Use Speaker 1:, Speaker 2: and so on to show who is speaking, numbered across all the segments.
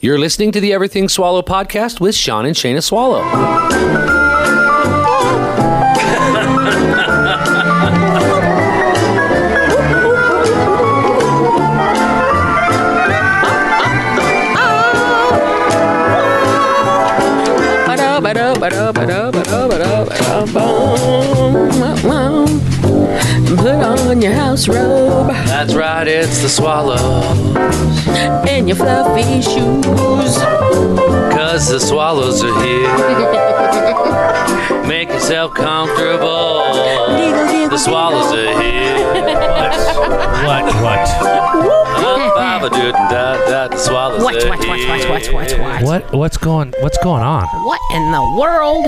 Speaker 1: You're listening to the Everything Swallow podcast with Sean and Shayna Swallow.
Speaker 2: Put on your house robe
Speaker 1: That's right, it's the Swallow.
Speaker 2: and your fluffy shoes.
Speaker 1: Cause the Swallows are here. Make yourself comfortable.
Speaker 2: Giggle, giggle,
Speaker 1: The swallows are here.
Speaker 3: What? What?
Speaker 1: Ba-ba-ba-doo-da-da-da, The swallows
Speaker 2: What,
Speaker 1: are
Speaker 2: what, what, what, what,
Speaker 1: here.
Speaker 2: what, what?
Speaker 3: What? What's going? What's going on?
Speaker 2: What in the world?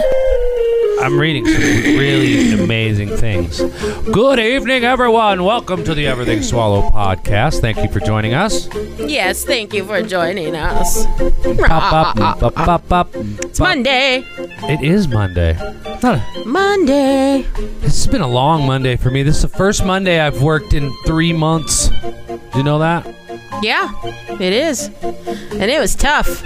Speaker 3: I'm reading some really amazing things. Good evening, everyone. Welcome to the Everything Swallow podcast. Thank you for joining us.
Speaker 2: Yes, thank you for joining us.
Speaker 3: Up, up, up, up, up.
Speaker 2: It's Monday.
Speaker 3: It is Monday. Not a-
Speaker 2: Monday.
Speaker 3: This has been a long Monday for me. This is the first Monday I've worked in three months. Do you know that?
Speaker 2: Yeah, it is. And it was tough.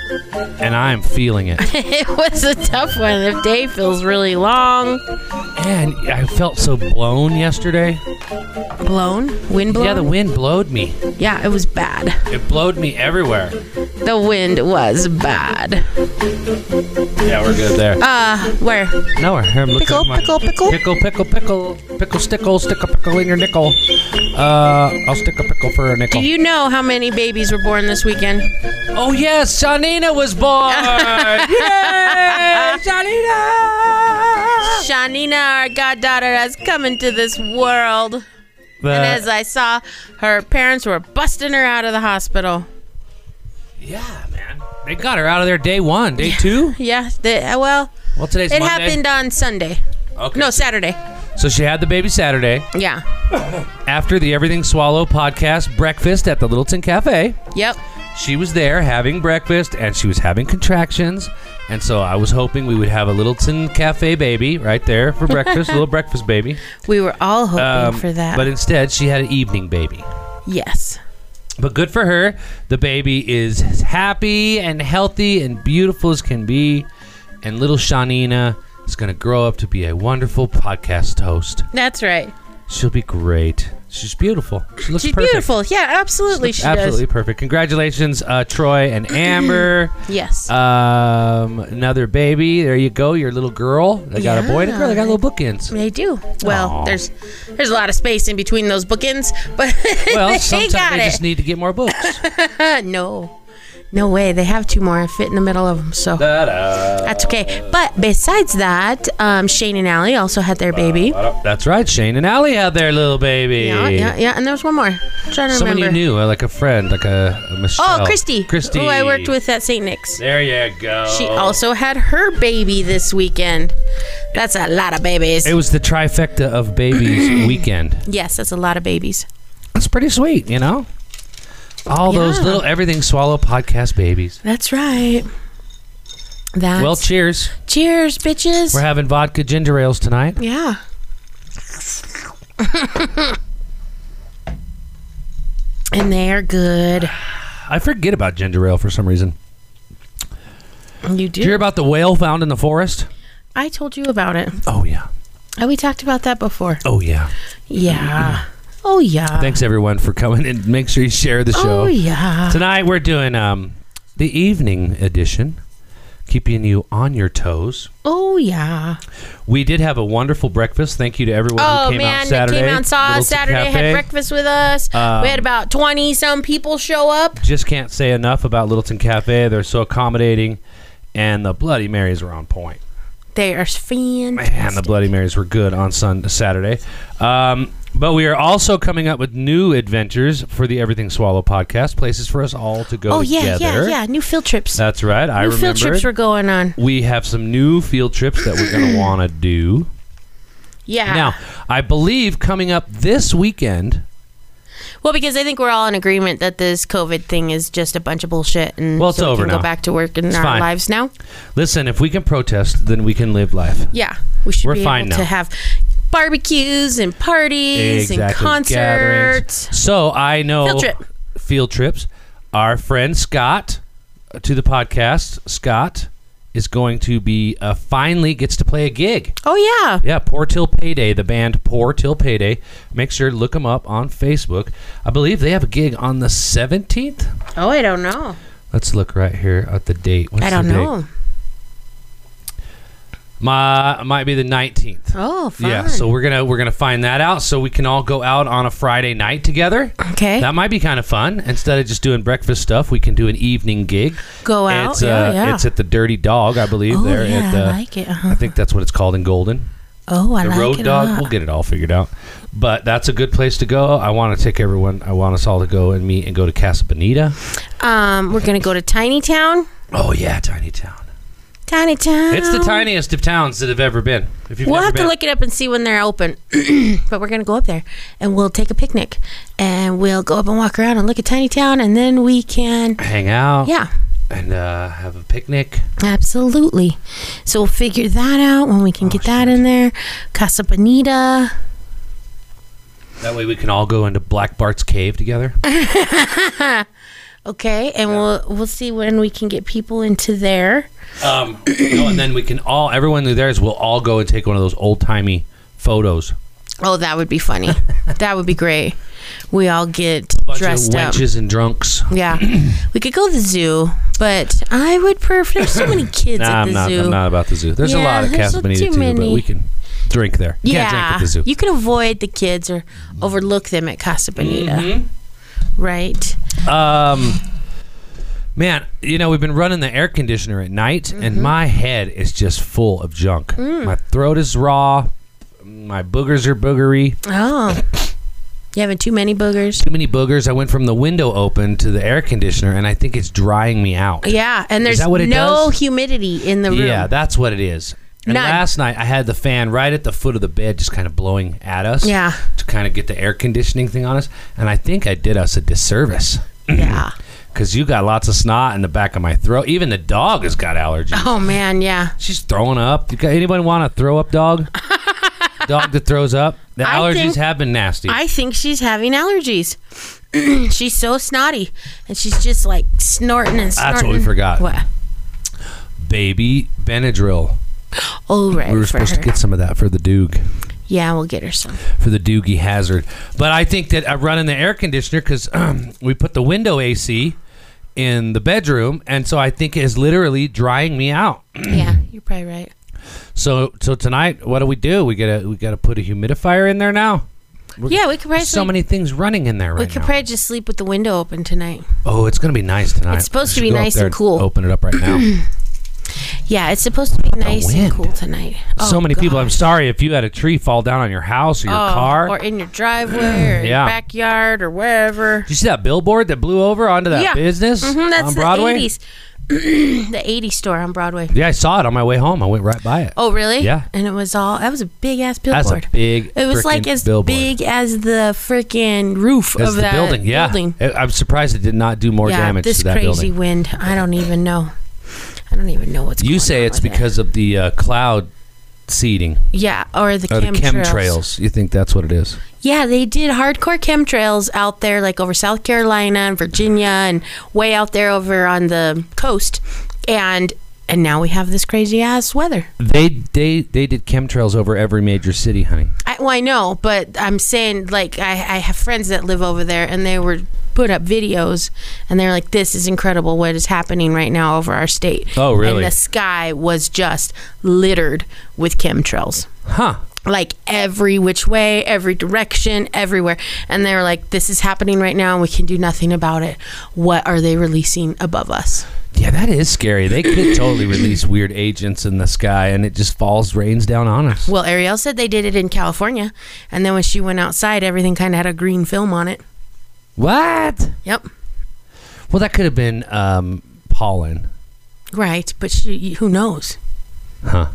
Speaker 3: And I'm feeling it.
Speaker 2: It was a tough one. The day feels really long.
Speaker 3: and I felt so blown yesterday.
Speaker 2: Blown? Wind blown?
Speaker 3: Yeah, the wind blowed me.
Speaker 2: Yeah, it was bad.
Speaker 3: It blowed me everywhere.
Speaker 2: The wind was bad.
Speaker 3: Yeah, we're good there.
Speaker 2: Uh, where?
Speaker 3: No, I'm looking
Speaker 2: Pickle,
Speaker 3: at my-
Speaker 2: pickle, pickle.
Speaker 3: pickle, pickle, pickle, pickle, stickle, stick a pickle in your nickel. Uh, I'll stick a pickle for a nickel.
Speaker 2: Do you know how many babies were born this weekend?
Speaker 3: oh yes, Shanina was born. Yay, Shanina!
Speaker 2: Shanina, our goddaughter, has come into this world. and as I saw, her parents were busting her out of the hospital.
Speaker 3: yeah, man, they got her out of there day one, day two.
Speaker 2: Yeah, they, uh, well,
Speaker 3: Well, today's
Speaker 2: it
Speaker 3: Monday.
Speaker 2: happened on Sunday.
Speaker 3: Okay.
Speaker 2: No, Saturday.
Speaker 3: so she had the baby Saturday
Speaker 2: Yeah.
Speaker 3: after the Everything Swallow podcast breakfast at the Littleton Cafe.
Speaker 2: Yep.
Speaker 3: she was there having breakfast and she was having contractions and so i was hoping we would have a littleton cafe baby right there for breakfast a little breakfast baby
Speaker 2: We were all hoping
Speaker 3: Um,
Speaker 2: for that.
Speaker 3: but instead she had an evening baby
Speaker 2: yes.
Speaker 3: but good for her the baby is happy and healthy and beautiful as can be and little shanina is going to grow up to be a wonderful podcast host
Speaker 2: That's right.
Speaker 3: she'll be great she's beautiful she looks
Speaker 2: She's
Speaker 3: perfect
Speaker 2: beautiful. Yeah, absolutely. She
Speaker 3: absolutely perfect congratulations uh, troy and amber
Speaker 2: does. Yes.
Speaker 3: Um, another baby. There you go, your little girl. They got a boy and a girl. They got little bookends.
Speaker 2: They do. Well,
Speaker 3: Aw.
Speaker 2: there's there's a lot of space in between those bookends, but
Speaker 3: Well,
Speaker 2: they
Speaker 3: sometimes
Speaker 2: got
Speaker 3: they
Speaker 2: it.
Speaker 3: just need to get more books.
Speaker 2: Uh, no. No way. They have two more. I fit in the middle of them, so
Speaker 3: Ta-da.
Speaker 2: that's okay. But besides that, um, Shane and Allie also had their baby.
Speaker 3: That's right. Shane and Allie had their little baby.
Speaker 2: Yeah, yeah, yeah. And there was one more. I'm trying to
Speaker 3: Someone
Speaker 2: remember.
Speaker 3: you knew, uh, like a friend, like a, a Michelle.
Speaker 2: Oh, Christy.
Speaker 3: Christy.
Speaker 2: Who I worked with at St. Nick's.
Speaker 3: There you go.
Speaker 2: She also had her baby this weekend. That's a lot of babies.
Speaker 3: It was the trifecta of babies weekend.
Speaker 2: yes, that's a lot of babies.
Speaker 3: It's pretty sweet, you know. All those
Speaker 2: Yeah.
Speaker 3: little everything swallow podcast babies.
Speaker 2: That's right. That's
Speaker 3: well, cheers.
Speaker 2: cheers, bitches.
Speaker 3: We're having vodka ginger ales tonight.
Speaker 2: Yeah. and they are good.
Speaker 3: I forget about ginger ale for some reason.
Speaker 2: You
Speaker 3: Did you hear
Speaker 2: do.
Speaker 3: about the whale found in the forest?
Speaker 2: I told you about it.
Speaker 3: Oh yeah.
Speaker 2: Oh, we talked about that before.
Speaker 3: Oh yeah.
Speaker 2: Yeah. Oh yeah.
Speaker 3: Thanks everyone for coming and make sure you share the show.
Speaker 2: Oh yeah.
Speaker 3: Tonight we're doing um the evening edition, keeping you on your toes.
Speaker 2: Oh yeah.
Speaker 3: We did have a wonderful breakfast. Thank you to everyone who
Speaker 2: Oh
Speaker 3: came
Speaker 2: man,
Speaker 3: out
Speaker 2: that
Speaker 3: Saturday.
Speaker 2: came out and saw us
Speaker 3: Littleton
Speaker 2: Saturday. Had
Speaker 3: Cafe.
Speaker 2: breakfast with us.
Speaker 3: Um,
Speaker 2: we had about twenty some people show up.
Speaker 3: Just can't say enough about Littleton Cafe. They're so accommodating, and the Bloody Marys were on point.
Speaker 2: They are fantastic.
Speaker 3: Man, the Bloody Marys were good on Sun Saturday. Um, but we are also coming up with new adventures for the Everything Swallow podcast, places for us all to go
Speaker 2: oh yeah,
Speaker 3: together.
Speaker 2: yeah, yeah. New field trips.
Speaker 3: That's right. I
Speaker 2: New
Speaker 3: remember.
Speaker 2: field trips were going on.
Speaker 3: we have some new field trips that we're going to want to do.
Speaker 2: Yeah.
Speaker 3: Now, I believe coming up this weekend.
Speaker 2: Well, because I think we're all in agreement that this COVID thing is just a bunch of bullshit, and
Speaker 3: Well, it's
Speaker 2: so we
Speaker 3: over
Speaker 2: can
Speaker 3: now.
Speaker 2: go back to work and our
Speaker 3: fine.
Speaker 2: lives now.
Speaker 3: Listen, if we can protest, then we can live life.
Speaker 2: Yeah, we should
Speaker 3: We're
Speaker 2: be
Speaker 3: fine
Speaker 2: able
Speaker 3: now.
Speaker 2: to have barbecues and parties and
Speaker 3: Gatherings.
Speaker 2: concerts.
Speaker 3: So I know
Speaker 2: Field trip.
Speaker 3: field trips. Our friend Scott uh, to the podcast, Scott is going to be uh, finally gets to play a gig.
Speaker 2: Oh yeah.
Speaker 3: Yeah, Poor Till Payday, the band Poor Till Payday. Make sure to look them up on Facebook. I believe they have a gig on the 17th.
Speaker 2: Oh, I don't know.
Speaker 3: Let's look right here at the date. What's
Speaker 2: I don't
Speaker 3: the date?
Speaker 2: know.
Speaker 3: My might be the 19th.
Speaker 2: Oh, fun.
Speaker 3: Yeah, so we're going to we're going to find that out so we can all go out on a Friday night together.
Speaker 2: okay.
Speaker 3: That might be kind of fun. Instead of just doing breakfast stuff, we can do an evening gig.
Speaker 2: Go out.
Speaker 3: It's,
Speaker 2: yeah,
Speaker 3: uh,
Speaker 2: yeah.
Speaker 3: it's at the Dirty Dog, I believe.
Speaker 2: oh,
Speaker 3: there
Speaker 2: yeah,
Speaker 3: at the,
Speaker 2: I like it.
Speaker 3: I
Speaker 2: Uh-huh.
Speaker 3: think that's what it's called in Golden.
Speaker 2: Oh, I
Speaker 3: the
Speaker 2: like
Speaker 3: road
Speaker 2: it. a
Speaker 3: dog.
Speaker 2: lot.
Speaker 3: We'll get it all figured out. But that's a good place to go. I want to take everyone. I want us all to go and meet and go to Casa Bonita.
Speaker 2: Um, we're gonna go to Tiny Town.
Speaker 3: Oh yeah, tiny town.
Speaker 2: Tiny Town.
Speaker 3: It's the tiniest of towns that have ever been. If you've
Speaker 2: We'll
Speaker 3: never
Speaker 2: have
Speaker 3: been.
Speaker 2: to look it up and see when they're open. but we're gonna go up there and we'll take a picnic and we'll go up and walk around and look at Tiny Town and then we can
Speaker 3: hang out,
Speaker 2: Yeah.
Speaker 3: and uh, have a picnic.
Speaker 2: Absolutely. So we'll figure that out when we can get that in there. Casa Bonita.
Speaker 3: That way we can all go into Black Bart's cave together.
Speaker 2: Okay, and we'll we'll see when we can get people into there.
Speaker 3: Um, oh, and then we can all, everyone who there is, will all go and take one of those old timey photos.
Speaker 2: Oh, that would be funny. that would be great. We all get
Speaker 3: Bunch
Speaker 2: dressed
Speaker 3: of
Speaker 2: up.
Speaker 3: wenches and drunks.
Speaker 2: Yeah, we could go to the zoo, but I would prefer. There's so many kids
Speaker 3: Nah,
Speaker 2: at the
Speaker 3: I'm not.
Speaker 2: zoo.
Speaker 3: I'm not about the zoo. There's a
Speaker 2: Yeah,
Speaker 3: lot of
Speaker 2: there's
Speaker 3: Casa
Speaker 2: a
Speaker 3: Bonita
Speaker 2: too
Speaker 3: too, but
Speaker 2: many.
Speaker 3: we can drink there. You
Speaker 2: yeah,
Speaker 3: can't drink at the zoo.
Speaker 2: you can avoid the kids or overlook them at Casa Bonita,
Speaker 3: Mm-hmm.
Speaker 2: right?
Speaker 3: Um, man, you know we've been running the air conditioner at night,
Speaker 2: Mm-hmm.
Speaker 3: and my head is just full of junk.
Speaker 2: Mm.
Speaker 3: My throat is raw. My boogers are boogery.
Speaker 2: Oh, you having too many boogers?
Speaker 3: Too many boogers. I went from the window open to the air conditioner, and I think it's drying me out.
Speaker 2: Yeah, and
Speaker 3: Is
Speaker 2: there's
Speaker 3: that what it
Speaker 2: no
Speaker 3: does?
Speaker 2: humidity in the room.
Speaker 3: Yeah, that's what it is. And
Speaker 2: None.
Speaker 3: last night I had the fan right at the foot of the bed, just kind of blowing at us.
Speaker 2: Yeah.
Speaker 3: To kind of get the air conditioning thing on us, and I think I did us a disservice
Speaker 2: yeah.
Speaker 3: because you got lots of snot in the back of my throat. Even the dog has got allergies.
Speaker 2: Oh man, yeah.
Speaker 3: She's throwing up. You got, anybody want a throw up dog? dog that throws up. The
Speaker 2: I
Speaker 3: allergies
Speaker 2: think-
Speaker 3: have been nasty.
Speaker 2: I think she's having allergies. she's so snotty, and she's just like snorting and snorting.
Speaker 3: That's what we forgot.
Speaker 2: What?
Speaker 3: Baby Benadryl.
Speaker 2: Oh right,
Speaker 3: We were
Speaker 2: for
Speaker 3: supposed
Speaker 2: her.
Speaker 3: to get some of that for the Doog,
Speaker 2: yeah, we'll get her some.
Speaker 3: for the Doogie Hazard. But I think that I'm running the air conditioner because we put the window AC in the bedroom, and so I think it is literally drying me out.
Speaker 2: yeah, you're probably right.
Speaker 3: So so tonight, what do we do? We gotta we gotta put a humidifier in there now. We're-
Speaker 2: Yeah, we could probably
Speaker 3: There's so
Speaker 2: sleep-
Speaker 3: many things running in there right
Speaker 2: We could
Speaker 3: now.
Speaker 2: probably just sleep with the window open tonight.
Speaker 3: Oh, it's gonna be nice tonight.
Speaker 2: It's supposed
Speaker 3: We
Speaker 2: to
Speaker 3: should
Speaker 2: be
Speaker 3: go up
Speaker 2: nice
Speaker 3: there
Speaker 2: and cool.
Speaker 3: Open it up right now.
Speaker 2: Yeah, it's supposed to be nice and
Speaker 3: wind.
Speaker 2: cool tonight. Oh,
Speaker 3: so many people. I'm
Speaker 2: gosh.
Speaker 3: sorry if you had a tree fall down on your house or your
Speaker 2: Oh,
Speaker 3: car.
Speaker 2: or in your driveway, or
Speaker 3: Yeah.
Speaker 2: your backyard, or wherever.
Speaker 3: Did you see that billboard that blew over onto that
Speaker 2: Yeah.
Speaker 3: business
Speaker 2: Mhm, that's
Speaker 3: on
Speaker 2: the
Speaker 3: Broadway?
Speaker 2: 80s. the 80s store on Broadway.
Speaker 3: Yeah, I saw it on my way home. I went right by it.
Speaker 2: Oh, really?
Speaker 3: Yeah.
Speaker 2: And it was all that was a big ass
Speaker 3: That's
Speaker 2: billboard.
Speaker 3: a big.
Speaker 2: it was like
Speaker 3: frickin'
Speaker 2: as
Speaker 3: billboard.
Speaker 2: big as the freaking roof
Speaker 3: as
Speaker 2: of
Speaker 3: the
Speaker 2: that
Speaker 3: building. Yeah,
Speaker 2: building.
Speaker 3: I- I'm surprised it did not do more
Speaker 2: yeah,
Speaker 3: damage
Speaker 2: this
Speaker 3: to that
Speaker 2: crazy
Speaker 3: building.
Speaker 2: wind. I don't even know. I don't even know what's.
Speaker 3: You
Speaker 2: going
Speaker 3: say
Speaker 2: on
Speaker 3: it's
Speaker 2: with it.
Speaker 3: because of the uh, cloud seeding
Speaker 2: yeah, or Oh, the
Speaker 3: or the
Speaker 2: chemtrails.
Speaker 3: chemtrails. You think that's what it is?
Speaker 2: Yeah, they did hardcore chemtrails out there, like over South Carolina and Virginia, and way out there over on the coast, and and now we have this crazy ass weather.
Speaker 3: They they they did chemtrails over every major city, honey.
Speaker 2: I, well, I know, but I'm saying like I, I have friends that live over there, and they were put up videos, and they're like, "This is incredible! What is happening right now over our state?"
Speaker 3: Oh, really?
Speaker 2: And the sky was just littered with chemtrails,
Speaker 3: Huh?
Speaker 2: like every which way, every direction, everywhere. And they were like, "This is happening right now, and we can do nothing about it. What are they releasing above us?"
Speaker 3: Yeah, that is scary. They could totally release weird agents in the sky, and it just falls, rains down on us.
Speaker 2: Well, Ariel said they did it in California, and then when she went outside, everything kind of had a green film on it.
Speaker 3: What?
Speaker 2: Yep.
Speaker 3: Well, that could have been um, pollen,
Speaker 2: Right, but she, who knows?
Speaker 3: huh?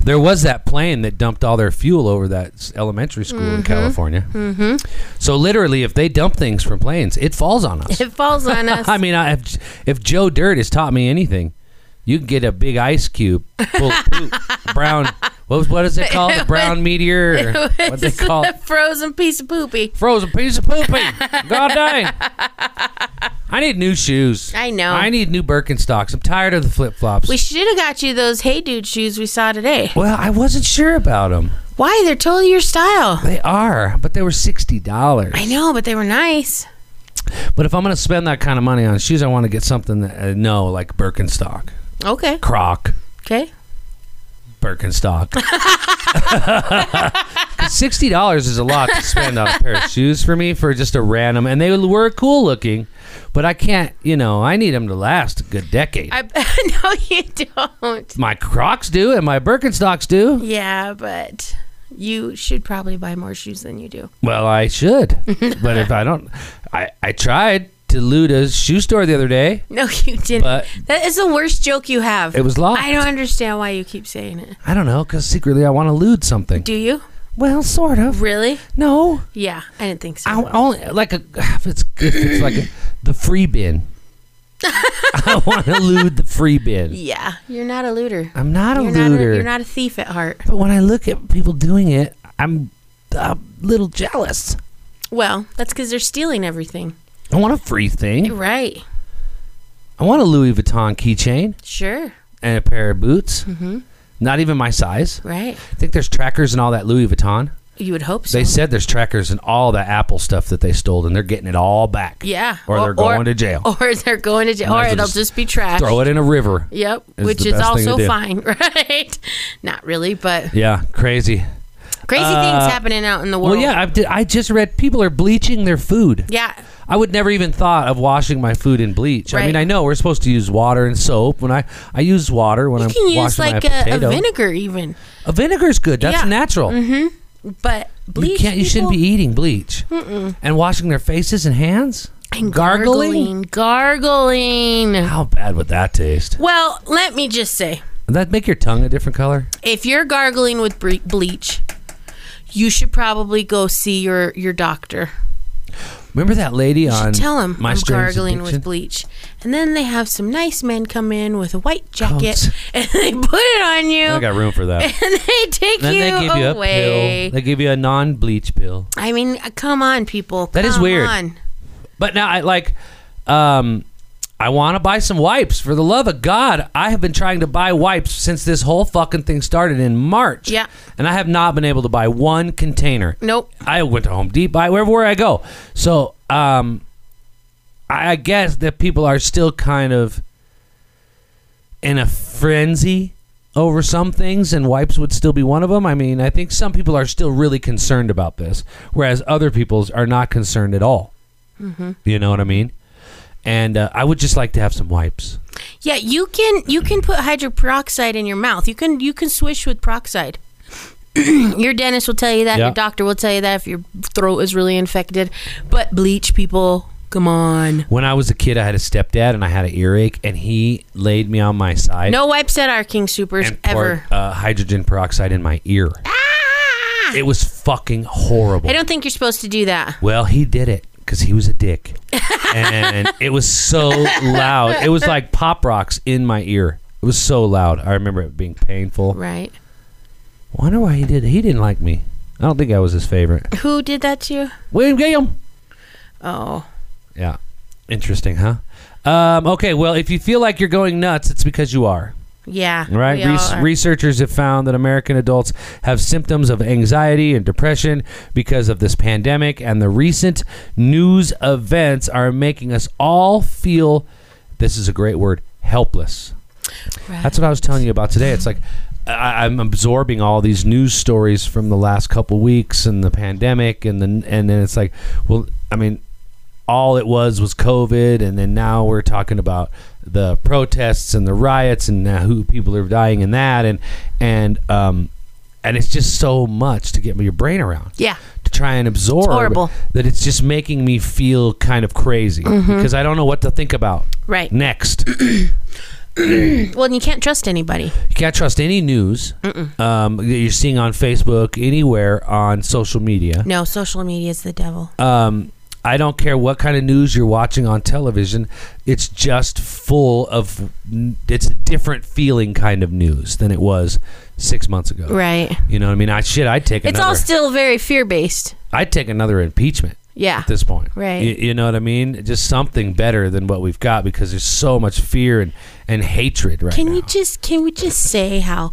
Speaker 3: There was that plane that dumped all their fuel over that s- elementary school in California. Mm-hmm. So literally, if they dump things from planes, it falls on us.
Speaker 2: It falls on us.
Speaker 3: I mean, I, if, if Joe Dirt has taught me anything, you can get a big ice cube full of poop, brown What was what is it called? The brown meteor? Or
Speaker 2: It
Speaker 3: what they
Speaker 2: was
Speaker 3: call
Speaker 2: a frozen piece of poopy.
Speaker 3: frozen piece of poopy? God dang! I need new shoes.
Speaker 2: I know.
Speaker 3: I need new Birkenstocks. I'm tired of the flip flops.
Speaker 2: We should have got you those Hey Dude shoes we saw today.
Speaker 3: well, I wasn't sure about them.
Speaker 2: Why? They're totally your style.
Speaker 3: They are, but they were sixty dollars.
Speaker 2: I know, but they were nice.
Speaker 3: But if I'm gonna spend that kind of money on shoes, I want to get something that I know, like Birkenstock,
Speaker 2: Okay.
Speaker 3: Croc,
Speaker 2: Okay.
Speaker 3: Birkenstock. 'Cause Sixty dollars is a lot to spend on a pair of shoes for me for just a random, and they were cool looking, but I can't. You know, I need them to last a good decade.
Speaker 2: I, no, you don't.
Speaker 3: my Crocs do, and my Birkenstocks do.
Speaker 2: Yeah, but you should probably buy more shoes than you do.
Speaker 3: Well, I should, but if I don't, I I tried to loot a shoe store the other day,
Speaker 2: No, you didn't.
Speaker 3: but
Speaker 2: that is the worst joke you have.
Speaker 3: it was locked.
Speaker 2: I don't understand why you keep saying it.
Speaker 3: I don't know, because secretly I want to loot something.
Speaker 2: Do you?
Speaker 3: Well, sort of.
Speaker 2: Really?
Speaker 3: No,
Speaker 2: Yeah, I didn't think so.
Speaker 3: I only like a if it's if it's like a, the free bin. I want to loot the free bin.
Speaker 2: yeah, you're not a looter.
Speaker 3: I'm not a
Speaker 2: you're Not
Speaker 3: looter,
Speaker 2: a, you're not a thief at heart.
Speaker 3: but when I look at people doing it, I'm a little jealous.
Speaker 2: Well, that's because they're stealing everything.
Speaker 3: I want a free thing.
Speaker 2: Right.
Speaker 3: I want a Louis Vuitton keychain
Speaker 2: Sure.
Speaker 3: and a pair of boots. Mm-hmm. Not even my size.
Speaker 2: Right.
Speaker 3: I think there's trackers and all that Louis Vuitton.
Speaker 2: You would hope so.
Speaker 3: They said there's trackers and all the Apple stuff that they stole, and they're getting it all back.
Speaker 2: yeah.
Speaker 3: Or Oh, they're going to jail.
Speaker 2: Or they're going to jail. Or
Speaker 3: Might as well
Speaker 2: it'll
Speaker 3: just
Speaker 2: just be trash.
Speaker 3: Throw it in a river.
Speaker 2: Yep.
Speaker 3: Is
Speaker 2: Which
Speaker 3: the
Speaker 2: is
Speaker 3: best thing to
Speaker 2: also
Speaker 3: do.
Speaker 2: fine, right? Not really, but
Speaker 3: Yeah, crazy.
Speaker 2: crazy
Speaker 3: Uh,
Speaker 2: things happening out in the world.
Speaker 3: Well, yeah, I, did, I just read people are bleaching their food.
Speaker 2: Yeah.
Speaker 3: I would never even thought of washing my food in bleach. I
Speaker 2: Right.
Speaker 3: mean, I know we're supposed to use water and soap. When I I use water when I'm
Speaker 2: You can
Speaker 3: washing
Speaker 2: use like
Speaker 3: my
Speaker 2: a, a
Speaker 3: potato.
Speaker 2: vinegar even,
Speaker 3: A vinegar's good. That's
Speaker 2: Yeah. Mm-hmm.
Speaker 3: natural.
Speaker 2: but bleach.
Speaker 3: you can't. You shouldn't be eating bleach. And washing their faces and hands.
Speaker 2: people- gargling. Gargling.
Speaker 3: How bad would that taste?
Speaker 2: Well, let me just say,
Speaker 3: Would that make your tongue a different color?
Speaker 2: if you're gargling with bre- bleach, you should probably go see your your doctor.
Speaker 3: Remember that lady on
Speaker 2: Tell him
Speaker 3: My
Speaker 2: I'm
Speaker 3: Strange
Speaker 2: gargling
Speaker 3: Addiction?
Speaker 2: with bleach, and then they have some nice men come in with a white jacket,
Speaker 3: Coats.
Speaker 2: and they put it on you,
Speaker 3: I
Speaker 2: and
Speaker 3: got room for that.
Speaker 2: they take
Speaker 3: then
Speaker 2: you
Speaker 3: they give you a
Speaker 2: away.
Speaker 3: pill. They give you a non-bleach pill.
Speaker 2: I mean, uh, come on, people.
Speaker 3: That
Speaker 2: That
Speaker 3: is
Speaker 2: is
Speaker 3: weird. But now I like um I want to buy some wipes for the love of God. I have been trying to buy wipes since this whole fucking thing started in March.
Speaker 2: Yeah.
Speaker 3: And I have not been able to buy one container.
Speaker 2: Nope.
Speaker 3: I went to Home Depot, I- wherever where I go. So, um I I guess that people are still kind of in a frenzy over some things and wipes would still be one of them. I mean, I think some people are still really concerned about this whereas other people's are not concerned at all. You know what I mean? And uh, I would just like to have some wipes.
Speaker 2: Yeah, you can you can put hydroperoxide in your mouth. You can you can swish with peroxide. your dentist will tell you that.
Speaker 3: Yeah.
Speaker 2: Your doctor will tell you that if your throat is really infected. But bleach, people, come on.
Speaker 3: When I was a kid, I had a stepdad and I had an earache and he laid me on my side
Speaker 2: No wipes at our King Supers
Speaker 3: and poured
Speaker 2: ever.
Speaker 3: uh, hydrogen peroxide in my ear. It was fucking horrible.
Speaker 2: Ah! I don't think you're supposed to do that.
Speaker 3: Well, he did it because he was a dick, and it was so loud. It was like pop rocks in my ear. It was so loud. I remember it being painful.
Speaker 2: Right.
Speaker 3: Wonder why he did. He didn't like me. I don't think I was his favorite.
Speaker 2: Who did that to you?
Speaker 3: William Gayum.
Speaker 2: Oh.
Speaker 3: Yeah, interesting, huh? Um, okay, well, if you feel like you're going nuts, it's because you are.
Speaker 2: Yeah.
Speaker 3: Right?
Speaker 2: we all
Speaker 3: Res-
Speaker 2: are.
Speaker 3: researchers have found that American adults have symptoms of anxiety and depression because of this pandemic, and the recent news events are making us all feel this is a great word helpless.
Speaker 2: Right.
Speaker 3: That's what I was telling you about today. It's like I, I'm absorbing all these news stories from the last couple weeks and the pandemic, and then and then it's like, well, I mean, all it was was COVID, and then now we're talking about the protests and the riots and uh, who people are dying in that, and and um, and it's just so much to get your brain around
Speaker 2: yeah.
Speaker 3: to try and absorb
Speaker 2: horrible.
Speaker 3: that it's just making me feel kind of crazy because I don't know what to think about
Speaker 2: Mm-hmm. Right.
Speaker 3: next.
Speaker 2: Well, and you can't trust anybody.
Speaker 3: You can't trust any news um, that you're seeing on Facebook, anywhere on social media.
Speaker 2: No, social media is the devil.
Speaker 3: Um, I don't care what kind of news you're watching on television. It's just full of. It's a different feeling kind of news than it was six months ago.
Speaker 2: Right.
Speaker 3: You know what I mean? I shit. I take
Speaker 2: It's
Speaker 3: another.
Speaker 2: all still very fear based.
Speaker 3: I take another impeachment
Speaker 2: Yeah.
Speaker 3: at this point.
Speaker 2: Right.
Speaker 3: Y- You, know what I mean? Just something better than what we've got because there's so much fear and, and hatred right
Speaker 2: Can
Speaker 3: now.
Speaker 2: you just can we just say how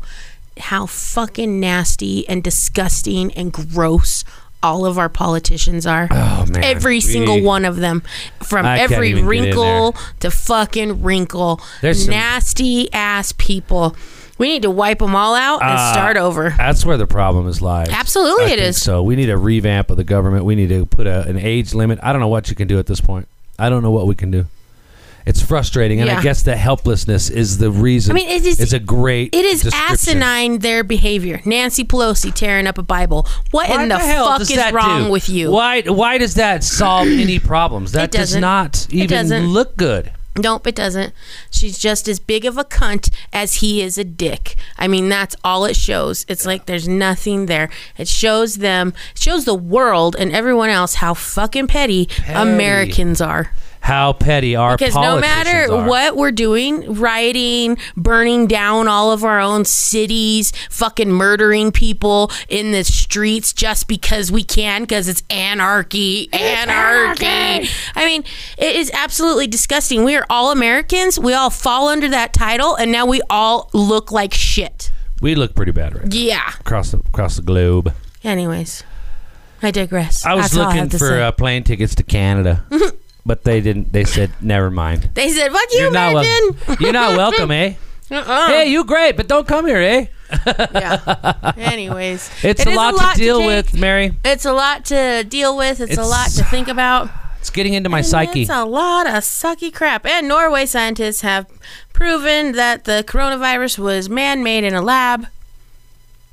Speaker 2: how fucking nasty and disgusting and gross all of our politicians are?
Speaker 3: Oh, man.
Speaker 2: Every
Speaker 3: We-
Speaker 2: single one of them, from
Speaker 3: I can't
Speaker 2: every
Speaker 3: even get in
Speaker 2: wrinkle to fucking wrinkle,
Speaker 3: There's some-
Speaker 2: nasty ass people. We need to wipe them all out and
Speaker 3: Uh,
Speaker 2: start over.
Speaker 3: That's where the problem is lies.
Speaker 2: Absolutely
Speaker 3: I
Speaker 2: it
Speaker 3: think
Speaker 2: is.
Speaker 3: So we need a revamp of the government. We need to put a, an age limit. I don't know what you can do at this point. I don't know what we can do. It's frustrating, and
Speaker 2: Yeah.
Speaker 3: I guess the helplessness is the reason.
Speaker 2: I mean, it is-
Speaker 3: It's a great.
Speaker 2: It is
Speaker 3: description.
Speaker 2: asinine their behavior. Nancy Pelosi tearing up a Bible. What
Speaker 3: Why
Speaker 2: in the,
Speaker 3: hell
Speaker 2: fuck
Speaker 3: does
Speaker 2: is
Speaker 3: that
Speaker 2: wrong
Speaker 3: do?
Speaker 2: with you?
Speaker 3: Why? Why does that solve any problems? That does
Speaker 2: doesn't.
Speaker 3: not
Speaker 2: It
Speaker 3: even
Speaker 2: doesn't.
Speaker 3: look good.
Speaker 2: Nope, it doesn't. She's just as big of a cunt as he is a dick. I mean, that's all it shows. It's like there's nothing there. It shows them, shows the world and everyone else how fucking petty, Americans are.
Speaker 3: How petty our
Speaker 2: Because no
Speaker 3: politicians
Speaker 2: matter
Speaker 3: are.
Speaker 2: what we're doing, rioting, burning down all of our own cities, fucking murdering people in the streets just because we can, because it's anarchy, anarchy. I mean, it is absolutely disgusting. We are all Americans. We all fall under that title, and now we all look like shit.
Speaker 3: we look pretty bad right now.
Speaker 2: Yeah.
Speaker 3: across the across the globe.
Speaker 2: Anyways, I digress.
Speaker 3: I was
Speaker 2: That's all
Speaker 3: looking
Speaker 2: have to
Speaker 3: for
Speaker 2: say.
Speaker 3: uh, plane tickets to Canada, but they didn't. They said never mind.
Speaker 2: They said, "Fuck you,
Speaker 3: not
Speaker 2: American."
Speaker 3: welcome. You're not welcome, eh?
Speaker 2: Uh-uh.
Speaker 3: Hey, you great, but don't come here, eh?
Speaker 2: Yeah. Anyways,
Speaker 3: It's
Speaker 2: It
Speaker 3: a,
Speaker 2: is
Speaker 3: lot to deal
Speaker 2: take.
Speaker 3: with, Mary.
Speaker 2: It's a lot to deal with. It's, a
Speaker 3: It's-
Speaker 2: lot to think about.
Speaker 3: It's getting into my
Speaker 2: And
Speaker 3: psyche.
Speaker 2: It's a lot of sucky crap. And Norway scientists have proven that the coronavirus was man made in a lab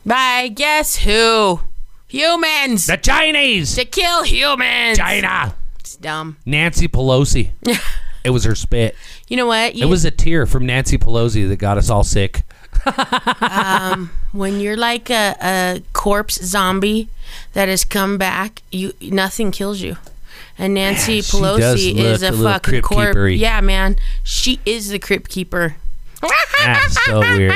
Speaker 2: by guess who? Humans!
Speaker 3: The Chinese,
Speaker 2: to kill humans!
Speaker 3: China,
Speaker 2: It's dumb.
Speaker 3: Nancy Pelosi. it was her spit.
Speaker 2: You know what? You,
Speaker 3: It was a tear from Nancy Pelosi that got us all sick.
Speaker 2: when you're like a, a corpse zombie that has come back, you nothing kills you. And Nancy
Speaker 3: she does
Speaker 2: Pelosi
Speaker 3: look
Speaker 2: is
Speaker 3: a
Speaker 2: a,
Speaker 3: little
Speaker 2: fucking
Speaker 3: crypt keeper-y.
Speaker 2: corpse. Yeah, man. She is the crypt keeper.
Speaker 3: That's Ah, so weird.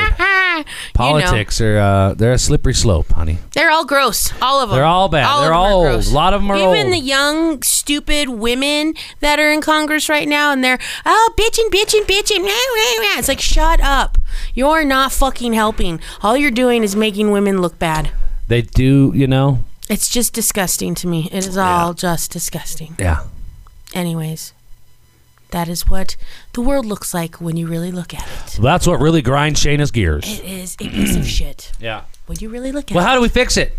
Speaker 3: Politics are uh, they're a slippery slope, honey.
Speaker 2: They're all gross. All of them.
Speaker 3: They're all bad. They're
Speaker 2: of 'em are
Speaker 3: all old.
Speaker 2: gross.
Speaker 3: A lot of 'em are
Speaker 2: Even
Speaker 3: old.
Speaker 2: the young, stupid women that are in Congress right now, and they're oh bitching, bitching, bitching. Wah, wah, wah." It's like shut up. You're not fucking helping. All you're doing is making women look bad.
Speaker 3: They do, you know.
Speaker 2: It's just disgusting to me. It is all just disgusting.
Speaker 3: Yeah.
Speaker 2: Anyways, that is what the world looks like when you really look at it.
Speaker 3: That's what really grinds Shayna's gears.
Speaker 2: It is a piece of shit
Speaker 3: Yeah.
Speaker 2: when you really look at
Speaker 3: Well,
Speaker 2: it.
Speaker 3: how do we fix it?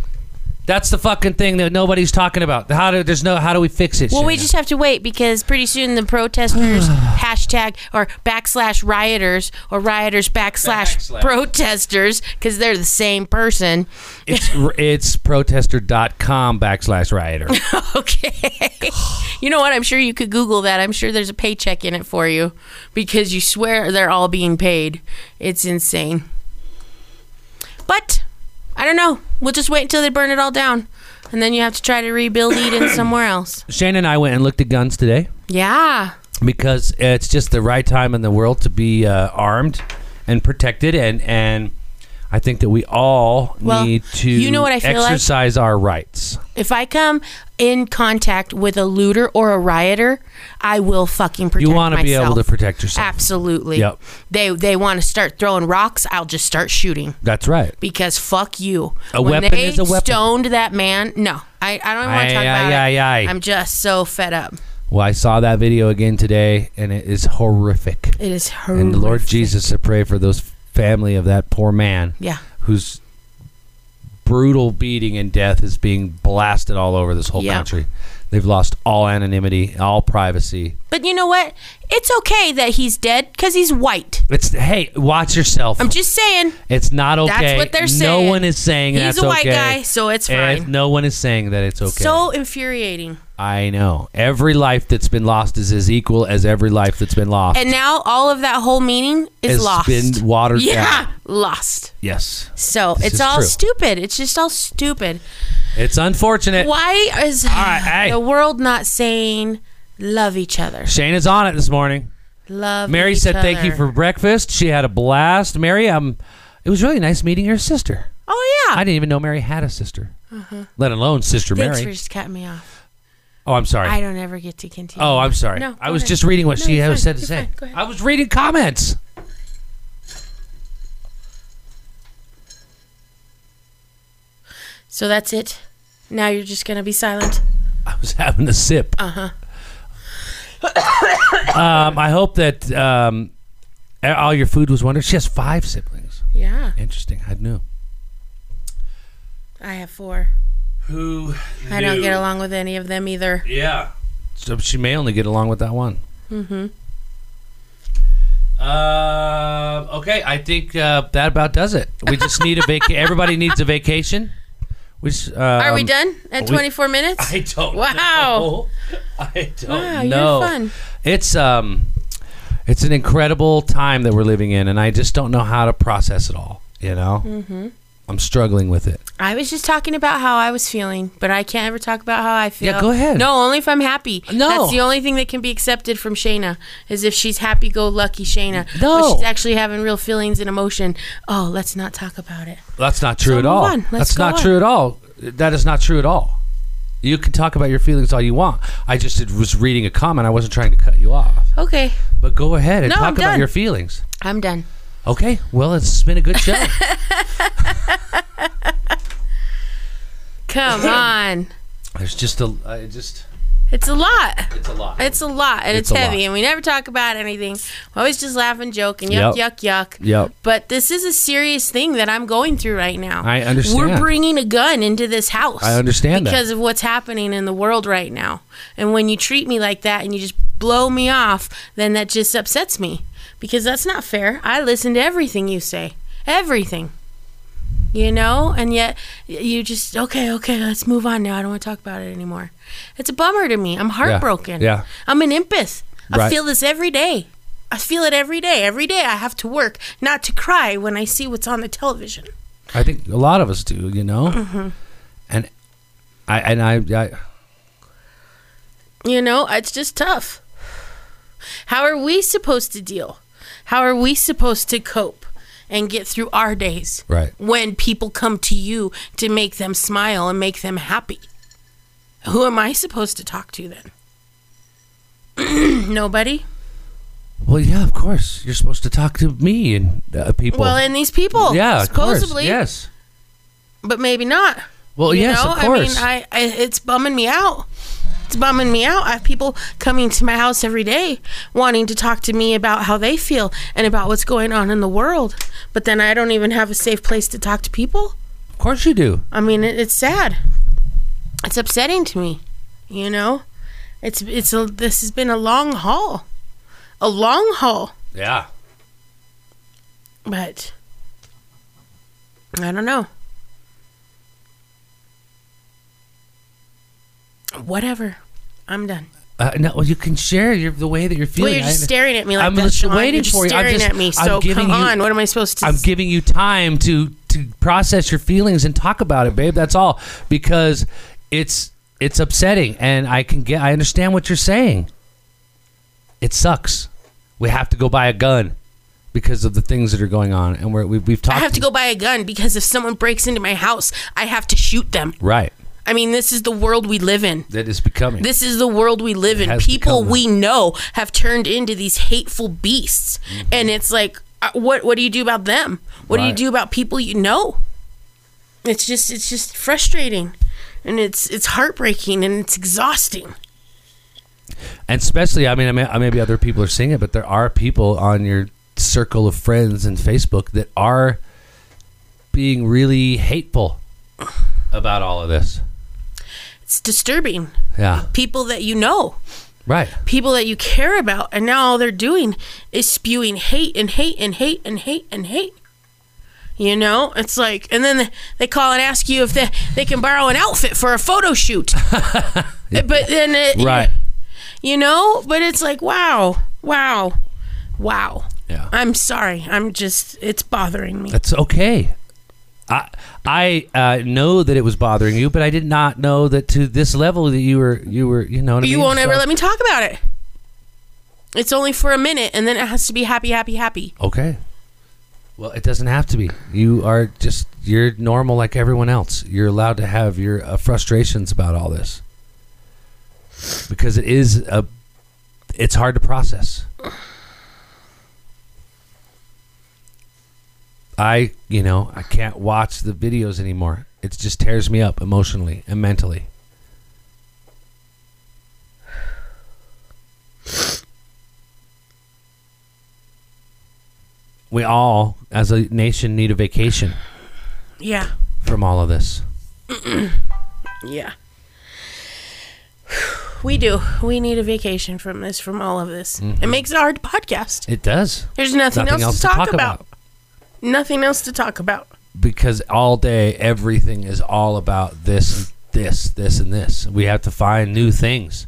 Speaker 3: That's the fucking thing that nobody's talking about. How do there's no how do we fix it?
Speaker 2: Well, we
Speaker 3: Shayna?
Speaker 2: just have to wait because pretty soon the protesters hashtag or backslash rioters or rioters backslash,
Speaker 3: Backslash.
Speaker 2: protesters because they're the same person.
Speaker 3: it's it's protester.com backslash rioter.
Speaker 2: Okay. you know what? I'm sure you could Google that. I'm sure there's a paycheck in it for you because you swear they're all being paid. It's insane. But I don't know. We'll just wait until they burn it all down. And then you have to try to rebuild Eden somewhere else.
Speaker 3: Shane and I went and looked at guns today
Speaker 2: Yeah.
Speaker 3: because it's just the right time in the world to be uh, armed and protected and and I think that we all
Speaker 2: Well,
Speaker 3: need to
Speaker 2: you know what I feel like?
Speaker 3: exercise our rights.
Speaker 2: If I come in contact with a looter or a rioter, I will fucking protect
Speaker 3: You
Speaker 2: myself.
Speaker 3: want to be able to protect yourself.
Speaker 2: Absolutely.
Speaker 3: Yep.
Speaker 2: They they want to start throwing rocks. I'll just start shooting
Speaker 3: That's right.
Speaker 2: because fuck you.
Speaker 3: A
Speaker 2: when
Speaker 3: weapon
Speaker 2: they
Speaker 3: is a weapon.
Speaker 2: Stoned that man. No, I, I don't want to talk
Speaker 3: Aye,
Speaker 2: about
Speaker 3: aye,
Speaker 2: it.
Speaker 3: aye, aye.
Speaker 2: I'm just so fed up.
Speaker 3: Well, I saw that video again today and it is horrific.
Speaker 2: It is horrific.
Speaker 3: And Lord Jesus, I pray for those family of that poor man.
Speaker 2: Yeah.
Speaker 3: Whose brutal beating and death is being blasted all over this whole
Speaker 2: Yeah.
Speaker 3: country. They've lost all anonymity, all privacy.
Speaker 2: But you know what? It's okay that he's dead because he's white.
Speaker 3: It's hey, watch yourself.
Speaker 2: I'm just saying.
Speaker 3: it's not okay.
Speaker 2: That's what they're saying.
Speaker 3: No one is saying
Speaker 2: He's
Speaker 3: that's
Speaker 2: a white
Speaker 3: okay.
Speaker 2: guy, so it's
Speaker 3: And
Speaker 2: fine.
Speaker 3: no one is saying that it's okay.
Speaker 2: So infuriating.
Speaker 3: I know. Every life that's been lost is as equal as every life that's been lost.
Speaker 2: And now all of that whole meaning is
Speaker 3: has
Speaker 2: lost.
Speaker 3: been watered
Speaker 2: yeah,
Speaker 3: down.
Speaker 2: lost.
Speaker 3: Yes.
Speaker 2: So
Speaker 3: This
Speaker 2: it's
Speaker 3: is
Speaker 2: all
Speaker 3: true.
Speaker 2: stupid. It's just all stupid.
Speaker 3: It's unfortunate.
Speaker 2: Why is
Speaker 3: right, hey.
Speaker 2: the world not saying love each other?
Speaker 3: Shane is on it this morning.
Speaker 2: Love.
Speaker 3: Mary
Speaker 2: each
Speaker 3: said thank you
Speaker 2: other."
Speaker 3: for breakfast. She had a blast. Mary, um, it was really nice meeting your sister.
Speaker 2: Oh yeah.
Speaker 3: I didn't even know Mary had a sister, let alone Sister
Speaker 2: Uh-huh. Thanks for
Speaker 3: Mary.
Speaker 2: just cutting me off.
Speaker 3: Oh, I'm sorry.
Speaker 2: I don't ever get to continue.
Speaker 3: Oh, I'm sorry.
Speaker 2: No,
Speaker 3: I
Speaker 2: go
Speaker 3: was
Speaker 2: ahead.
Speaker 3: just reading what
Speaker 2: No,
Speaker 3: she
Speaker 2: you're
Speaker 3: had
Speaker 2: fine.
Speaker 3: said to
Speaker 2: You're
Speaker 3: say.
Speaker 2: fine. Go ahead.
Speaker 3: I was reading comments.
Speaker 2: So that's it. Now you're just gonna be silent.
Speaker 3: I was having a sip. Uh
Speaker 2: Uh-huh.
Speaker 3: huh. um, I hope that um, all your food was wonderful. She has five siblings.
Speaker 2: Yeah,
Speaker 3: Interesting. I knew.
Speaker 2: I have four.
Speaker 3: Who?
Speaker 2: I don't get along with any of them either.
Speaker 3: Yeah. So she may only get along with that one. Mm-hmm. Uh, okay, I think uh, that about does it. We just need a vac. Everybody needs a vacation. We s- um,
Speaker 2: Are we done at
Speaker 3: we-
Speaker 2: 24 minutes?
Speaker 3: I don't.
Speaker 2: Wow.
Speaker 3: know. I don't
Speaker 2: Wow, you're
Speaker 3: know.
Speaker 2: fun.
Speaker 3: It's um, it's an incredible time that we're living in, and I just don't know how to process it all. You know. Mm-hmm. I'm struggling with it.
Speaker 2: I was just talking about how I was feeling, but I can't ever talk about how I feel.
Speaker 3: go ahead.
Speaker 2: No, only if I'm happy.
Speaker 3: No.
Speaker 2: That's the only thing that can be accepted from Shayna is if she's happy go lucky Shayna.
Speaker 3: No.
Speaker 2: When she's actually having real feelings and emotion. Oh, let's not talk about it.
Speaker 3: That's not true
Speaker 2: So
Speaker 3: at
Speaker 2: move
Speaker 3: all.
Speaker 2: on. Let's
Speaker 3: That's
Speaker 2: go
Speaker 3: not
Speaker 2: on.
Speaker 3: true at all. That is not true at all. You can talk about your feelings all you want. I just did- was reading a comment. I wasn't trying to cut you off.
Speaker 2: Okay.
Speaker 3: But go ahead and
Speaker 2: No,
Speaker 3: talk
Speaker 2: I'm
Speaker 3: about
Speaker 2: done.
Speaker 3: your feelings.
Speaker 2: I'm done.
Speaker 3: Okay. Well, it's been a good show.
Speaker 2: Come on.
Speaker 3: There's just a uh, it just
Speaker 2: It's a lot.
Speaker 3: it's a lot.
Speaker 2: It's a lot and
Speaker 3: It's
Speaker 2: it's,
Speaker 3: a
Speaker 2: heavy
Speaker 3: lot.
Speaker 2: and we never talk about anything. We're always just laugh and joke and yuck
Speaker 3: Yep.
Speaker 2: yuck yuck.
Speaker 3: Yep.
Speaker 2: But this is a serious thing that I'm going through right now.
Speaker 3: I understand.
Speaker 2: We're bringing a gun into this house.
Speaker 3: I understand that.
Speaker 2: because of what's happening in the world right now. And when you treat me like that and you just blow me off, then that just upsets me because that's not fair. I listen to everything you say, everything. You know, and yet y- you just okay, okay, let's move on now. I don't want to talk about it anymore. It's a bummer to me. I'm heartbroken.
Speaker 3: Yeah.
Speaker 2: I'm an empath. I
Speaker 3: Right.
Speaker 2: feel this every day. I feel it every day. Every day I have to work not to cry when I see what's on the television.
Speaker 3: I think a lot of us do. You know.
Speaker 2: Mm-hmm.
Speaker 3: And I and I, I
Speaker 2: You know, it's just tough. How are we supposed to deal? How are we supposed to cope and get through our days?
Speaker 3: Right.
Speaker 2: When people come to you to make them smile and make them happy. Who am I supposed to talk to then? Nobody?
Speaker 3: well yeah of course you're supposed to talk to me and uh, people.
Speaker 2: Well, and these people.
Speaker 3: yeah, of course,
Speaker 2: supposedly.
Speaker 3: yes.
Speaker 2: But maybe not.
Speaker 3: Well,
Speaker 2: You
Speaker 3: Oh, yes,
Speaker 2: know,
Speaker 3: of course.
Speaker 2: I mean, I, I it's bumming me out. It's bumming me out. I have people coming to my house every day wanting to talk to me about how they feel and about what's going on in the world. But then I don't even have a safe place to talk to people.
Speaker 3: of course you do.
Speaker 2: I mean, it, it's sad. It's upsetting to me. You know, it's it's a, this has been a long haul, a long haul.
Speaker 3: Yeah.
Speaker 2: But I don't know. Whatever. I'm done.
Speaker 3: Uh, no, well, you can share your, the way that you're
Speaker 2: Well,
Speaker 3: feeling.
Speaker 2: you're just
Speaker 3: I-
Speaker 2: staring at me like
Speaker 3: I'm
Speaker 2: that.
Speaker 3: just
Speaker 2: Sean.
Speaker 3: waiting
Speaker 2: you're just
Speaker 3: for you. I'm
Speaker 2: staring
Speaker 3: just-
Speaker 2: at me.
Speaker 3: I'm
Speaker 2: So
Speaker 3: giving
Speaker 2: come
Speaker 3: you-
Speaker 2: on. What am I supposed to?
Speaker 3: I'm giving you time to to process your feelings and talk about it, babe. That's all because it's it's upsetting, and I can get I understand what you're saying. It sucks. We have to go buy a gun because of the things that are going on, and we're, we've we've
Speaker 2: I
Speaker 3: talked.
Speaker 2: have to go buy a gun because if someone breaks into my house, I have to shoot them.
Speaker 3: right.
Speaker 2: I mean, this is the world we live in.
Speaker 3: That is becoming.
Speaker 2: This is the world we live in.
Speaker 3: has
Speaker 2: People
Speaker 3: become-
Speaker 2: we know have turned into these hateful beasts, and it's like, uh, what what do you do about them? What do you
Speaker 3: Mm-hmm. Right.
Speaker 2: do about people you know? It's just it's just frustrating, and it's it's heartbreaking, and it's exhausting.
Speaker 3: and especially I mean, I mean I- maybe other people are seeing it but there are people on your circle of friends and facebook that are being really hateful about all of this
Speaker 2: It's disturbing.
Speaker 3: yeah
Speaker 2: People that you know,
Speaker 3: right
Speaker 2: people that you care about, and now all they're doing is spewing hate and hate and hate and hate and hate. You know, it's like, and then they call and ask you if they, they can borrow an outfit for a photo shoot. but then, it,
Speaker 3: Right.
Speaker 2: you know, but it's like, wow, wow, wow.
Speaker 3: Yeah.
Speaker 2: I'm sorry. I'm just, it's bothering me.
Speaker 3: That's okay. I I uh, know that it was bothering you, but I did not know that to this level that you were you were you know what I
Speaker 2: you
Speaker 3: mean?
Speaker 2: won't ever
Speaker 3: So-
Speaker 2: let me talk about it. It's only for a minute, and then it has to be happy, happy, happy.
Speaker 3: Okay. Well, it doesn't have to be. You are just you're normal like everyone else. You're allowed to have your uh, frustrations about all this because it is a it's hard to process. I, you know, I can't watch the videos anymore. It just tears me up emotionally and mentally. We all, as a nation, need a vacation
Speaker 2: Yeah,
Speaker 3: from all of this.
Speaker 2: yeah. We do. We need a vacation from this, from all of this. It makes it a hard podcast.
Speaker 3: It does.
Speaker 2: There's Mm-hmm. nothing, else, to talk, about. Nothing else to talk about.
Speaker 3: because all day everything is all about this this this and this we have to find new things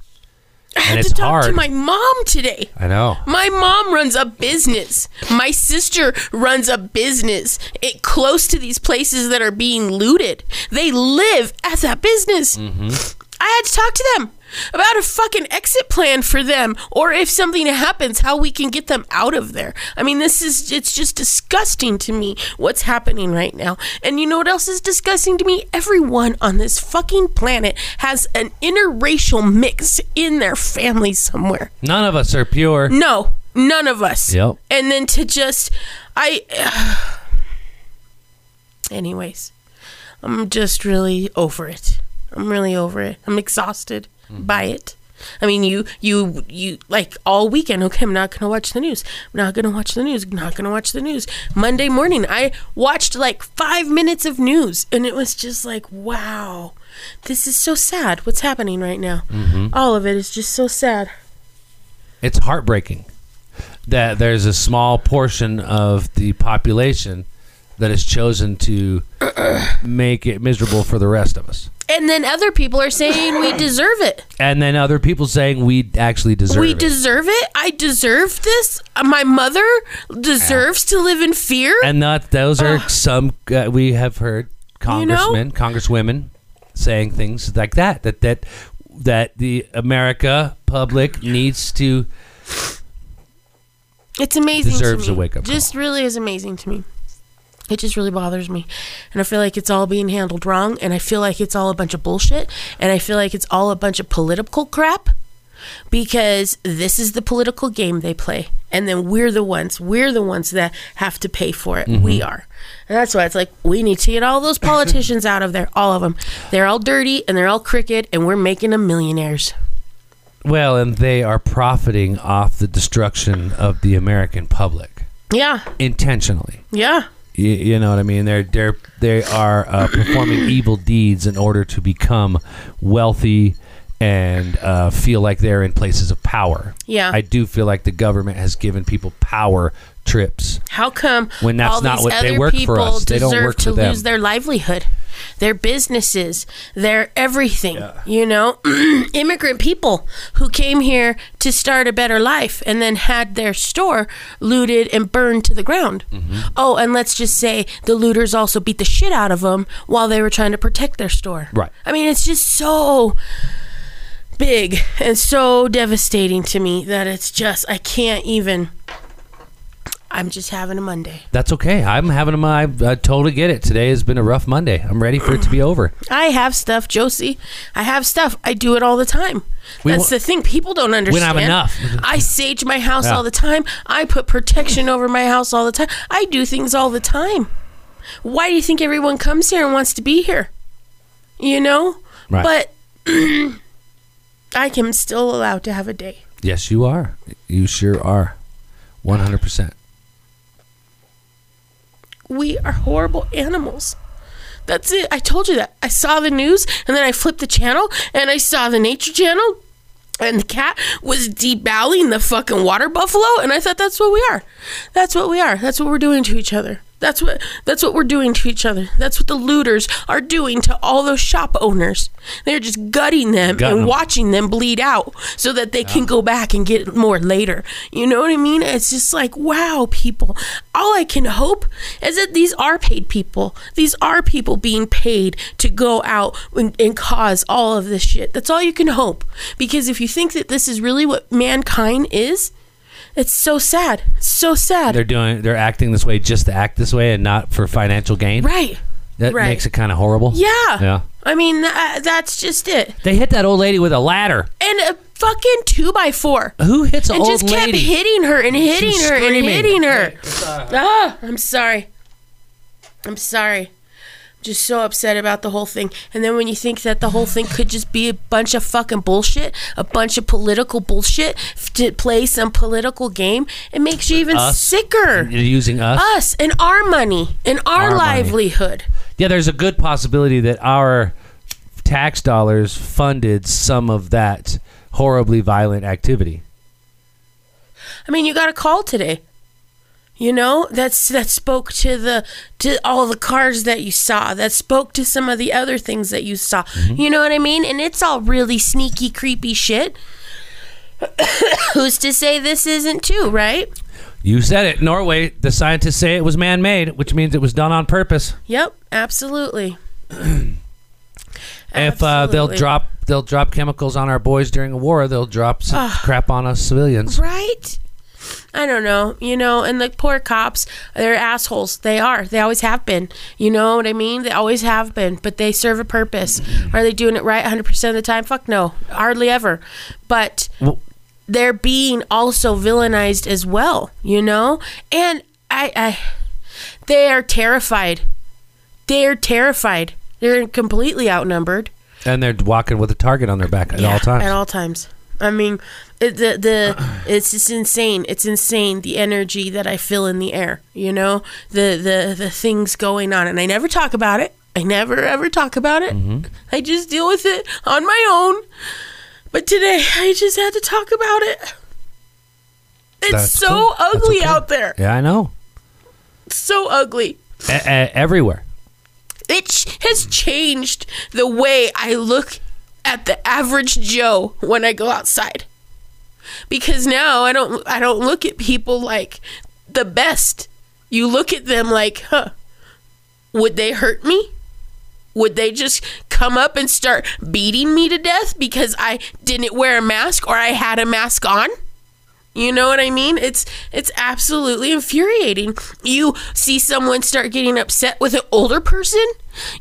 Speaker 2: I had
Speaker 3: it's
Speaker 2: to talk to
Speaker 3: hard.
Speaker 2: my mom today.
Speaker 3: i know
Speaker 2: My mom runs a business. My sister runs a business it, close to these places that are being looted. They live at that business. I had to talk to them about a fucking exit plan for them or if something happens, how we can get them out of there. I mean, this is, it's just disgusting to me what's happening right now. And you know what else is disgusting to me? Everyone on this fucking planet has an interracial mix in their family somewhere.
Speaker 3: none of us are pure
Speaker 2: No, none of us.
Speaker 3: Yep.
Speaker 2: And then to just, I. anyways, I'm just really over it. I'm really over it. I'm exhausted by it. I mean, you, you, you, like all weekend. Okay, I'm not gonna watch the news. I'm not gonna watch the news. I'm not gonna watch the news. Monday morning, I watched like five minutes of news, and it was just like, wow, this is so sad. What's happening right now? All of it is just so sad.
Speaker 3: it's heartbreaking that there's a small portion of the population that has chosen to make it miserable for the rest of us
Speaker 2: And then other people are saying we deserve it.
Speaker 3: and then other people saying we actually deserve
Speaker 2: we
Speaker 3: it.
Speaker 2: deserve it. I deserve this. Uh, My mother deserves to live in fear.
Speaker 3: and that those are some uh, we have heard congressmen, congresswomen saying things like that that that that the America public needs to
Speaker 2: It's amazing.
Speaker 3: Deserves
Speaker 2: to
Speaker 3: a
Speaker 2: me.
Speaker 3: wake-up call.
Speaker 2: Just really is amazing to me. It just really bothers me, and I feel like it's all being handled wrong, and I feel like it's all a bunch of bullshit, and I feel like it's all a bunch of political crap. Because this is the political game they play, and then we're the ones we're the ones that have to pay for it. We
Speaker 3: Mm-hmm.
Speaker 2: are, and that's why it's like we need to get all those politicians out of there, all of them. They're all dirty and they're all crooked, and we're making them millionaires.
Speaker 3: well, and they are profiting off the destruction of the American public
Speaker 2: Yeah,
Speaker 3: intentionally.
Speaker 2: yeah.
Speaker 3: You, you know what I mean? They're they're they are uh, performing evil deeds in order to become wealthy and uh, feel like they're in places of power.
Speaker 2: Yeah.
Speaker 3: I do feel like the government has given people power trips.
Speaker 2: How come
Speaker 3: When that's
Speaker 2: all
Speaker 3: not
Speaker 2: these
Speaker 3: what they
Speaker 2: other
Speaker 3: work for
Speaker 2: people
Speaker 3: us. They don't
Speaker 2: deserve
Speaker 3: work
Speaker 2: to
Speaker 3: for them.
Speaker 2: lose their livelihood, their businesses, their everything? You know, immigrant people who came here to start a better life and then had their store looted and burned to the ground. Oh, and let's just say the looters also beat the shit out of them while they were trying to protect their store.
Speaker 3: Right.
Speaker 2: I mean, it's just so big and so devastating to me that it's just I can't even. I'm just having a Monday.
Speaker 3: That's okay. I'm having a I, I totally get it. Today has been a rough Monday. I'm ready for it to be over.
Speaker 2: I have stuff, Josie. I have stuff. I do it all the time.
Speaker 3: We
Speaker 2: That's
Speaker 3: won't-
Speaker 2: the thing. People don't
Speaker 3: don't
Speaker 2: understand.
Speaker 3: have enough.
Speaker 2: I sage my house
Speaker 3: Yeah.
Speaker 2: all the time. I put protection over my house all the time. I do things all the time. Why do you think everyone comes here and wants to be here? You know?
Speaker 3: Right.
Speaker 2: But I am still allowed to have a day.
Speaker 3: Yes, you are. You sure are. 100%.
Speaker 2: we are horrible animals. That's it. I told you that. I saw the news and then I flipped the channel and I saw the nature channel and the cat was deboweling the fucking water buffalo and I thought that's what we are. That's what we are. That's what we're doing to each other. That's what that's what we're doing to each other. That's what the looters are doing to all those shop owners. They're just gutting them
Speaker 3: Gutting
Speaker 2: and
Speaker 3: them.
Speaker 2: watching them bleed out so that they can go back and get more later. You know what I mean? It's just like, wow, people. All I can hope is that these are paid people. These are people being paid to go out and, and cause all of this shit. That's all you can hope. Because if you think that this is really what mankind is, it's so sad. So sad.
Speaker 3: They're doing. They're acting this way just to act this way and not for financial gain.
Speaker 2: right.
Speaker 3: That
Speaker 2: right.
Speaker 3: makes it kind of horrible.
Speaker 2: Yeah.
Speaker 3: Yeah.
Speaker 2: I mean, tha- that's just it.
Speaker 3: They hit that old lady with a ladder.
Speaker 2: And a fucking two by four.
Speaker 3: Who hits an
Speaker 2: And
Speaker 3: old
Speaker 2: just kept
Speaker 3: lady?
Speaker 2: hitting her and hitting
Speaker 3: was
Speaker 2: her and
Speaker 3: screaming.
Speaker 2: hitting her. Ah, I'm sorry. I'm sorry. I'm just so upset about the whole thing. And then when you think that the whole thing could just be a bunch of fucking bullshit, a bunch of political bullshit f- to play some political game, it makes you even
Speaker 3: Us.
Speaker 2: sicker.
Speaker 3: You're using us.
Speaker 2: Us and our money and our,
Speaker 3: Our money.
Speaker 2: livelihood.
Speaker 3: Yeah, there's a good possibility that our tax dollars funded some of that horribly violent activity.
Speaker 2: I mean, you got a call today. You know, that's that spoke to the to all the cars that you saw. That spoke to some of the other things that you saw. You know what I mean? And it's all really sneaky, creepy shit. Who's to say this isn't too, right?
Speaker 3: You said it. Norway, the scientists say it was man made, which means it was done on purpose.
Speaker 2: Yep, absolutely.
Speaker 3: If uh, they'll
Speaker 2: Absolutely.
Speaker 3: drop they'll drop chemicals on our boys during a war, they'll drop some crap on us civilians.
Speaker 2: Right? I don't know, you know, and the poor cops, they're assholes. They are. They always have been. You know what I mean? They always have been, but they serve a purpose. Are they doing it right 100% of the time? Fuck no. Hardly ever. But
Speaker 3: Well,
Speaker 2: they're being also villainized as well, you know? And I, I they are terrified. They're terrified. They're completely outnumbered.
Speaker 3: and they're walking with a target on their back at
Speaker 2: Yeah,
Speaker 3: all times.
Speaker 2: At all times. I mean, it, the the it's just insane. It's insane the energy that I feel in the air. You know the the the things going on, and I never talk about it. I never ever talk about it.
Speaker 3: Mm-hmm.
Speaker 2: I just deal with it on my own. But today, I just had to talk about it. It's
Speaker 3: That's
Speaker 2: so
Speaker 3: cool. That's
Speaker 2: ugly
Speaker 3: okay.
Speaker 2: out there.
Speaker 3: Yeah, I know.
Speaker 2: It's so ugly.
Speaker 3: E- e- everywhere.
Speaker 2: It ch- has changed the way I look at the average Joe when I go outside. Because now I don't I don't look at people like the best. You look at them like, "Huh. Would they hurt me? Would they just come up and start beating me to death because I didn't wear a mask or I had a mask on?" You know what I mean? It's it's absolutely infuriating. You see someone start getting upset with an older person,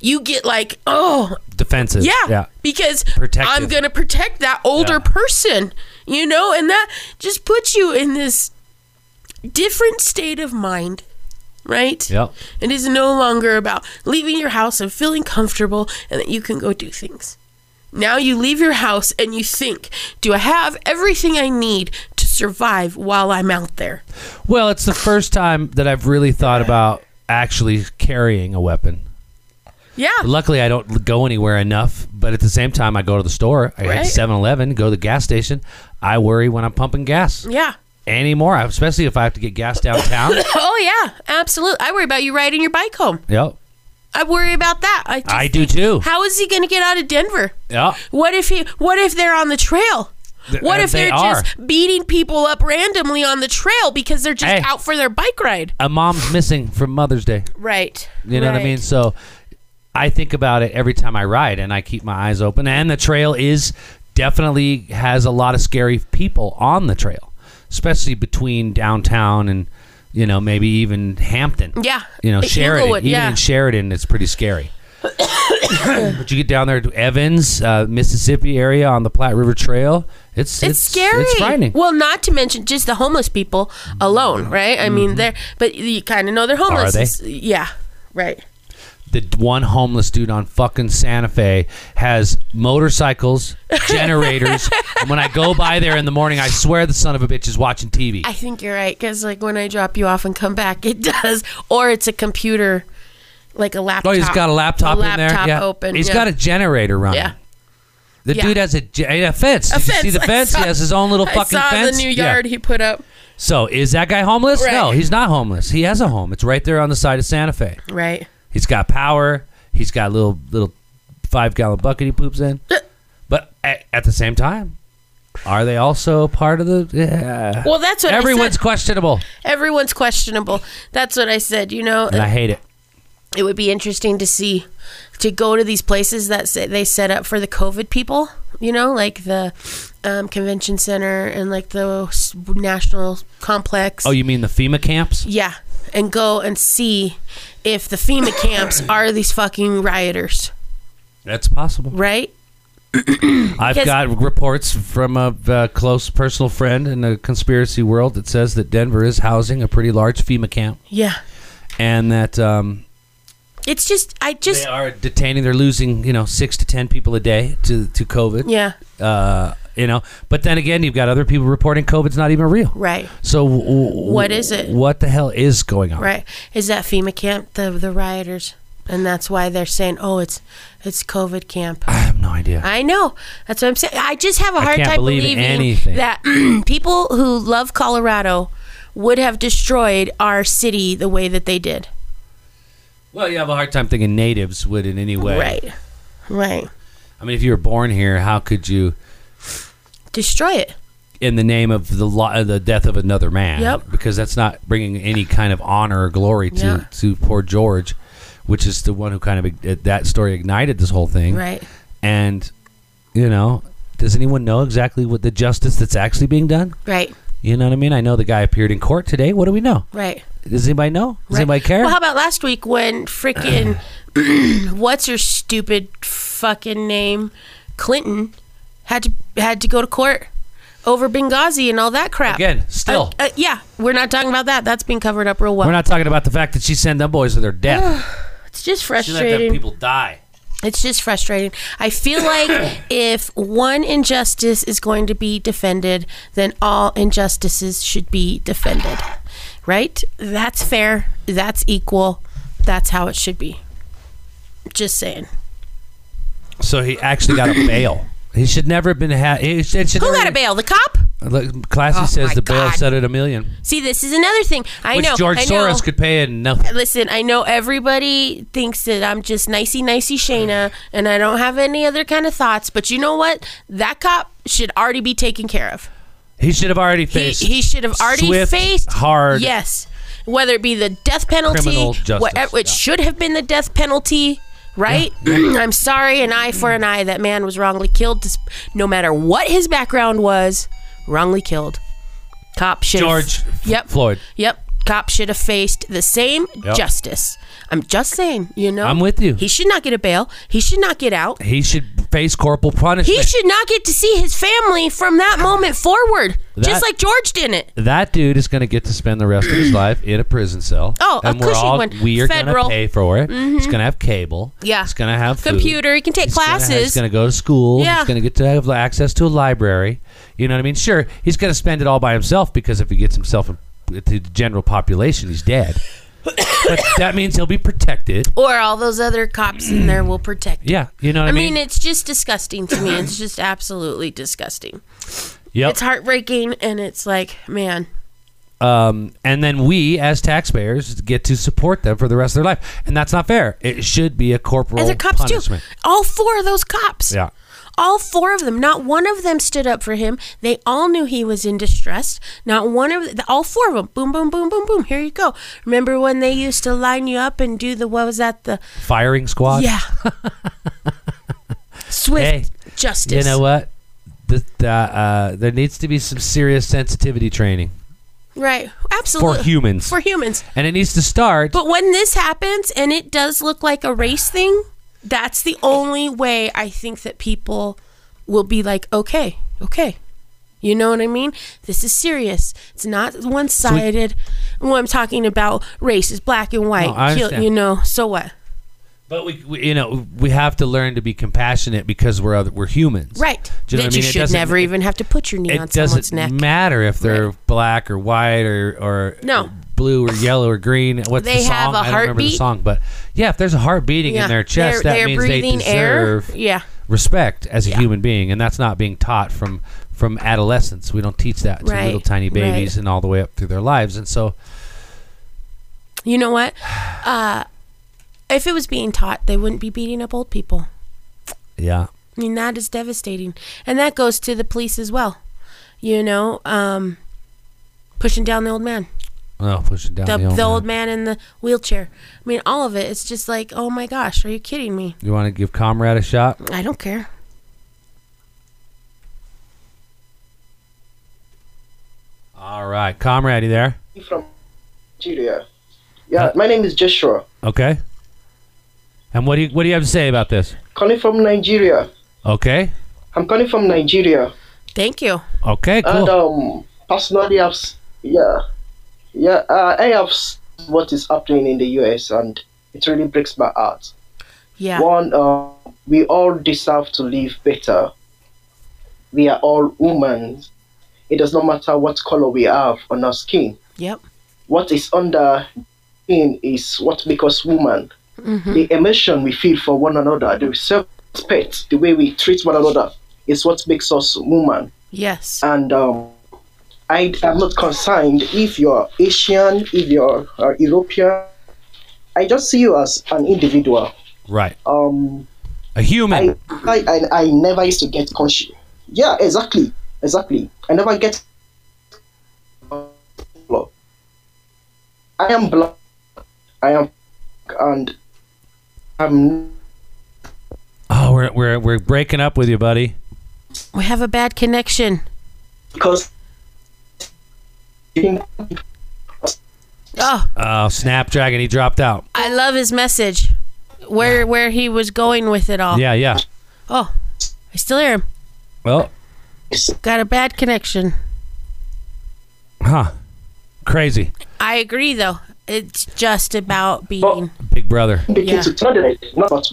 Speaker 2: you get like, "Oh,
Speaker 3: Defensive.
Speaker 2: yeah,
Speaker 3: Yeah.
Speaker 2: because
Speaker 3: Protective.
Speaker 2: I'm going to protect that older
Speaker 3: Yeah.
Speaker 2: person." You know, and that just puts you in this different state of mind, right?
Speaker 3: Yep.
Speaker 2: It is no longer about leaving your house and feeling comfortable and that you can go do things. Now you leave your house and you think, do I have everything I need to survive while I'm out there?
Speaker 3: Well, it's the first time that I've really thought about actually carrying a weapon.
Speaker 2: Yeah.
Speaker 3: Luckily, I don't go anywhere enough, but at the same time, I go to the store. I
Speaker 2: Right.
Speaker 3: hit 7 Eleven, go to the gas station. I worry when I'm pumping gas
Speaker 2: Yeah.
Speaker 3: anymore, especially if I have to get gas downtown.
Speaker 2: Oh, yeah. Absolutely. I worry about you riding your bike home.
Speaker 3: yep.
Speaker 2: I worry about that. I, just,
Speaker 3: I do too.
Speaker 2: How is he going to get out of Denver?
Speaker 3: Yep.
Speaker 2: What if he? What if they're on the trail?
Speaker 3: Th-
Speaker 2: What
Speaker 3: uh,
Speaker 2: if
Speaker 3: they
Speaker 2: they're just beating people up randomly on the trail because they're just
Speaker 3: Hey.
Speaker 2: out for their bike ride?
Speaker 3: A mom's missing from Mother's Day.
Speaker 2: Right.
Speaker 3: You know what I mean? So I think about it every time I ride and I keep my eyes open. And the trail is definitely has a lot of scary people on the trail, especially between downtown and, you know, maybe even Hampton.
Speaker 2: Yeah.
Speaker 3: You know,
Speaker 2: Like
Speaker 3: Sheridan.
Speaker 2: Inglewood,
Speaker 3: even
Speaker 2: yeah.
Speaker 3: in Sheridan, it's pretty scary. but you get down there to Evans, uh, Mississippi area on the Platte River Trail. It's,
Speaker 2: It's, scary.
Speaker 3: It's frightening.
Speaker 2: Well, not to mention just the homeless people alone, right? I mean, they're but you kind of know they're homeless.
Speaker 3: Mm-hmm. they?
Speaker 2: It's- Yeah, right.
Speaker 3: the d- one homeless dude on fucking Santa Fe has motorcycles, generators. and when I go by there in the morning, I swear the son of a bitch is watching TV.
Speaker 2: I think you're right because like when I drop you off and come back, it does, or it's a computer, like a laptop.
Speaker 3: oh, he's got a laptop, in there.
Speaker 2: laptop
Speaker 3: Yeah.
Speaker 2: open.
Speaker 3: He's
Speaker 2: yeah.
Speaker 3: got a generator running.
Speaker 2: Yeah.
Speaker 3: The
Speaker 2: Yeah.
Speaker 3: dude has a, ge- a fence.
Speaker 2: A
Speaker 3: Did you
Speaker 2: fence.
Speaker 3: see the
Speaker 2: I
Speaker 3: fence?
Speaker 2: saw-
Speaker 3: he has his own little
Speaker 2: I
Speaker 3: fucking
Speaker 2: saw
Speaker 3: fence.
Speaker 2: the new
Speaker 3: Yeah.
Speaker 2: yard he put up.
Speaker 3: So is that guy homeless? No,
Speaker 2: Right.
Speaker 3: he's not homeless. He has a home. It's right there on the side of Santa Fe.
Speaker 2: Right.
Speaker 3: He's got power. He's got a little little five gallon bucket he poops in. But at, at the same time, are they also part of the? Yeah.
Speaker 2: Well, that's what I
Speaker 3: Everyone's
Speaker 2: said.
Speaker 3: questionable,
Speaker 2: Everyone's questionable. That's what I said. You know,
Speaker 3: and I hate it.
Speaker 2: it would be interesting to see to go to these places that se- they set up for the COVID people. You know, like the um, convention center and like the s- national complex.
Speaker 3: Oh, you mean the FEMA camps?
Speaker 2: yeah, and go and see if the FEMA camps are these fucking rioters,
Speaker 3: That's possible.
Speaker 2: right?
Speaker 3: I've
Speaker 2: Because-
Speaker 3: got reports from a uh, close personal friend in the conspiracy world that says that Denver is housing a pretty large FEMA camp,
Speaker 2: Yeah,
Speaker 3: and that um,
Speaker 2: it's just I
Speaker 3: they
Speaker 2: just
Speaker 3: are detaining. They're losing, you know, six to ten people a day to to COVID.
Speaker 2: yeah
Speaker 3: Uh, you know, but then again, you've got other people reporting COVID's not even real.
Speaker 2: right
Speaker 3: So w- w-
Speaker 2: What is it?
Speaker 3: What the hell is going on?
Speaker 2: right is that FEMA camp the the rioters and that's why they're saying oh it's it's COVID camp.
Speaker 3: I have no idea.
Speaker 2: I know. That's what I'm saying. I just have a hard
Speaker 3: can't
Speaker 2: time
Speaker 3: believe
Speaker 2: believing
Speaker 3: anything.
Speaker 2: that people who love Colorado would have destroyed our city the way that they did.
Speaker 3: well, you have a hard time thinking natives would in any way.
Speaker 2: Right. Right.
Speaker 3: I mean, if you were born here, how could you,
Speaker 2: Destroy it.
Speaker 3: in the name of the lo- the death of another man?
Speaker 2: Yep.
Speaker 3: Because that's not bringing any kind of honor or glory to
Speaker 2: Yeah.
Speaker 3: to poor George, which is the one who kind of ig- uh, that story ignited this whole thing.
Speaker 2: Right.
Speaker 3: And you know, does anyone know exactly what the justice that's actually being done?
Speaker 2: Right.
Speaker 3: You know what I mean? I know the guy appeared in court today. What do we know?
Speaker 2: Right.
Speaker 3: Does anybody know? Does
Speaker 2: right.
Speaker 3: anybody care?
Speaker 2: Well, how about last week when freaking what's her stupid fucking name Clinton had to had to go to court over Benghazi and all that crap.
Speaker 3: Again, still.
Speaker 2: Uh, uh, yeah, we're not talking about that. That's being covered up real well.
Speaker 3: We're not talking about the fact that she sent them boys to their death.
Speaker 2: it's just
Speaker 3: she let them
Speaker 2: frustrating.
Speaker 3: people die.
Speaker 2: It's just frustrating. I feel like if one injustice is going to be defended, then all injustices should be defended. Right? That's fair. That's equal. That's how it should be. Just saying.
Speaker 3: So he actually got a bail. He should never have been. Ha- he should, it should
Speaker 2: Who
Speaker 3: never
Speaker 2: got a bail? The cop?
Speaker 3: Look, Classy says
Speaker 2: my
Speaker 3: the bail
Speaker 2: God.
Speaker 3: set at a million,
Speaker 2: See, this is another thing. I
Speaker 3: which
Speaker 2: know.
Speaker 3: George
Speaker 2: I know.
Speaker 3: Soros could pay in nothing.
Speaker 2: Listen, I know everybody thinks that I'm just nicey nicey Shayna and I don't have any other kind of thoughts, but you know what? That cop should already be taken care of.
Speaker 3: He should have already
Speaker 2: he,
Speaker 3: faced.
Speaker 2: he should have already
Speaker 3: swift,
Speaker 2: faced
Speaker 3: hard.
Speaker 2: Yes, whether it be the death penalty,
Speaker 3: Criminal justice,
Speaker 2: whatever it
Speaker 3: yeah.
Speaker 2: should have been the death penalty. Right? I'm sorry, an eye for an eye. That man was wrongly killed. dis- No matter what his background was, wrongly killed. Cop should
Speaker 3: George F-
Speaker 2: Yep.
Speaker 3: Floyd.
Speaker 2: Yep. Cop should have faced the same
Speaker 3: Yep.
Speaker 2: justice. I'm just saying. You know.
Speaker 3: I'm with you.
Speaker 2: He should not get a bail. He should not get out.
Speaker 3: He should face corporal
Speaker 2: He
Speaker 3: punishment.
Speaker 2: should not get to see his family from that moment forward,
Speaker 3: That-
Speaker 2: just like George didn't.
Speaker 3: that dude is going to get to spend the rest of his life in a prison cell.
Speaker 2: Oh, a
Speaker 3: and we're
Speaker 2: Cushing
Speaker 3: all
Speaker 2: one.
Speaker 3: we are going to
Speaker 2: Federal. Mm-hmm.
Speaker 3: pay for it. He's going to have cable.
Speaker 2: Yeah.
Speaker 3: he's going to have food.
Speaker 2: computer. He can take
Speaker 3: He's gonna have-
Speaker 2: classes.
Speaker 3: he's going to go to school.
Speaker 2: Yeah.
Speaker 3: He's going to get to have access to a library. You know what I mean? Sure, he's going to spend it all by himself because if he gets himself in, to the general population, he's dead. but that means he'll be protected.
Speaker 2: or all those other cops in there will protect. him.
Speaker 3: Yeah, you know what
Speaker 2: I
Speaker 3: I
Speaker 2: mean,
Speaker 3: mean.
Speaker 2: it's just disgusting to me. It's just absolutely disgusting.
Speaker 3: yep.
Speaker 2: It's heartbreaking, and it's like, man,
Speaker 3: Um, and then we, as taxpayers, get to support them for the rest of their life, and that's not fair. It should be a corporal
Speaker 2: other cops
Speaker 3: punishment.
Speaker 2: too. All four of those cops.
Speaker 3: Yeah.
Speaker 2: All four of them. Not one of them stood up for him. They all knew he was in distress. Not one of the, all four of them. Boom, boom, boom, boom, boom. Here you go. Remember when they used to line you up and do the what was that the
Speaker 3: Firing squad.
Speaker 2: yeah. Swift
Speaker 3: Hey, You
Speaker 2: justice.
Speaker 3: know what? The, the, uh, there needs to be some serious sensitivity training
Speaker 2: Right. Absolutely.
Speaker 3: for humans,
Speaker 2: For humans.
Speaker 3: and it needs to start.
Speaker 2: But when this happens and it does look like a race thing, that's the only way I think that people will be like, okay, okay. You know what I mean? This is serious. It's not one sided. when I'm talking about race is black and white.
Speaker 3: No, I
Speaker 2: kill-
Speaker 3: understand.
Speaker 2: you know, so what?
Speaker 3: But we, we, you know, we have to learn to be compassionate because we're other, we're humans,
Speaker 2: Right.
Speaker 3: Do you know what
Speaker 2: that
Speaker 3: I mean?
Speaker 2: you
Speaker 3: It
Speaker 2: should
Speaker 3: doesn't-
Speaker 2: never even have to put your knee on
Speaker 3: It
Speaker 2: someone's
Speaker 3: doesn't
Speaker 2: neck.
Speaker 3: matter if they're black or white or or
Speaker 2: No.
Speaker 3: blue or yellow or green. What's the
Speaker 2: They
Speaker 3: song?
Speaker 2: have a
Speaker 3: I don't remember the
Speaker 2: heartbeat.
Speaker 3: song, but yeah, if there's a heart beating in their chest,
Speaker 2: they're,
Speaker 3: that
Speaker 2: they're
Speaker 3: means they
Speaker 2: breathing
Speaker 3: deserve
Speaker 2: air. Yeah.
Speaker 3: respect as a human being, and that's not being taught from from adolescence. We don't teach that to
Speaker 2: Right,
Speaker 3: little tiny babies
Speaker 2: right.
Speaker 3: and all the way up through their lives. And so,
Speaker 2: You know what? Uh, if it was being taught, they wouldn't be beating up old people.
Speaker 3: yeah,
Speaker 2: I mean, that is devastating. And that goes to the police as well. You know, um, pushing down the old man,
Speaker 3: oh, push it down.
Speaker 2: the,
Speaker 3: The, old, man.
Speaker 2: in the wheelchair. I mean, all of it. It's just like, oh my gosh, are you kidding me?
Speaker 3: You want to give Comrade a shot?
Speaker 2: I don't care.
Speaker 3: All right, Comrade, you there?
Speaker 4: from Nigeria. Yeah, my name is Joshua.
Speaker 3: Okay. And what do you what do you have to say about this?
Speaker 4: Calling from Nigeria.
Speaker 3: Okay.
Speaker 4: I'm calling from Nigeria.
Speaker 2: Thank you.
Speaker 3: Okay.
Speaker 4: And
Speaker 3: Cool.
Speaker 4: um, personally, I've s- yeah, yeah, uh, I have s- what is happening in the U.S. and it really breaks my heart.
Speaker 2: Yeah.
Speaker 4: One, uh, we all deserve to live better. We are all humans. It does not matter what color we have on our skin.
Speaker 2: Yep.
Speaker 4: What is under skin is what makes us woman. The emotion we feel for one another, the self-respect, the way we treat one another, is what makes us woman
Speaker 2: Yes.
Speaker 4: and um, I am not concerned if you're Asian, if you're uh, European. I just see you as an individual.
Speaker 3: Right.
Speaker 4: Um,
Speaker 3: A human.
Speaker 4: I, I, I, I never used to get conscious. Yeah, exactly, exactly. I never get. I am black. I am, and I'm
Speaker 3: oh, we're we're we're breaking up with you, buddy.
Speaker 2: We have a bad connection.
Speaker 4: because.
Speaker 2: Oh,
Speaker 3: Oh, Snapdragon, he dropped out.
Speaker 2: I love his message. Where where he was going with it all.
Speaker 3: Yeah, yeah.
Speaker 2: Oh, I still hear him.
Speaker 3: Well,
Speaker 2: Got a bad connection.
Speaker 3: huh? Crazy.
Speaker 2: I agree though. It's just about being.
Speaker 3: Big brother.
Speaker 4: begin
Speaker 2: Yeah.
Speaker 4: to turn it, not about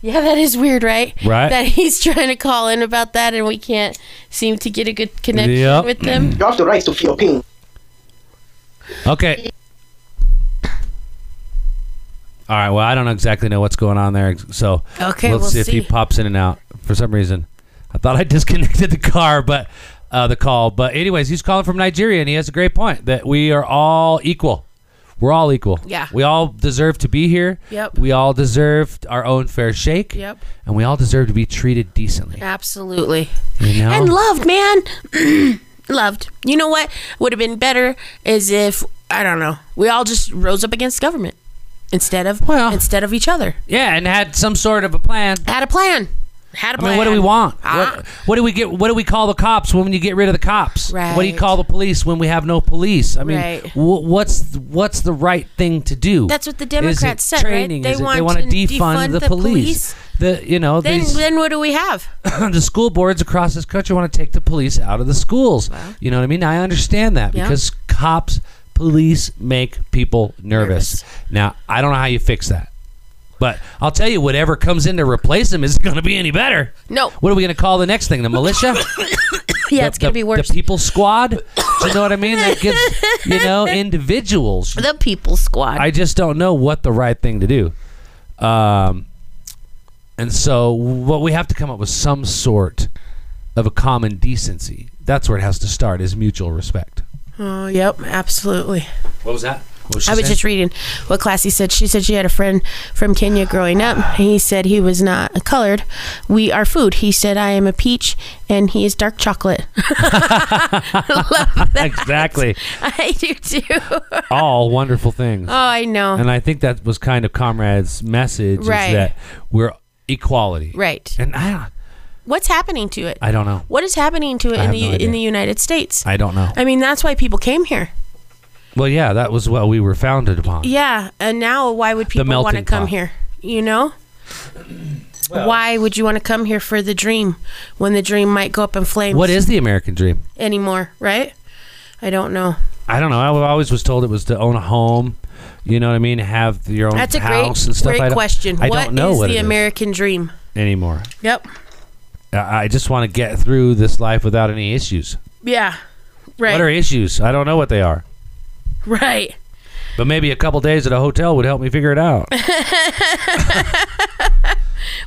Speaker 2: Yeah, that is weird, right?
Speaker 3: Right.
Speaker 2: That he's trying to call in about that, and we can't seem to get a good connection
Speaker 3: Yep.
Speaker 2: with them.
Speaker 4: you have the right to feel pain.
Speaker 3: Okay. All right. Well, I don't exactly know what's going on there. So
Speaker 2: Okay,
Speaker 3: let's
Speaker 2: we'll
Speaker 3: see if he
Speaker 2: see.
Speaker 3: pops in and out for some reason. I thought I disconnected the car, but uh, the call. But anyways, he's calling from Nigeria, and he has a great point that we are all equal. We're all equal.
Speaker 2: Yeah.
Speaker 3: We all deserve to be here.
Speaker 2: Yep.
Speaker 3: We all deserve our own fair shake.
Speaker 2: Yep.
Speaker 3: And we all deserve to be treated decently.
Speaker 2: Absolutely.
Speaker 3: You know.
Speaker 2: And loved, man. loved. You know what would have been better is if I don't know. We all just rose up against government instead of
Speaker 3: Well-
Speaker 2: instead of each other.
Speaker 3: yeah, and had some sort of a plan.
Speaker 2: Had a plan. Had a
Speaker 3: I
Speaker 2: plan.
Speaker 3: mean, what do we want?
Speaker 2: Ah.
Speaker 3: What, what do we get? What do we call the cops when you get rid of the cops? What do you
Speaker 2: Right.
Speaker 3: call the police when we have no police? I mean,
Speaker 2: Right.
Speaker 3: wh- what's what's the right thing to do?
Speaker 2: That's what the
Speaker 3: Is it
Speaker 2: Democrats said, right?
Speaker 3: Training?
Speaker 2: They
Speaker 3: Is it-
Speaker 2: want
Speaker 3: they want to
Speaker 2: to
Speaker 3: defund,
Speaker 2: defund
Speaker 3: the,
Speaker 2: the
Speaker 3: police. The you know
Speaker 2: Then,
Speaker 3: these,
Speaker 2: then what do we have?
Speaker 3: the school boards across this country want to take the police out of the schools. You know what I mean? I understand that
Speaker 2: Yeah.
Speaker 3: because cops, police make people nervous. Now I don't know how you fix that, but I'll tell you, whatever comes in to replace them isn't going to be any better.
Speaker 2: No.
Speaker 3: What are we going to call the next thing? The militia?
Speaker 2: Yeah,
Speaker 3: The-
Speaker 2: it's gonna
Speaker 3: the-
Speaker 2: be worse.
Speaker 3: The people squad. Do you know what I mean? That gives you know individuals.
Speaker 2: The People Squad.
Speaker 3: I just don't know what the right thing to do. Um, and so what we have to come up with some sort of a common decency. That's where it has to start is mutual respect.
Speaker 2: oh, yep, absolutely.
Speaker 3: What was that? What was she
Speaker 2: I was
Speaker 3: saying?
Speaker 2: just reading what Classy said. She said she had a friend from Kenya growing up. and He said he was not colored. We are food. He said, I am a peach and he is dark chocolate.
Speaker 3: exactly
Speaker 2: I do too. oh,
Speaker 3: all wonderful things.
Speaker 2: I know.
Speaker 3: and I think that was kind of Comrade's message
Speaker 2: Right.
Speaker 3: is that we're equality.
Speaker 2: right.
Speaker 3: And I,
Speaker 2: What's happening to it?
Speaker 3: I don't know.
Speaker 2: what is happening to it
Speaker 3: I
Speaker 2: in
Speaker 3: have
Speaker 2: the
Speaker 3: no idea.
Speaker 2: in the United States?
Speaker 3: I don't know.
Speaker 2: I mean, that's why people came here.
Speaker 3: Well, yeah, that was what we were founded upon.
Speaker 2: Yeah, and now why would people want to
Speaker 3: melting
Speaker 2: come
Speaker 3: pot.
Speaker 2: here? You know? why would you want to come here for the dream when the dream might go up in flames
Speaker 3: What is the American dream?
Speaker 2: anymore, right? I don't know.
Speaker 3: I don't know. I always was told it was to own a home. You know what I mean? Have your own
Speaker 2: That's a great,
Speaker 3: house and stuff. I
Speaker 2: great
Speaker 3: don't-
Speaker 2: question.
Speaker 3: I
Speaker 2: What
Speaker 3: don't know
Speaker 2: is
Speaker 3: what
Speaker 2: the
Speaker 3: it is
Speaker 2: American dream?
Speaker 3: anymore.
Speaker 2: Yep.
Speaker 3: I I just want to get through this life without any issues.
Speaker 2: Yeah. Right.
Speaker 3: What are issues? I don't know what they are.
Speaker 2: right.
Speaker 3: But maybe a couple days at a hotel would help me figure it out.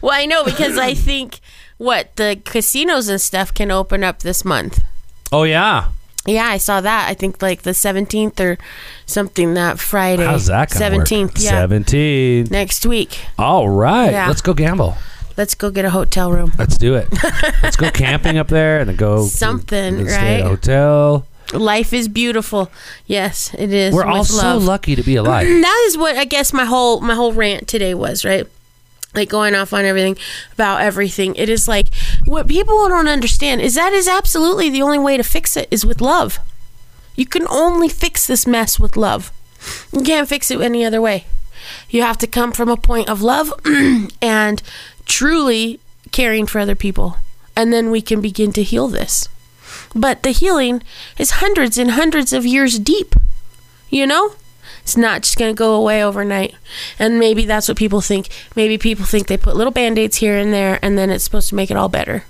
Speaker 2: Well, I know because I think what the casinos and stuff can open up this month.
Speaker 3: Oh yeah.
Speaker 2: Yeah, I saw that. I think like the seventeenth or something that Friday.
Speaker 3: How's that going?
Speaker 2: Seventeenth, yeah.
Speaker 3: Seventeenth.
Speaker 2: Next week.
Speaker 3: All right.
Speaker 2: Yeah.
Speaker 3: Let's go gamble.
Speaker 2: Let's go get a hotel room.
Speaker 3: Let's do it. Let's go camping up there and then go
Speaker 2: Something,
Speaker 3: and stay at a
Speaker 2: right?
Speaker 3: hotel.
Speaker 2: Life is beautiful. Yes, it is.
Speaker 3: We're
Speaker 2: with
Speaker 3: all so
Speaker 2: love.
Speaker 3: lucky to be alive.
Speaker 2: And that is what I guess my whole my whole rant today was, right? Like going off on everything about everything. It is like what people don't understand is that is absolutely the only way to fix it is with love. You can only fix this mess with love. You can't fix it any other way. You have to come from a point of love and truly caring for other people. And then we can begin to heal this. But the healing is hundreds and hundreds of years deep. You know? It's not just going to go away overnight. And maybe that's what people think. Maybe people think they put little band aids here and there and then it's supposed to make it all better.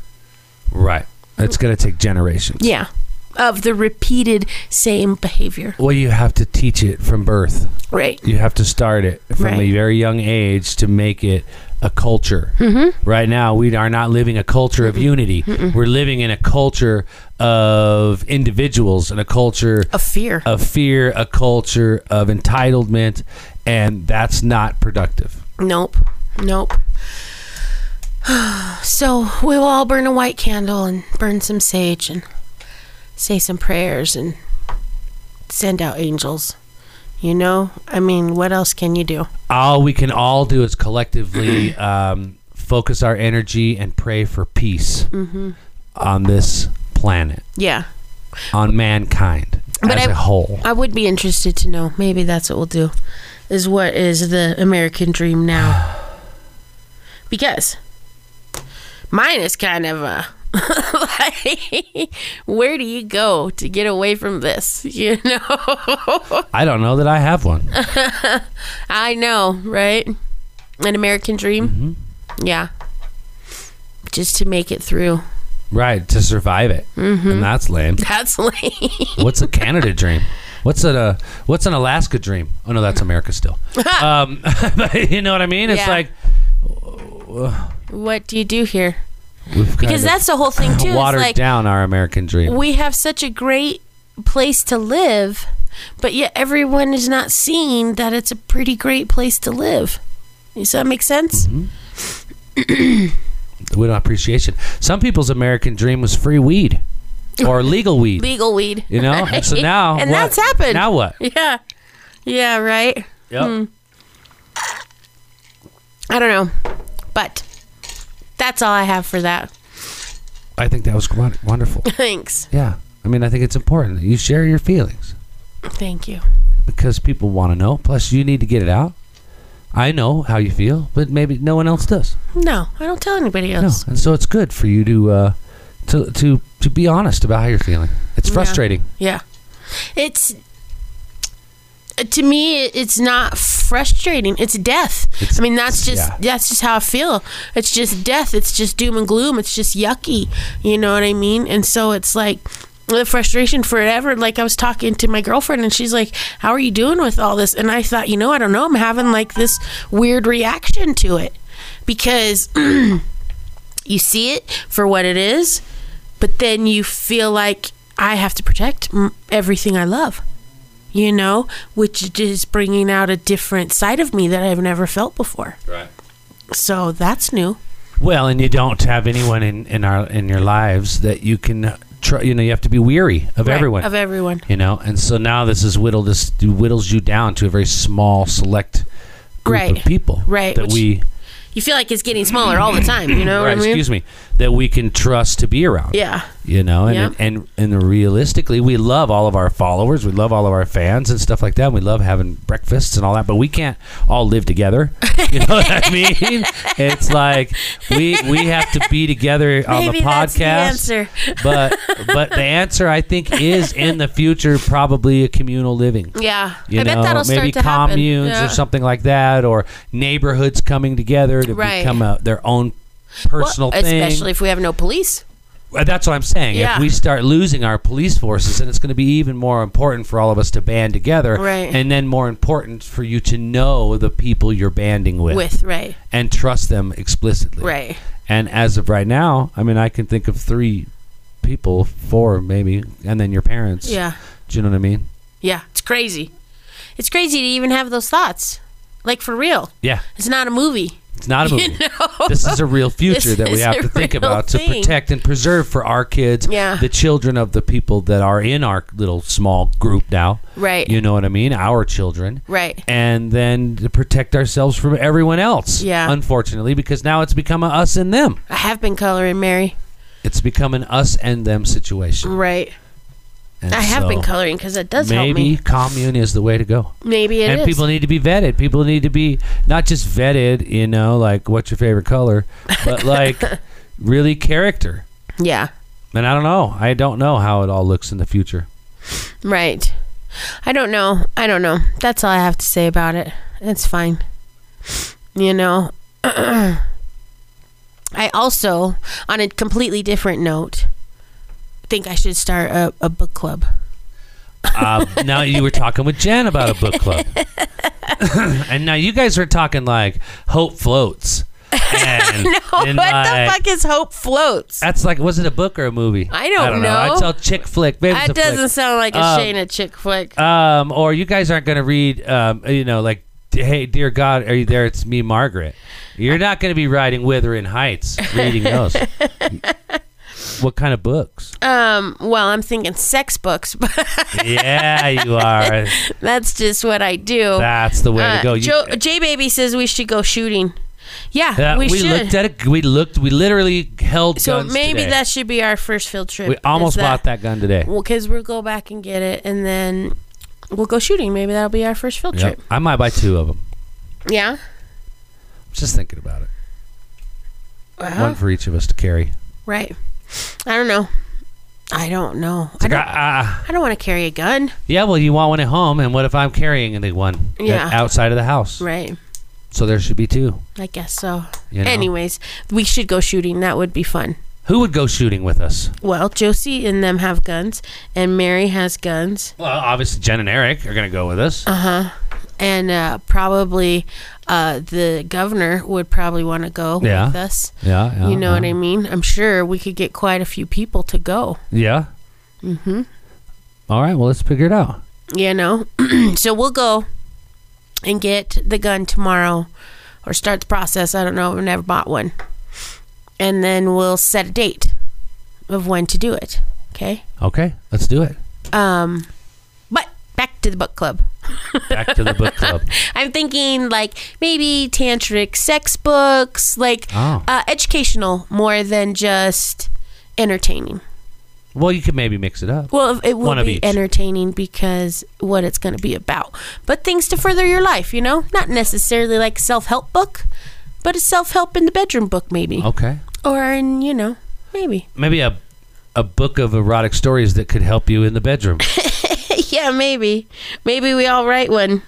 Speaker 3: right. It's gonna take generations.
Speaker 2: Yeah. Of the repeated same behavior.
Speaker 3: Well, you have to teach it from birth.
Speaker 2: Right.
Speaker 3: You have to start it from a
Speaker 2: Right.
Speaker 3: very young age to make it a culture.
Speaker 2: Mm-hmm.
Speaker 3: Right now, we are not living a culture of unity. We're living in a culture of individuals and a culture
Speaker 2: Of fear.
Speaker 3: of fear, a culture of entitlement, and that's not productive.
Speaker 2: Nope. Nope. so we will all burn a white candle and burn some sage and say some prayers and send out angels. You know? I mean, what else can you do?
Speaker 3: All we can all do is collectively um, focus our energy and pray for peace
Speaker 2: Mm-hmm.
Speaker 3: on this planet,
Speaker 2: Yeah.
Speaker 3: on mankind
Speaker 2: But
Speaker 3: as a
Speaker 2: I-
Speaker 3: whole.
Speaker 2: I would be interested to know. Maybe that's what we'll do. Is what is the American dream now? Because mine is kind of a like, where do you go to get away from this? You know,
Speaker 3: I don't know that I have one.
Speaker 2: I know, right? An American dream. Yeah, just to make it through.
Speaker 3: Right, to survive it,
Speaker 2: Mm-hmm.
Speaker 3: and that's lame.
Speaker 2: That's lame.
Speaker 3: What's a Canada dream? What's a uh, what's an Alaska dream? Oh no, that's America still. um, but you know what I mean? It's
Speaker 2: Yeah.
Speaker 3: like
Speaker 2: what do you do here?
Speaker 3: we've
Speaker 2: Because
Speaker 3: kind
Speaker 2: that's the whole thing
Speaker 3: of
Speaker 2: too. is
Speaker 3: watered
Speaker 2: like,
Speaker 3: down our American dream.
Speaker 2: we have such a great place to live, but yet everyone is not seeing that it's a pretty great place to live. Does that make sense?
Speaker 3: Mm-hmm. We don't appreciation. Some people's American dream was free weed or legal weed.
Speaker 2: Legal weed.
Speaker 3: You know, And so now
Speaker 2: and
Speaker 3: what?
Speaker 2: that's happened. Hmm.
Speaker 3: Now what?
Speaker 2: Yeah, yeah, right.
Speaker 3: Yep.
Speaker 2: I don't know, but that's all I have for that.
Speaker 3: I think that was won- wonderful.
Speaker 2: Thanks,
Speaker 3: yeah, I mean, I think it's important that you share your feelings.
Speaker 2: thank you.
Speaker 3: because people want to know. Plus, you need to get it out. I know how you feel, but maybe no one else does.
Speaker 2: No, I don't tell anybody
Speaker 3: No,
Speaker 2: else.
Speaker 3: and so it's good for you to uh, to to to be honest about how you're feeling. It's frustrating.
Speaker 2: Yeah, it's to me it- it's not frustrating it's death
Speaker 3: It's-
Speaker 2: i mean that's just
Speaker 3: yeah.
Speaker 2: that's just how i feel it's just death it's just doom and gloom it's just yucky you know what i mean and so it's like the frustration forever like i was talking to my girlfriend and she's like how are you doing with all this and i thought you know i don't know i'm having like this weird reaction to it because you see it for what it is but then you feel like i have to protect mm, everything i love you know, which is bringing out a different side of me that I've never felt before.
Speaker 3: Right.
Speaker 2: So that's new.
Speaker 3: Well, and you don't have anyone in in our in your lives that you can. Try, you know, you have to be weary of
Speaker 2: Right,
Speaker 3: everyone.
Speaker 2: Of everyone.
Speaker 3: you know, and so now this is whittled. This whittles you down to a very small, select group
Speaker 2: Right.
Speaker 3: of people
Speaker 2: Right,
Speaker 3: that
Speaker 2: which-
Speaker 3: we.
Speaker 2: You feel like it's getting smaller all the time, you know
Speaker 3: right,
Speaker 2: what I mean?
Speaker 3: excuse me. That we can trust to be around.
Speaker 2: Yeah.
Speaker 3: you know and,
Speaker 2: Yeah.
Speaker 3: and and realistically we love all of our followers we love all of our fans and stuff like that we love having breakfasts and all that but we can't all live together you know what i mean it's like we we have to be together on
Speaker 2: Maybe
Speaker 3: the
Speaker 2: that's
Speaker 3: podcast
Speaker 2: the answer.
Speaker 3: but but the answer i think is in the future probably a communal living
Speaker 2: Yeah.
Speaker 3: you
Speaker 2: I
Speaker 3: know,
Speaker 2: bet that'll
Speaker 3: maybe
Speaker 2: start to happen.
Speaker 3: communes
Speaker 2: Yeah.
Speaker 3: or something like that, or neighborhoods coming together to
Speaker 2: Right.
Speaker 3: become a, their own
Speaker 2: Well,
Speaker 3: personal thing.
Speaker 2: Especially if we have no police.
Speaker 3: Well, That's what I'm saying.
Speaker 2: Yeah.
Speaker 3: If we start losing our police forces, then it's going to be even more important for all of us to band together,
Speaker 2: Right.
Speaker 3: and then more important for you to know the people you're banding with,
Speaker 2: with Ray.
Speaker 3: and trust them explicitly.
Speaker 2: Right.
Speaker 3: And as of right now, I mean, I can think of three people, four maybe, and then your parents.
Speaker 2: Yeah.
Speaker 3: Do you know what I mean?
Speaker 2: Yeah. It's crazy. It's crazy to even have those thoughts. Like for real.
Speaker 3: Yeah.
Speaker 2: It's not a movie.
Speaker 3: It's not a movie.
Speaker 2: know?
Speaker 3: This is a real future
Speaker 2: This
Speaker 3: that we
Speaker 2: is
Speaker 3: have
Speaker 2: a
Speaker 3: to think
Speaker 2: real
Speaker 3: about to
Speaker 2: thing.
Speaker 3: protect and preserve for our kids,
Speaker 2: Yeah.
Speaker 3: the children of the people that are in our little small group now.
Speaker 2: Right.
Speaker 3: You know what I mean? Our children.
Speaker 2: Right.
Speaker 3: And then to protect ourselves from everyone else.
Speaker 2: Yeah.
Speaker 3: Unfortunately, because now it's become a us and them.
Speaker 2: I have been coloring Mary.
Speaker 3: It's become an us and them situation.
Speaker 2: Right.
Speaker 3: And
Speaker 2: Mm, I have
Speaker 3: so
Speaker 2: been coloring because it does help
Speaker 3: Maybe
Speaker 2: me.
Speaker 3: commune is the way to go.
Speaker 2: Maybe it is.
Speaker 3: and people need to be vetted. People need to be not just vetted, you know, like what's your favorite color, but like really character.
Speaker 2: yeah.
Speaker 3: And I don't know. I don't know how it all looks in the future.
Speaker 2: Right. I don't know. I don't know. That's all I have to say about it. It's fine. You know. I also, on a completely different note, think I should start a, a book club.
Speaker 3: Uh, now you were talking with Jen about a book club, and now you guys are talking like hope floats. And, and,
Speaker 2: what
Speaker 3: like-
Speaker 2: the fuck is Hope Floats?
Speaker 3: That's like was it a book or a movie?
Speaker 2: I don't know.
Speaker 3: I tell chick flick. Maybe it's
Speaker 2: That
Speaker 3: a flick.
Speaker 2: doesn't sound like a
Speaker 3: Um,
Speaker 2: Shayna chick flick.
Speaker 3: um, or you guys aren't going to read, um, you know, like, hey, dear God, are you there? It's me, Margaret. You're not going to be riding Withering Heights reading those. what kind of books?
Speaker 2: um, well, I'm thinking sex books, but
Speaker 3: yeah, you are.
Speaker 2: that's just what I do.
Speaker 3: That's the way
Speaker 2: Uh,
Speaker 3: to go. You,
Speaker 2: Jo- J Baby says we should go shooting. Yeah,
Speaker 3: uh,
Speaker 2: we,
Speaker 3: we
Speaker 2: should.
Speaker 3: looked at it. We looked. We literally held
Speaker 2: So
Speaker 3: guns
Speaker 2: maybe
Speaker 3: today.
Speaker 2: that should be our first field trip.
Speaker 3: we almost bought that gun today.
Speaker 2: Well, because we'll go back and get it, and then we'll go shooting. Maybe that'll be our first field
Speaker 3: Yep.
Speaker 2: trip.
Speaker 3: I might buy two of them.
Speaker 2: Yeah.
Speaker 3: Just thinking about it.
Speaker 2: Wow.
Speaker 3: One for each of us to carry.
Speaker 2: Right. I don't know. I don't know. I
Speaker 3: It's like,
Speaker 2: don't.
Speaker 3: ah, ah.
Speaker 2: I don't want to carry a gun.
Speaker 3: yeah, well, you want one at home, and what if I'm carrying the one
Speaker 2: Yeah.
Speaker 3: outside of the house?
Speaker 2: Right.
Speaker 3: So there should be two.
Speaker 2: I guess so.
Speaker 3: You know?
Speaker 2: Anyways, we should go shooting. That would be fun.
Speaker 3: Who would go shooting with us?
Speaker 2: Well, Josie and them have guns, and Mary has guns,
Speaker 3: Well, obviously Jen and Eric are going to go with us.
Speaker 2: Uh, and uh, probably uh, the governor would probably want to go
Speaker 3: Yeah.
Speaker 2: with us.
Speaker 3: yeah, yeah.
Speaker 2: You know
Speaker 3: yeah.
Speaker 2: what I mean? I'm sure we could get quite a few people to go,
Speaker 3: Yeah. Mm-hmm. All right. Well, let's figure it out.
Speaker 2: you know? so we'll go and get the gun tomorrow or start the process. I don't know. I've never bought one. And then we'll set a date of when to do it. Okay.
Speaker 3: Okay. Let's do it.
Speaker 2: Um, but back to the book club.
Speaker 3: Back to the book club.
Speaker 2: I'm thinking like maybe tantric sex books, like
Speaker 3: Oh.
Speaker 2: uh, educational more than just entertaining.
Speaker 3: Well, you could maybe mix it up.
Speaker 2: Well, it will
Speaker 3: One of
Speaker 2: be
Speaker 3: each.
Speaker 2: entertaining because what it's going to be about. But things to further your life, you know? Not necessarily like a self help book, but a self help in the bedroom book, maybe.
Speaker 3: Okay.
Speaker 2: Or in, you know, maybe.
Speaker 3: Maybe a a book of erotic stories that could help you in the bedroom.
Speaker 2: yeah, maybe. Maybe we all write one.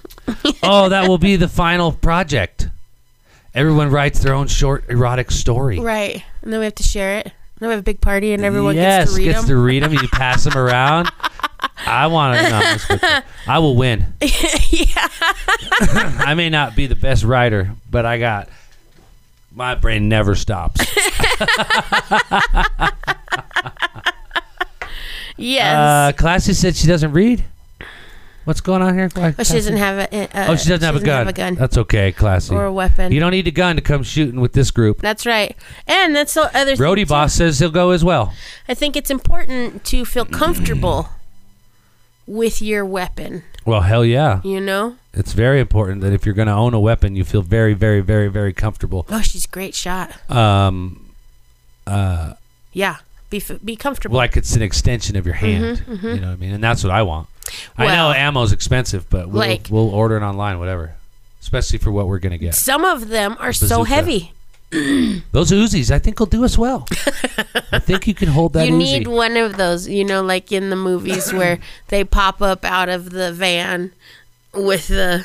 Speaker 3: oh, that will be the final project. Everyone writes their own short erotic story.
Speaker 2: Right. And then we have to share it. Then we have a big party and everyone
Speaker 3: yes,
Speaker 2: gets to read
Speaker 3: gets
Speaker 2: them.
Speaker 3: to read them. You pass them around. I want to. No, this book- I will win. I may not be the best writer, but I got my brain never stops.
Speaker 2: yes.
Speaker 3: Uh, Classy said she doesn't read. What's going on here?
Speaker 2: but Oh, she doesn't have a. Uh,
Speaker 3: Oh, she doesn't, have, a gun. That's okay, Classy.
Speaker 2: or a weapon.
Speaker 3: You don't need a gun to come shooting with this group.
Speaker 2: that's right. And that's the other thing.
Speaker 3: Roadie
Speaker 2: too.
Speaker 3: Boss says he'll go as well.
Speaker 2: I think it's important to feel comfortable with your weapon,
Speaker 3: Well, hell yeah.
Speaker 2: you know?
Speaker 3: It's very important that if you're going to own a weapon, you feel very, very, very, very comfortable.
Speaker 2: Oh, she's a great shot.
Speaker 3: Um,
Speaker 2: Yeah. Be, f- be comfortable.
Speaker 3: like it's an extension of your hand. You know what I mean? And that's what I want. I know
Speaker 2: Mm-hmm, Well,
Speaker 3: ammo's expensive, but we'll,
Speaker 2: like-
Speaker 3: we'll order it online, whatever. Especially for what we're gonna get.
Speaker 2: Some of them are so
Speaker 3: bazooka.
Speaker 2: heavy.
Speaker 3: Those Uzis, I think, will do us well. I think you can hold that
Speaker 2: you
Speaker 3: Uzi.
Speaker 2: need one of those, you know, like in the movies where they pop up out of the van with the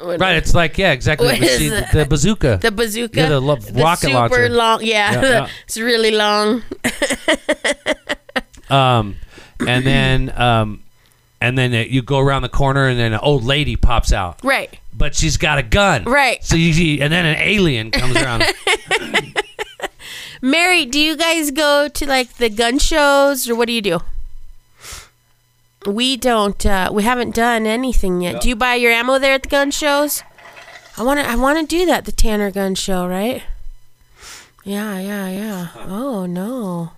Speaker 2: What-
Speaker 3: Right, it's like yeah, exactly.
Speaker 2: What
Speaker 3: the,
Speaker 2: is
Speaker 3: machine-
Speaker 2: that?
Speaker 3: the bazooka.
Speaker 2: The bazooka.
Speaker 3: Yeah, the lo- rocket
Speaker 2: super
Speaker 3: launcher.
Speaker 2: long. Yeah,
Speaker 3: Yeah, yeah.
Speaker 2: it's really long.
Speaker 3: um, and then um, and then uh, you go around the corner, and then an old lady pops out,
Speaker 2: Right.
Speaker 3: but she's got a gun.
Speaker 2: Right.
Speaker 3: So you see, and then an alien comes around.
Speaker 2: Mary, do you guys go to like the gun shows or what do you do? We don't. Uh, we haven't done anything yet. Do you buy your ammo there at the gun shows? I want to. I want to do that. The Tanner Gun Show, right? Yeah, yeah, yeah. Oh no.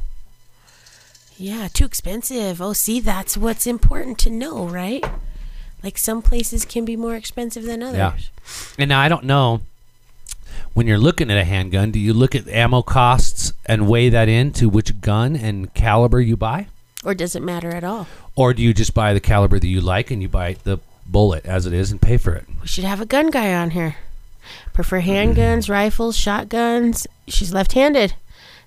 Speaker 2: Yeah, too expensive. Oh, see, that's what's important to know, right? Like some places can be more expensive than others.
Speaker 3: yeah. And now I don't know. When you're looking at a handgun, do you look at ammo costs and weigh that into which gun and caliber you buy,
Speaker 2: Or does it matter at all?
Speaker 3: or do you just buy the caliber that you like and you buy the bullet as it is and pay for it?
Speaker 2: We should have a gun guy on here. Prefer handguns, rifles, shotguns. She's left-handed.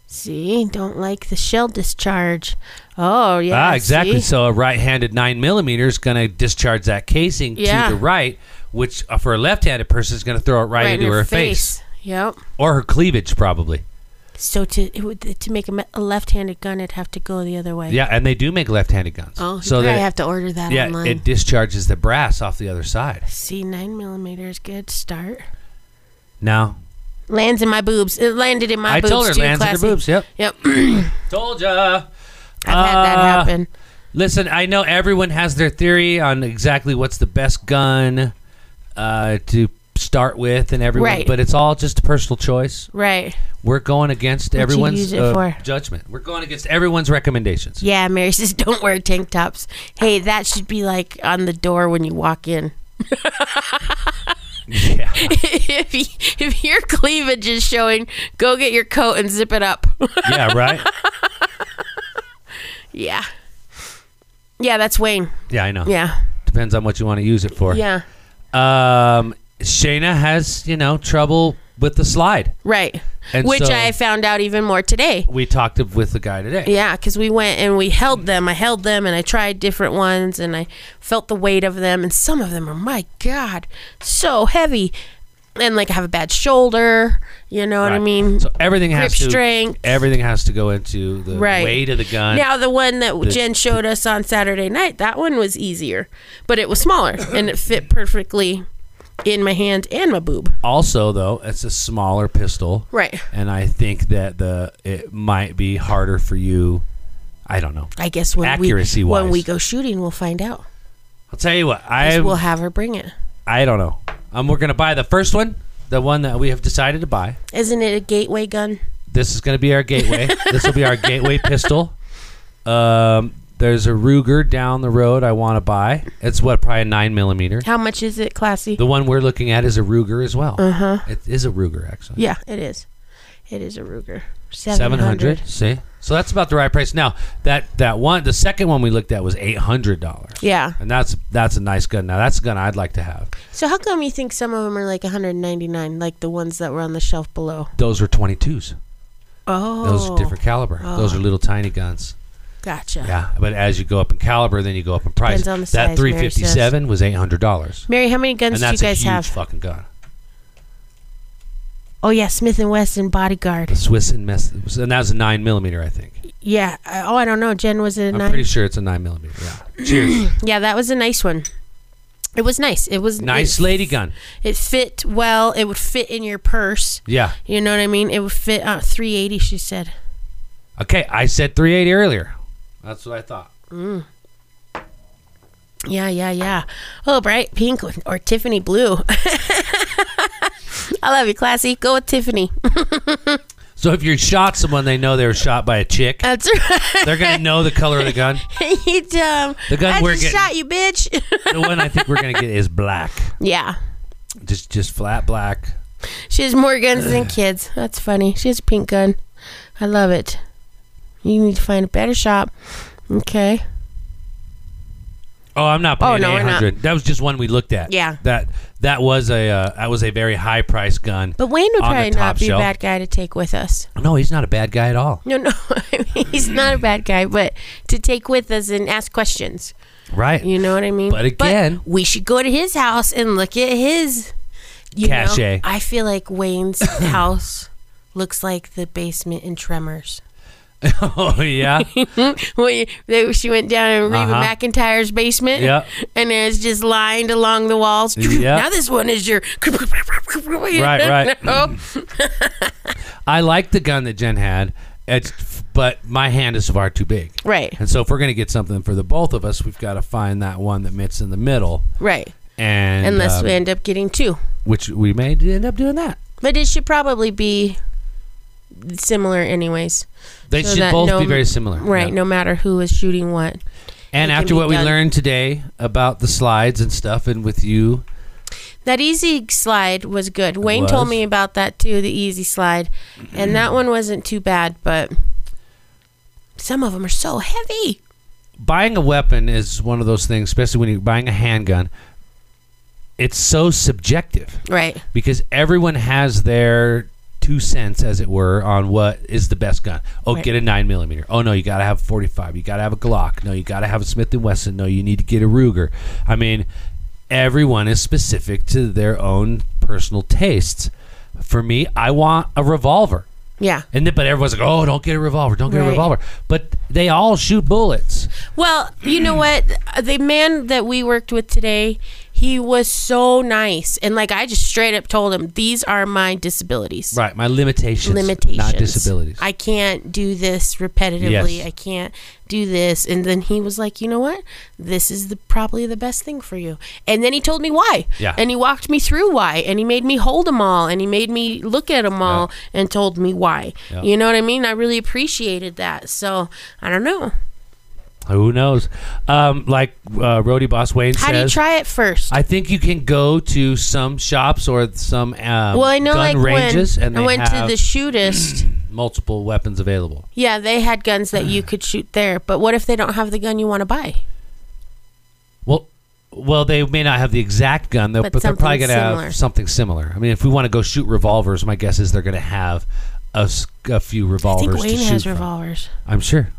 Speaker 2: See, don't like the shell discharge. Oh yeah,
Speaker 3: ah, exactly.
Speaker 2: see?
Speaker 3: So a right-handed nine millimeter is going to discharge that casing
Speaker 2: Yeah.
Speaker 3: to the right, which uh, for a left-handed person is going to throw it right, into her face.
Speaker 2: Yep.
Speaker 3: or her cleavage, probably.
Speaker 2: So to it would, to make a, me- a left-handed gun, it'd have to go the other way.
Speaker 3: Yeah, and they do make left-handed guns.
Speaker 2: Oh,
Speaker 3: so
Speaker 2: so you
Speaker 3: that
Speaker 2: probably have to order that
Speaker 3: yeah,
Speaker 2: online.
Speaker 3: it discharges the brass off the other side.
Speaker 2: see, nine millimeters, good start.
Speaker 3: Now
Speaker 2: Lands in my boobs. It landed in my
Speaker 3: I
Speaker 2: boobs
Speaker 3: told her
Speaker 2: too.
Speaker 3: lands in her
Speaker 2: classy.
Speaker 3: boobs. Yep,
Speaker 2: Yep, I've
Speaker 3: told ya.
Speaker 2: had that
Speaker 3: Uh,
Speaker 2: happen.
Speaker 3: Listen, I know everyone has their theory on exactly what's the best gun uh, to start with, and everyone,
Speaker 2: Right.
Speaker 3: but it's all just a personal choice.
Speaker 2: Right.
Speaker 3: We're going against
Speaker 2: you use
Speaker 3: everyone's
Speaker 2: it
Speaker 3: uh,
Speaker 2: for?
Speaker 3: judgment. We're going against everyone's recommendations.
Speaker 2: Yeah, Mary says don't wear tank tops. Hey, that should be like on the door when you walk in.
Speaker 3: Yeah.
Speaker 2: if y- if your cleavage is showing, go get your coat and zip it up.
Speaker 3: yeah, right?
Speaker 2: yeah. Yeah, that's Wayne.
Speaker 3: Yeah, I know.
Speaker 2: Yeah.
Speaker 3: Depends on what you want to use it for.
Speaker 2: Yeah.
Speaker 3: Um, Shayna has, you know, trouble with the slide.
Speaker 2: Right.
Speaker 3: And
Speaker 2: Which
Speaker 3: so-
Speaker 2: I found out even more today.
Speaker 3: We talked with the guy today.
Speaker 2: Yeah, because we went and we held them. I held them and I tried different ones and I felt the weight of them. And some of them are, my God, so heavy. And like I have a bad shoulder. You know what I
Speaker 3: Right.
Speaker 2: mean?
Speaker 3: So everything
Speaker 2: grip
Speaker 3: has to
Speaker 2: strength.
Speaker 3: everything has to go into the
Speaker 2: Right.
Speaker 3: weight of the gun.
Speaker 2: Now the one that Jen showed us on Saturday night, that one was easier, but it was smaller and it fit perfectly in my hand and my boob.
Speaker 3: also, though, it's a smaller pistol.
Speaker 2: Right.
Speaker 3: And I think that the it might be harder for you. I don't know.
Speaker 2: I guess when we
Speaker 3: Accuracy-wise.
Speaker 2: when we go shooting, we'll find out.
Speaker 3: I'll tell you what.
Speaker 2: 'Cause
Speaker 3: I
Speaker 2: We'll have her bring it.
Speaker 3: I don't know. Um, we're gonna buy the first one, the one that we have decided to buy.
Speaker 2: Isn't it a gateway gun?
Speaker 3: This is gonna be our gateway. this will be our gateway pistol. Um, there's a Ruger down the road I want to buy. It's what probably a nine millimeter.
Speaker 2: How much is it, classy?
Speaker 3: The one we're looking at is a Ruger as well. Uh
Speaker 2: Uh-huh.
Speaker 3: huh. It is a Ruger actually.
Speaker 2: yeah, it is. It is a Ruger.
Speaker 3: Seven hundred. See, so that's about the right price. Now that that one, the second one we looked at was eight hundred dollars.
Speaker 2: Yeah.
Speaker 3: And that's that's a nice gun. Now that's a gun I'd like to have.
Speaker 2: So how come you think some of them are like 199, like the ones that were on the shelf below?
Speaker 3: Those are twenty twos.
Speaker 2: Oh,
Speaker 3: Those are different caliber. Those are little tiny guns.
Speaker 2: Gotcha.
Speaker 3: Yeah, but as you go up in caliber, then you go up in price.
Speaker 2: Depends on the
Speaker 3: that
Speaker 2: size,
Speaker 3: three
Speaker 2: Mary
Speaker 3: fifty seven was eight hundred dollars,
Speaker 2: Mary, how many
Speaker 3: and
Speaker 2: guns do you
Speaker 3: that's a
Speaker 2: guys
Speaker 3: huge
Speaker 2: have?
Speaker 3: fucking gun.
Speaker 2: Oh yeah, Smith and Wesson Bodyguard.
Speaker 3: The Swiss and mess, and that was a nine millimeter, I think.
Speaker 2: Yeah. I- Oh, I don't know. Jen was it a
Speaker 3: I'm
Speaker 2: nine?
Speaker 3: pretty sure it's a nine millimeter. Yeah. Cheers.
Speaker 2: yeah, that was a nice one. It was nice. It was
Speaker 3: nice
Speaker 2: It,
Speaker 3: lady gun.
Speaker 2: it fit well. It would fit in your purse.
Speaker 3: Yeah.
Speaker 2: You know what I mean? It would fit uh, 380. She said.
Speaker 3: Okay, I said three eighty earlier. That's what I thought.
Speaker 2: Yeah, yeah, yeah. Oh, bright pink or, or Tiffany blue. I love you, classy. Go with Tiffany.
Speaker 3: So if you shot someone, they know they were shot by a chick.
Speaker 2: That's right.
Speaker 3: They're gonna know the color of the gun.
Speaker 2: you dumb.
Speaker 3: The gun
Speaker 2: I
Speaker 3: we're
Speaker 2: just
Speaker 3: getting.
Speaker 2: shot you, bitch.
Speaker 3: The one I think we're gonna get is black.
Speaker 2: yeah.
Speaker 3: Just just flat black.
Speaker 2: She has more guns than kids. That's funny. She has a pink gun. I love it. You need to find a better shop. Okay.
Speaker 3: Oh, I'm not
Speaker 2: Oh,
Speaker 3: paying
Speaker 2: no, we're
Speaker 3: eight
Speaker 2: not.
Speaker 3: hundred. That was just one we looked at.
Speaker 2: Yeah.
Speaker 3: That that was a uh, that was a very high price gun.
Speaker 2: But Wayne would
Speaker 3: On the
Speaker 2: probably
Speaker 3: top
Speaker 2: not be
Speaker 3: shelf.
Speaker 2: a bad guy to take with us.
Speaker 3: no, he's not a bad guy at all.
Speaker 2: No, no, he's not a bad guy, but to take with us and ask questions.
Speaker 3: Right.
Speaker 2: You know what I mean?
Speaker 3: But again-
Speaker 2: we should go to his house and look at his you know,
Speaker 3: Cachet.
Speaker 2: I feel like Wayne's house looks like the basement in Tremors.
Speaker 3: oh yeah.
Speaker 2: When they, she went down in Reba
Speaker 3: Uh-huh.
Speaker 2: McIntyre's basement,
Speaker 3: Yep.
Speaker 2: and it's just lined along the walls.
Speaker 3: Yep.
Speaker 2: Now this one is your right,
Speaker 3: right. I like the gun that Jen had. It's but my hand is far too big.
Speaker 2: right,
Speaker 3: And so if we're gonna get something for the both of us, we've got to find that one that meets in the middle.
Speaker 2: right.
Speaker 3: And
Speaker 2: Unless
Speaker 3: um,
Speaker 2: we end up getting two,
Speaker 3: which we may end up doing that.
Speaker 2: but it should probably be similar, anyways.
Speaker 3: They
Speaker 2: So
Speaker 3: should
Speaker 2: that
Speaker 3: both
Speaker 2: no-
Speaker 3: be very similar.
Speaker 2: Right,
Speaker 3: Yeah.
Speaker 2: no matter who is shooting what.
Speaker 3: And
Speaker 2: It can
Speaker 3: after
Speaker 2: be
Speaker 3: what we
Speaker 2: done.
Speaker 3: learned today about the slides and stuff, and with you,
Speaker 2: That easy slide was good. Wayne
Speaker 3: was.
Speaker 2: told me about that too, the easy slide. And that one wasn't too bad, but some of them are so heavy.
Speaker 3: buying a weapon is one of those things, especially when you're buying a handgun. It's so subjective
Speaker 2: Right.
Speaker 3: because everyone has their two cents, as it were, on what is the best gun. Oh,
Speaker 2: Right.
Speaker 3: get a nine millimeter. Oh no, you gotta have a forty-five. You gotta have a Glock. No, you gotta have a Smith and Wesson. No, you need to get a Ruger. I mean, everyone is specific to their own personal tastes. For me, I want a revolver.
Speaker 2: Yeah.
Speaker 3: And then, but everyone's like, "Oh, don't get a revolver! Don't get a
Speaker 2: Right.
Speaker 3: revolver!" But they all shoot bullets.
Speaker 2: Well, you know what? The man that we worked with today, he was so nice. And like I just straight up told him, these are my disabilities.
Speaker 3: Right, my limitations,
Speaker 2: limitations,
Speaker 3: not disabilities.
Speaker 2: I can't do this repetitively.
Speaker 3: Yes.
Speaker 2: I can't do this. And then he was like, you know what? This is the probably the best thing for you. And then he told me why.
Speaker 3: Yeah.
Speaker 2: And he walked me through why. And he made me hold them all. And he made me look at them all. And told me why.
Speaker 3: Yeah.
Speaker 2: You know what I mean? I really appreciated that. So I don't know.
Speaker 3: Who knows? Um, like uh, Roadie Boss Wayne
Speaker 2: How do you
Speaker 3: says,
Speaker 2: try it first?
Speaker 3: I think you can go to some shops or some um,
Speaker 2: well, I know
Speaker 3: gun
Speaker 2: like
Speaker 3: ranges,
Speaker 2: when
Speaker 3: and
Speaker 2: I
Speaker 3: they
Speaker 2: went
Speaker 3: have
Speaker 2: to the shootist.
Speaker 3: multiple weapons available.
Speaker 2: Yeah, they had guns that you could shoot there. But what if they don't have the gun you want to buy?
Speaker 3: Well, well, they may not have the exact gun though, but,
Speaker 2: But
Speaker 3: they're probably
Speaker 2: something
Speaker 3: going to
Speaker 2: similar.
Speaker 3: have something similar. I mean, if we want to go shoot revolvers, my guess is they're going to have a, s- a few
Speaker 2: I
Speaker 3: revolvers
Speaker 2: think
Speaker 3: to
Speaker 2: Wayne
Speaker 3: shoot
Speaker 2: has
Speaker 3: from.
Speaker 2: revolvers.
Speaker 3: I'm sure.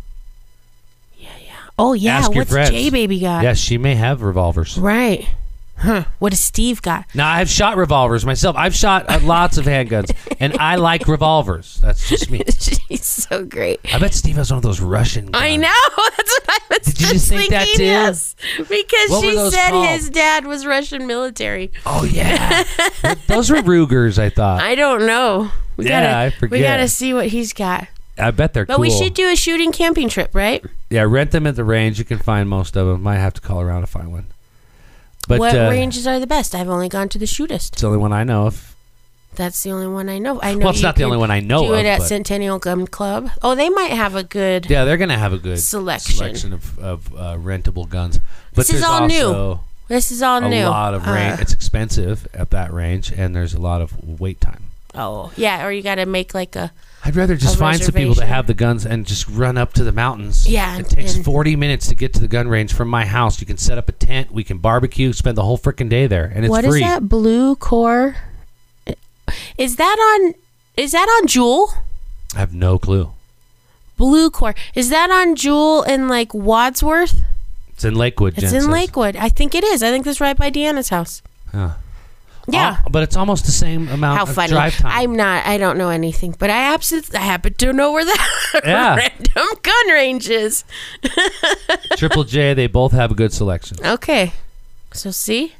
Speaker 2: Oh yeah,
Speaker 3: Ask your
Speaker 2: what's
Speaker 3: friends.
Speaker 2: J Baby got?
Speaker 3: Yes, she may have revolvers.
Speaker 2: Right. Huh. What does Steve got?
Speaker 3: Now I've shot revolvers myself. I've shot uh, lots of handguns, and I like revolvers. That's just me.
Speaker 2: She's so great.
Speaker 3: I bet Steve has one of those Russian. Guns.
Speaker 2: I know. That's what I
Speaker 3: Uh-huh.
Speaker 2: was
Speaker 3: Did you
Speaker 2: just
Speaker 3: just think
Speaker 2: thinking.
Speaker 3: that too?
Speaker 2: Yes, because
Speaker 3: What were
Speaker 2: she
Speaker 3: those
Speaker 2: said
Speaker 3: called?
Speaker 2: his dad was Russian military.
Speaker 3: Oh yeah, those were Rugers. I thought.
Speaker 2: I don't know. We
Speaker 3: Yeah,
Speaker 2: gotta,
Speaker 3: I
Speaker 2: We
Speaker 3: forget.
Speaker 2: gotta see what he's got.
Speaker 3: I, bet they're
Speaker 2: But
Speaker 3: cool.
Speaker 2: we should do a shooting camping trip, right?
Speaker 3: yeah, rent them at the range. You can find most of them. Might have to call around to find one. But
Speaker 2: what
Speaker 3: uh,
Speaker 2: ranges are the best? I've only gone to the shootist.
Speaker 3: It's the only one I know of.
Speaker 2: That's the only one I know. I know.
Speaker 3: Well, it's
Speaker 2: you
Speaker 3: not the only
Speaker 2: could
Speaker 3: one I know
Speaker 2: Do it
Speaker 3: of,
Speaker 2: at
Speaker 3: but-
Speaker 2: Centennial Gun Club. Oh, they might have a good.
Speaker 3: Yeah, they're gonna have a good
Speaker 2: Selection.
Speaker 3: selection of, of uh, rentable guns. But
Speaker 2: This is
Speaker 3: there's
Speaker 2: all new.
Speaker 3: also
Speaker 2: This is all
Speaker 3: A
Speaker 2: new.
Speaker 3: lot of
Speaker 2: Uh,
Speaker 3: range. it's expensive at that range, and there's a lot of wait time.
Speaker 2: Oh, yeah, or you got to make like a
Speaker 3: I'd rather just
Speaker 2: a
Speaker 3: find some people that
Speaker 2: reservation.
Speaker 3: have the guns and just run up to the mountains.
Speaker 2: Yeah,
Speaker 3: It takes
Speaker 2: and-
Speaker 3: 40 minutes to get to the gun range from my house. You can set up a tent. We can barbecue, spend the whole freaking day there. And it's
Speaker 2: what is
Speaker 3: free.
Speaker 2: that blue core? Is that on is that on Jewel?
Speaker 3: I have no clue.
Speaker 2: Blue core. Is that on Jewel in like Wadsworth?
Speaker 3: It's in Lakewood,
Speaker 2: It's
Speaker 3: Jen
Speaker 2: in
Speaker 3: says.
Speaker 2: Lakewood. I think it is. I think that's right by Deanna's house.
Speaker 3: Huh.
Speaker 2: Yeah.
Speaker 3: Al- but it's almost the same amount
Speaker 2: How
Speaker 3: of
Speaker 2: funny.
Speaker 3: Oh, drive time.
Speaker 2: I'm not I don't know anything, but I absolutely I happen to know where the
Speaker 3: Yeah.
Speaker 2: random gun range is.
Speaker 3: Triple J, they both have a good selection.
Speaker 2: Okay. So see?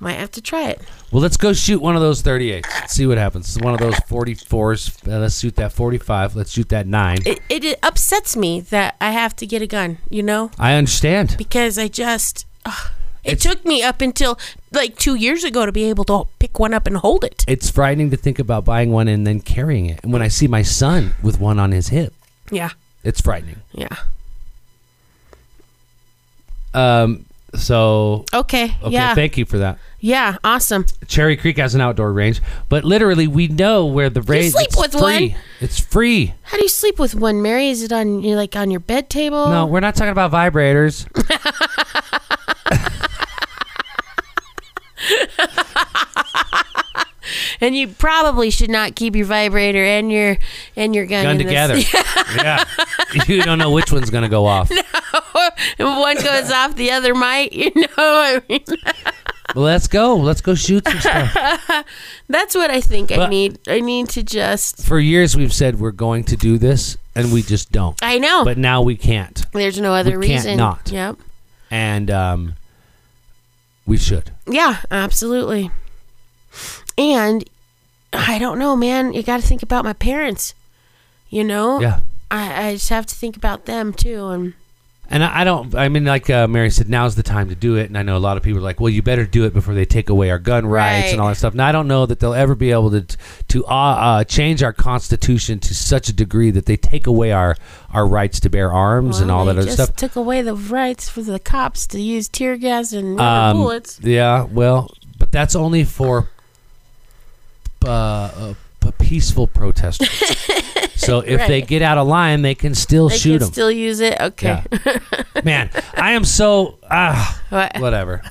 Speaker 2: Might have to try it.
Speaker 3: Well, let's go shoot one of those 38s. Let's see what happens. One of those 44s. Uh, let's shoot that 45. Let's shoot that 9.
Speaker 2: It, it it upsets me that I have to get a gun, you know?
Speaker 3: I understand.
Speaker 2: because I just ugh. it
Speaker 3: It's-
Speaker 2: took me up until like two years ago to be able to pick one up and hold it.
Speaker 3: it's frightening to think about buying one and then carrying it. And when I see my son with one on his hip,
Speaker 2: Yeah,
Speaker 3: it's frightening.
Speaker 2: yeah.
Speaker 3: Um, so
Speaker 2: Okay,
Speaker 3: okay,
Speaker 2: yeah,
Speaker 3: thank you for that.
Speaker 2: yeah. Awesome.
Speaker 3: Cherry Creek has an outdoor range, but literally we know where the range.
Speaker 2: sleep
Speaker 3: it's
Speaker 2: with
Speaker 3: free.
Speaker 2: one.
Speaker 3: It's free.
Speaker 2: How do you sleep with one, Mary? Is it on you like on your bed table?
Speaker 3: No, we're not talking about vibrators.
Speaker 2: And you probably should not keep your vibrator and your and your gun,
Speaker 3: Gun
Speaker 2: in the-
Speaker 3: together. yeah, you don't know which one's gonna go off.
Speaker 2: If one goes off, the other might. You know, I mean,
Speaker 3: Let's go. Let's go shoot some stuff.
Speaker 2: that's what I think I
Speaker 3: But-
Speaker 2: need. I need to just.
Speaker 3: For years, we've said we're going to do this, and we just don't.
Speaker 2: I know.
Speaker 3: But now we can't,
Speaker 2: There's no other
Speaker 3: we can't
Speaker 2: reason.
Speaker 3: not.
Speaker 2: Yep.
Speaker 3: and um, we should.
Speaker 2: Yeah, absolutely. And I don't know, man. You got to think about my parents. You know.
Speaker 3: Yeah.
Speaker 2: I, I just have to think about them too, and
Speaker 3: And I, I don't. I mean, like uh, Mary said, now's the time to do it. And I know a lot of people are like, "Well, you better do it before they take away our gun rights
Speaker 2: Right.
Speaker 3: and all that stuff." And I don't know that they'll ever be able to to uh, uh, change our constitution to such a degree that they take away our our rights to bear arms and
Speaker 2: Well,
Speaker 3: all that
Speaker 2: they
Speaker 3: other
Speaker 2: just
Speaker 3: stuff.
Speaker 2: Took away the rights for the cops to use tear gas and rubber
Speaker 3: Um,
Speaker 2: bullets.
Speaker 3: Yeah, well, but that's only for uh, uh, p- peaceful protesters. so if they
Speaker 2: Right.
Speaker 3: get out of line, they can still
Speaker 2: They
Speaker 3: shoot
Speaker 2: can
Speaker 3: them.
Speaker 2: still use it. Okay.
Speaker 3: Man, I am so ah.
Speaker 2: What?
Speaker 3: whatever.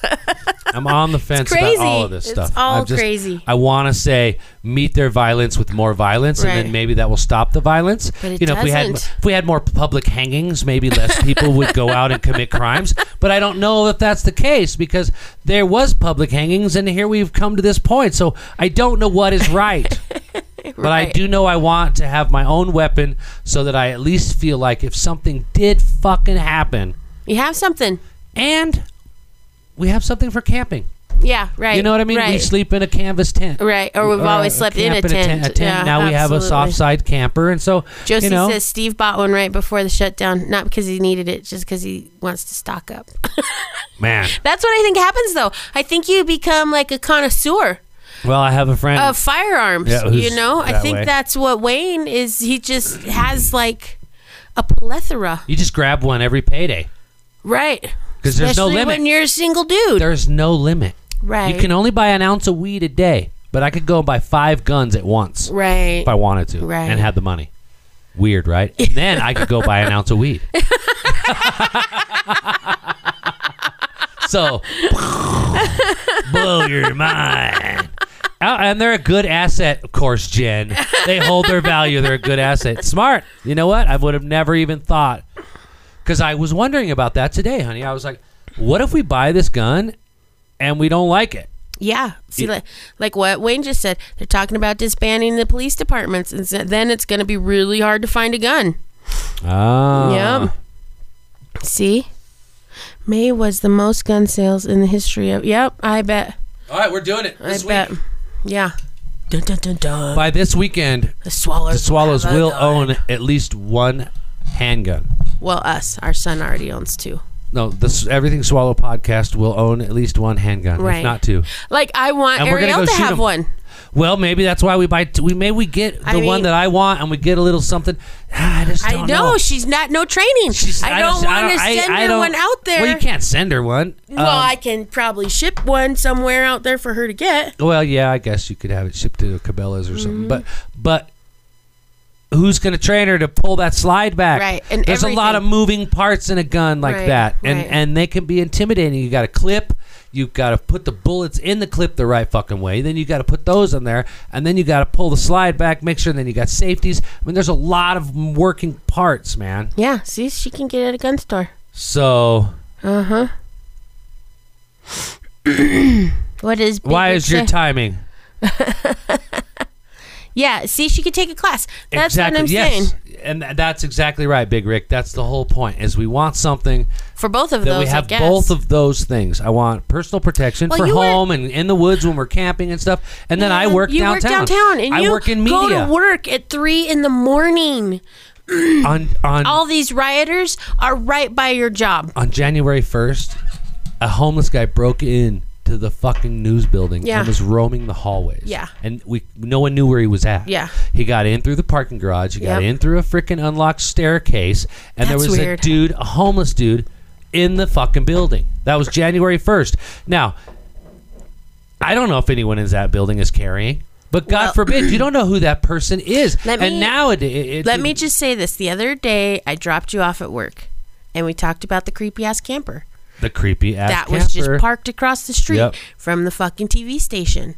Speaker 3: I'm on the fence about all
Speaker 2: crazy.
Speaker 3: of this
Speaker 2: It's
Speaker 3: stuff.
Speaker 2: all
Speaker 3: I'm just-
Speaker 2: crazy.
Speaker 3: I want to say meet their violence with more violence, and
Speaker 2: Right.
Speaker 3: then maybe that will stop the violence.
Speaker 2: But it
Speaker 3: you know, if we had
Speaker 2: doesn't.
Speaker 3: if we had more public hangings, maybe less people would go out and commit crimes. But I don't know if that's the case because there was public hangings, and here we've come to this point. So I don't know what is right. But I
Speaker 2: Right.
Speaker 3: do know I want to have my own weapon so that I at least feel like if something did fucking happen,
Speaker 2: You have something.
Speaker 3: and we have something for camping.
Speaker 2: Yeah. Right.
Speaker 3: You know what I mean?
Speaker 2: Right.
Speaker 3: We sleep in a canvas tent.
Speaker 2: Right. Or we've
Speaker 3: Or
Speaker 2: always slept in a
Speaker 3: camp
Speaker 2: tent.
Speaker 3: A tent.
Speaker 2: Yeah,
Speaker 3: now we have a
Speaker 2: absolutely.
Speaker 3: soft side camper, and so
Speaker 2: Josie
Speaker 3: you know,
Speaker 2: says Steve bought one right before the shutdown, not because he needed it, just because he wants to stock up.
Speaker 3: man.
Speaker 2: That's what I think happens, though. I think you become like a connoisseur
Speaker 3: Well, I have a friend.
Speaker 2: of firearms.
Speaker 3: Hmm. Yeah, who's
Speaker 2: you know, I
Speaker 3: that
Speaker 2: think
Speaker 3: way.
Speaker 2: that's what Wayne is. He just has like a plethora,
Speaker 3: you just grab one every payday
Speaker 2: right?
Speaker 3: because there's no
Speaker 2: Especially
Speaker 3: limit.
Speaker 2: when you're a single dude,
Speaker 3: there's no limit.
Speaker 2: right?
Speaker 3: You can only buy an ounce of weed a day, but I could go buy five guns at once
Speaker 2: right.
Speaker 3: if I wanted to,
Speaker 2: Right.
Speaker 3: and had the money. Weird, right? And then I could go buy an ounce of weed. so blow your mind. Uh, And they're a good asset, of course, Jen. They hold their value. They're a good asset. Smart. You know what? I would have never even thought. Because I was wondering about that today, honey. I was like, what if we buy this gun and we don't like it?
Speaker 2: Yeah. See, like, like what Wayne just said, they're talking about disbanding the police departments, and so then it's going to be really hard to find a gun.
Speaker 3: Ah.
Speaker 2: Yep. See, May was the most gun sales in the history of. Yep, I bet.
Speaker 3: All right, we're doing it
Speaker 2: I
Speaker 3: this week.
Speaker 2: bet. Yeah. Dun, dun, dun, dun.
Speaker 3: By this weekend,
Speaker 2: the swallows.
Speaker 3: The Swallows
Speaker 2: have a
Speaker 3: will
Speaker 2: gun.
Speaker 3: own at least one handgun.
Speaker 2: Well, us. Our son already owns two.
Speaker 3: No, this everything Swallow podcast will own at least one handgun,
Speaker 2: Right.
Speaker 3: if not two.
Speaker 2: Like I want
Speaker 3: And we're gonna go
Speaker 2: Ariel to
Speaker 3: shoot
Speaker 2: have
Speaker 3: 'em.
Speaker 2: one.
Speaker 3: Well, maybe that's why we buy. Two. We maybe we get the
Speaker 2: I
Speaker 3: one
Speaker 2: mean-
Speaker 3: that I want, and we get a little something. Ah, I just
Speaker 2: I
Speaker 3: don't
Speaker 2: know,
Speaker 3: know.
Speaker 2: she's not no training.
Speaker 3: She's-
Speaker 2: I don't
Speaker 3: I
Speaker 2: want to
Speaker 3: I-
Speaker 2: send
Speaker 3: I
Speaker 2: her
Speaker 3: don't-
Speaker 2: one out there.
Speaker 3: Well, you can't send her one.
Speaker 2: Well,
Speaker 3: Um,
Speaker 2: I can probably ship one somewhere out there for her to get.
Speaker 3: Well, yeah, I guess you could have it shipped to Cabela's or
Speaker 2: Mm-hmm.
Speaker 3: something, but but who's going to train her to pull that slide back?
Speaker 2: Right, and
Speaker 3: there's a lot of
Speaker 2: everything.
Speaker 3: moving parts in a gun like
Speaker 2: Right,
Speaker 3: that, and
Speaker 2: right.
Speaker 3: and they can be intimidating. You got to clip, you got to put the bullets in the clip the right fucking way. Then you got to put those in there, and then you got to pull the slide back, make sure. And then you got safeties. I mean, there's a lot of working parts, man.
Speaker 2: Yeah, see, she can get it at a gun store.
Speaker 3: So
Speaker 2: What is? Big
Speaker 3: why
Speaker 2: Rick
Speaker 3: is your
Speaker 2: say?
Speaker 3: timing?
Speaker 2: Yeah, see, she could take a class. That's what I'm
Speaker 3: yes.
Speaker 2: saying.
Speaker 3: And th- that's exactly right, Big Rick. That's the whole point. Is we want something
Speaker 2: For both of
Speaker 3: that
Speaker 2: those,
Speaker 3: we have
Speaker 2: I guess.
Speaker 3: both of those things. I want personal protection
Speaker 2: Well,
Speaker 3: for
Speaker 2: you work-
Speaker 3: home and in the woods when we're camping and stuff. And then I
Speaker 2: Yeah,
Speaker 3: work
Speaker 2: you
Speaker 3: downtown.
Speaker 2: work downtown, and
Speaker 3: I
Speaker 2: you
Speaker 3: work in
Speaker 2: go
Speaker 3: media.
Speaker 2: to work at three in the morning.
Speaker 3: on on
Speaker 2: All these rioters are right by your job.
Speaker 3: on January first, a homeless guy broke in to the fucking news building
Speaker 2: Yeah.
Speaker 3: and was roaming the hallways.
Speaker 2: Yeah.
Speaker 3: And we no one knew where he was at.
Speaker 2: Yeah.
Speaker 3: He got in through the parking garage, he got
Speaker 2: Yep.
Speaker 3: in through a freaking unlocked staircase, and
Speaker 2: That's
Speaker 3: there was
Speaker 2: weird.
Speaker 3: a dude, a homeless dude, in the fucking building. That was January first. Now, I don't know if anyone in that building is carrying. But God
Speaker 2: Well-
Speaker 3: forbid, you don't know who that person is.
Speaker 2: Let
Speaker 3: and
Speaker 2: me-
Speaker 3: nowadays, it, it-
Speaker 2: Let me just say this. The other day, I dropped you off at work and we talked about the creepy ass camper.
Speaker 3: the creepy ass
Speaker 2: that
Speaker 3: camper.
Speaker 2: was just parked across the street
Speaker 3: Yep.
Speaker 2: from the fucking TV station.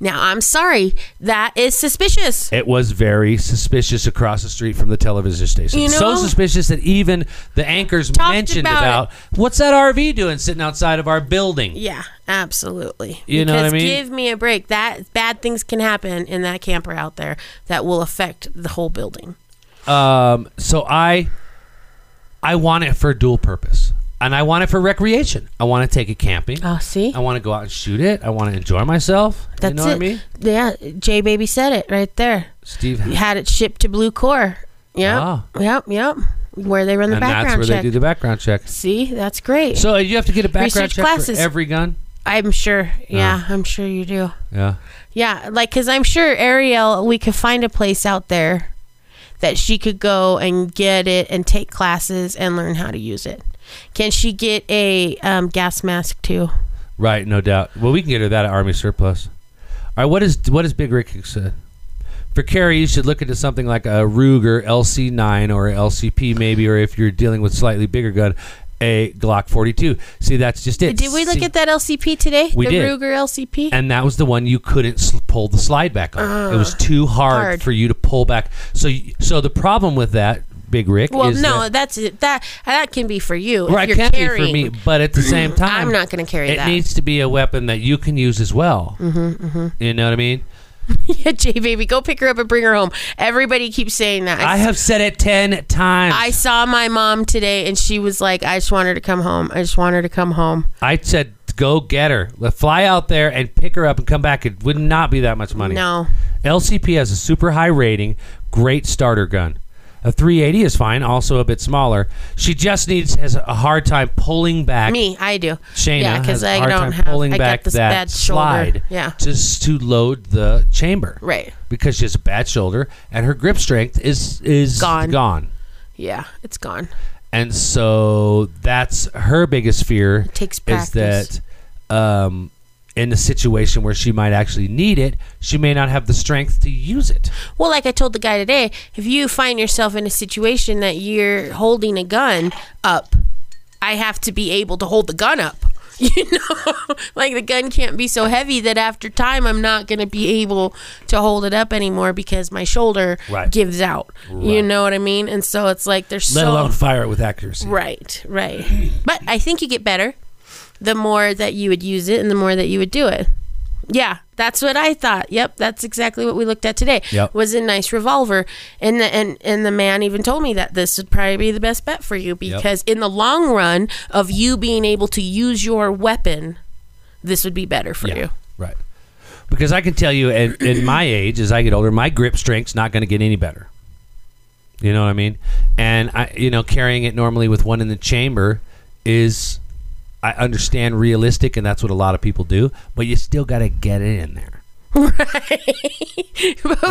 Speaker 2: Now, I'm sorry, that is suspicious.
Speaker 3: It was very suspicious across the street from the television station.
Speaker 2: You
Speaker 3: so
Speaker 2: know-
Speaker 3: suspicious that even the anchors
Speaker 2: Talked
Speaker 3: mentioned
Speaker 2: about
Speaker 3: about, what's that RV doing sitting outside of our building?
Speaker 2: Yeah, absolutely.
Speaker 3: You know what I
Speaker 2: Because
Speaker 3: mean?
Speaker 2: Give me a break. That bad things can happen in that camper out there that will affect the whole building.
Speaker 3: Um, so I I want it for dual purpose. And I want it for recreation. I want to take it camping.
Speaker 2: Oh, see,
Speaker 3: I want to go out and shoot it. I want to enjoy myself.
Speaker 2: that's
Speaker 3: you know
Speaker 2: it.
Speaker 3: what I mean?
Speaker 2: Yeah, J Baby said it right there.
Speaker 3: Steve
Speaker 2: You had it shipped to Blue Core. Yep,
Speaker 3: Ah.
Speaker 2: yep, yep. Where they run the
Speaker 3: and that's
Speaker 2: background
Speaker 3: where
Speaker 2: check.
Speaker 3: they do the background check.
Speaker 2: see, that's great.
Speaker 3: So you have to get a background
Speaker 2: Research
Speaker 3: check
Speaker 2: classes.
Speaker 3: for every gun.
Speaker 2: I'm sure. Yeah, I'm sure you do.
Speaker 3: Yeah.
Speaker 2: Yeah, like because I'm sure Ariel, we could find a place out there that she could go and get it and take classes and learn how to use it. Can she get a um, gas mask too?
Speaker 3: Right, no doubt. Well, we can get her that at Army surplus. All right, what is what is Big Rick said? For carry, you should look into something like a Ruger LC9 or a LCP maybe, or if you're dealing with slightly bigger gun, a Glock 42. See, that's just it.
Speaker 2: Did we look
Speaker 3: See-
Speaker 2: at that LCP today?
Speaker 3: We
Speaker 2: the
Speaker 3: did.
Speaker 2: Ruger LCP.
Speaker 3: and that was the one you couldn't s pull the slide back on. it was too hard,
Speaker 2: hard.
Speaker 3: for you to pull back. So, y- so the problem with that, Big Rick,
Speaker 2: well,
Speaker 3: is
Speaker 2: no,
Speaker 3: that,
Speaker 2: that's it. that that can be for you. if
Speaker 3: right
Speaker 2: you're
Speaker 3: can
Speaker 2: carrying.
Speaker 3: be for me, but at the same time,
Speaker 2: I'm not gonna carry
Speaker 3: It
Speaker 2: that.
Speaker 3: needs to be a weapon that you can use as well. Mm-hmm, You know what I mean?
Speaker 2: yeah, J baby, go pick her up and bring her home. Everybody keeps saying that.
Speaker 3: I have said it ten times.
Speaker 2: I
Speaker 3: I,
Speaker 2: saw my mom today, and she was like, "I just want her to come home. I just want her to come home."
Speaker 3: said go get her, Let- fly out there and pick her up and come back. It would not be that much money.
Speaker 2: No.
Speaker 3: LCP has a super high rating, great starter gun. A 380 is fine, also a bit smaller. She just needs has a hard time pulling back.
Speaker 2: Me, I do.
Speaker 3: Shayna
Speaker 2: yeah,
Speaker 3: has
Speaker 2: because
Speaker 3: a
Speaker 2: I
Speaker 3: hard
Speaker 2: don't
Speaker 3: time
Speaker 2: have.
Speaker 3: pulling
Speaker 2: I
Speaker 3: back
Speaker 2: got this
Speaker 3: that
Speaker 2: bad
Speaker 3: slide
Speaker 2: shoulder. Yeah,
Speaker 3: just to load the chamber.
Speaker 2: right.
Speaker 3: Because she has a bad shoulder and her grip strength is is
Speaker 2: Gone.
Speaker 3: gone.
Speaker 2: Yeah, it's gone.
Speaker 3: And so that's her biggest fear
Speaker 2: takes
Speaker 3: is
Speaker 2: practice.
Speaker 3: that um, in a situation where she might actually need it, she may not have the strength to use it.
Speaker 2: Well, like I told the guy today, if you find yourself in a situation that you're holding a gun up, I have to be able to hold the gun up. You know, like the gun can't be so heavy that after time I'm not going to be able to hold it up anymore because my shoulder
Speaker 3: Right.
Speaker 2: gives out. You
Speaker 3: Right.
Speaker 2: know what I mean? And so it's like there's
Speaker 3: Let
Speaker 2: so
Speaker 3: alone fire it with accuracy.
Speaker 2: Right, right. But I think you get better the more that you would use it and the more that you would do it. Yeah, that's what I thought. Yep, that's exactly what we looked at today.
Speaker 3: Yep.
Speaker 2: Was a nice revolver, and the and and the man even told me that this would probably be the best bet for you because in the long run of you being able to use your weapon, this would be better for you.
Speaker 3: Right. Because I can tell you, at, at my age, as I get older, my grip strength's not going to get any better. You know what I mean? And I, you know, carrying it normally with one in the chamber is, I understand realistic, and that's what a lot of people do. But you still got to get it in there,
Speaker 2: Before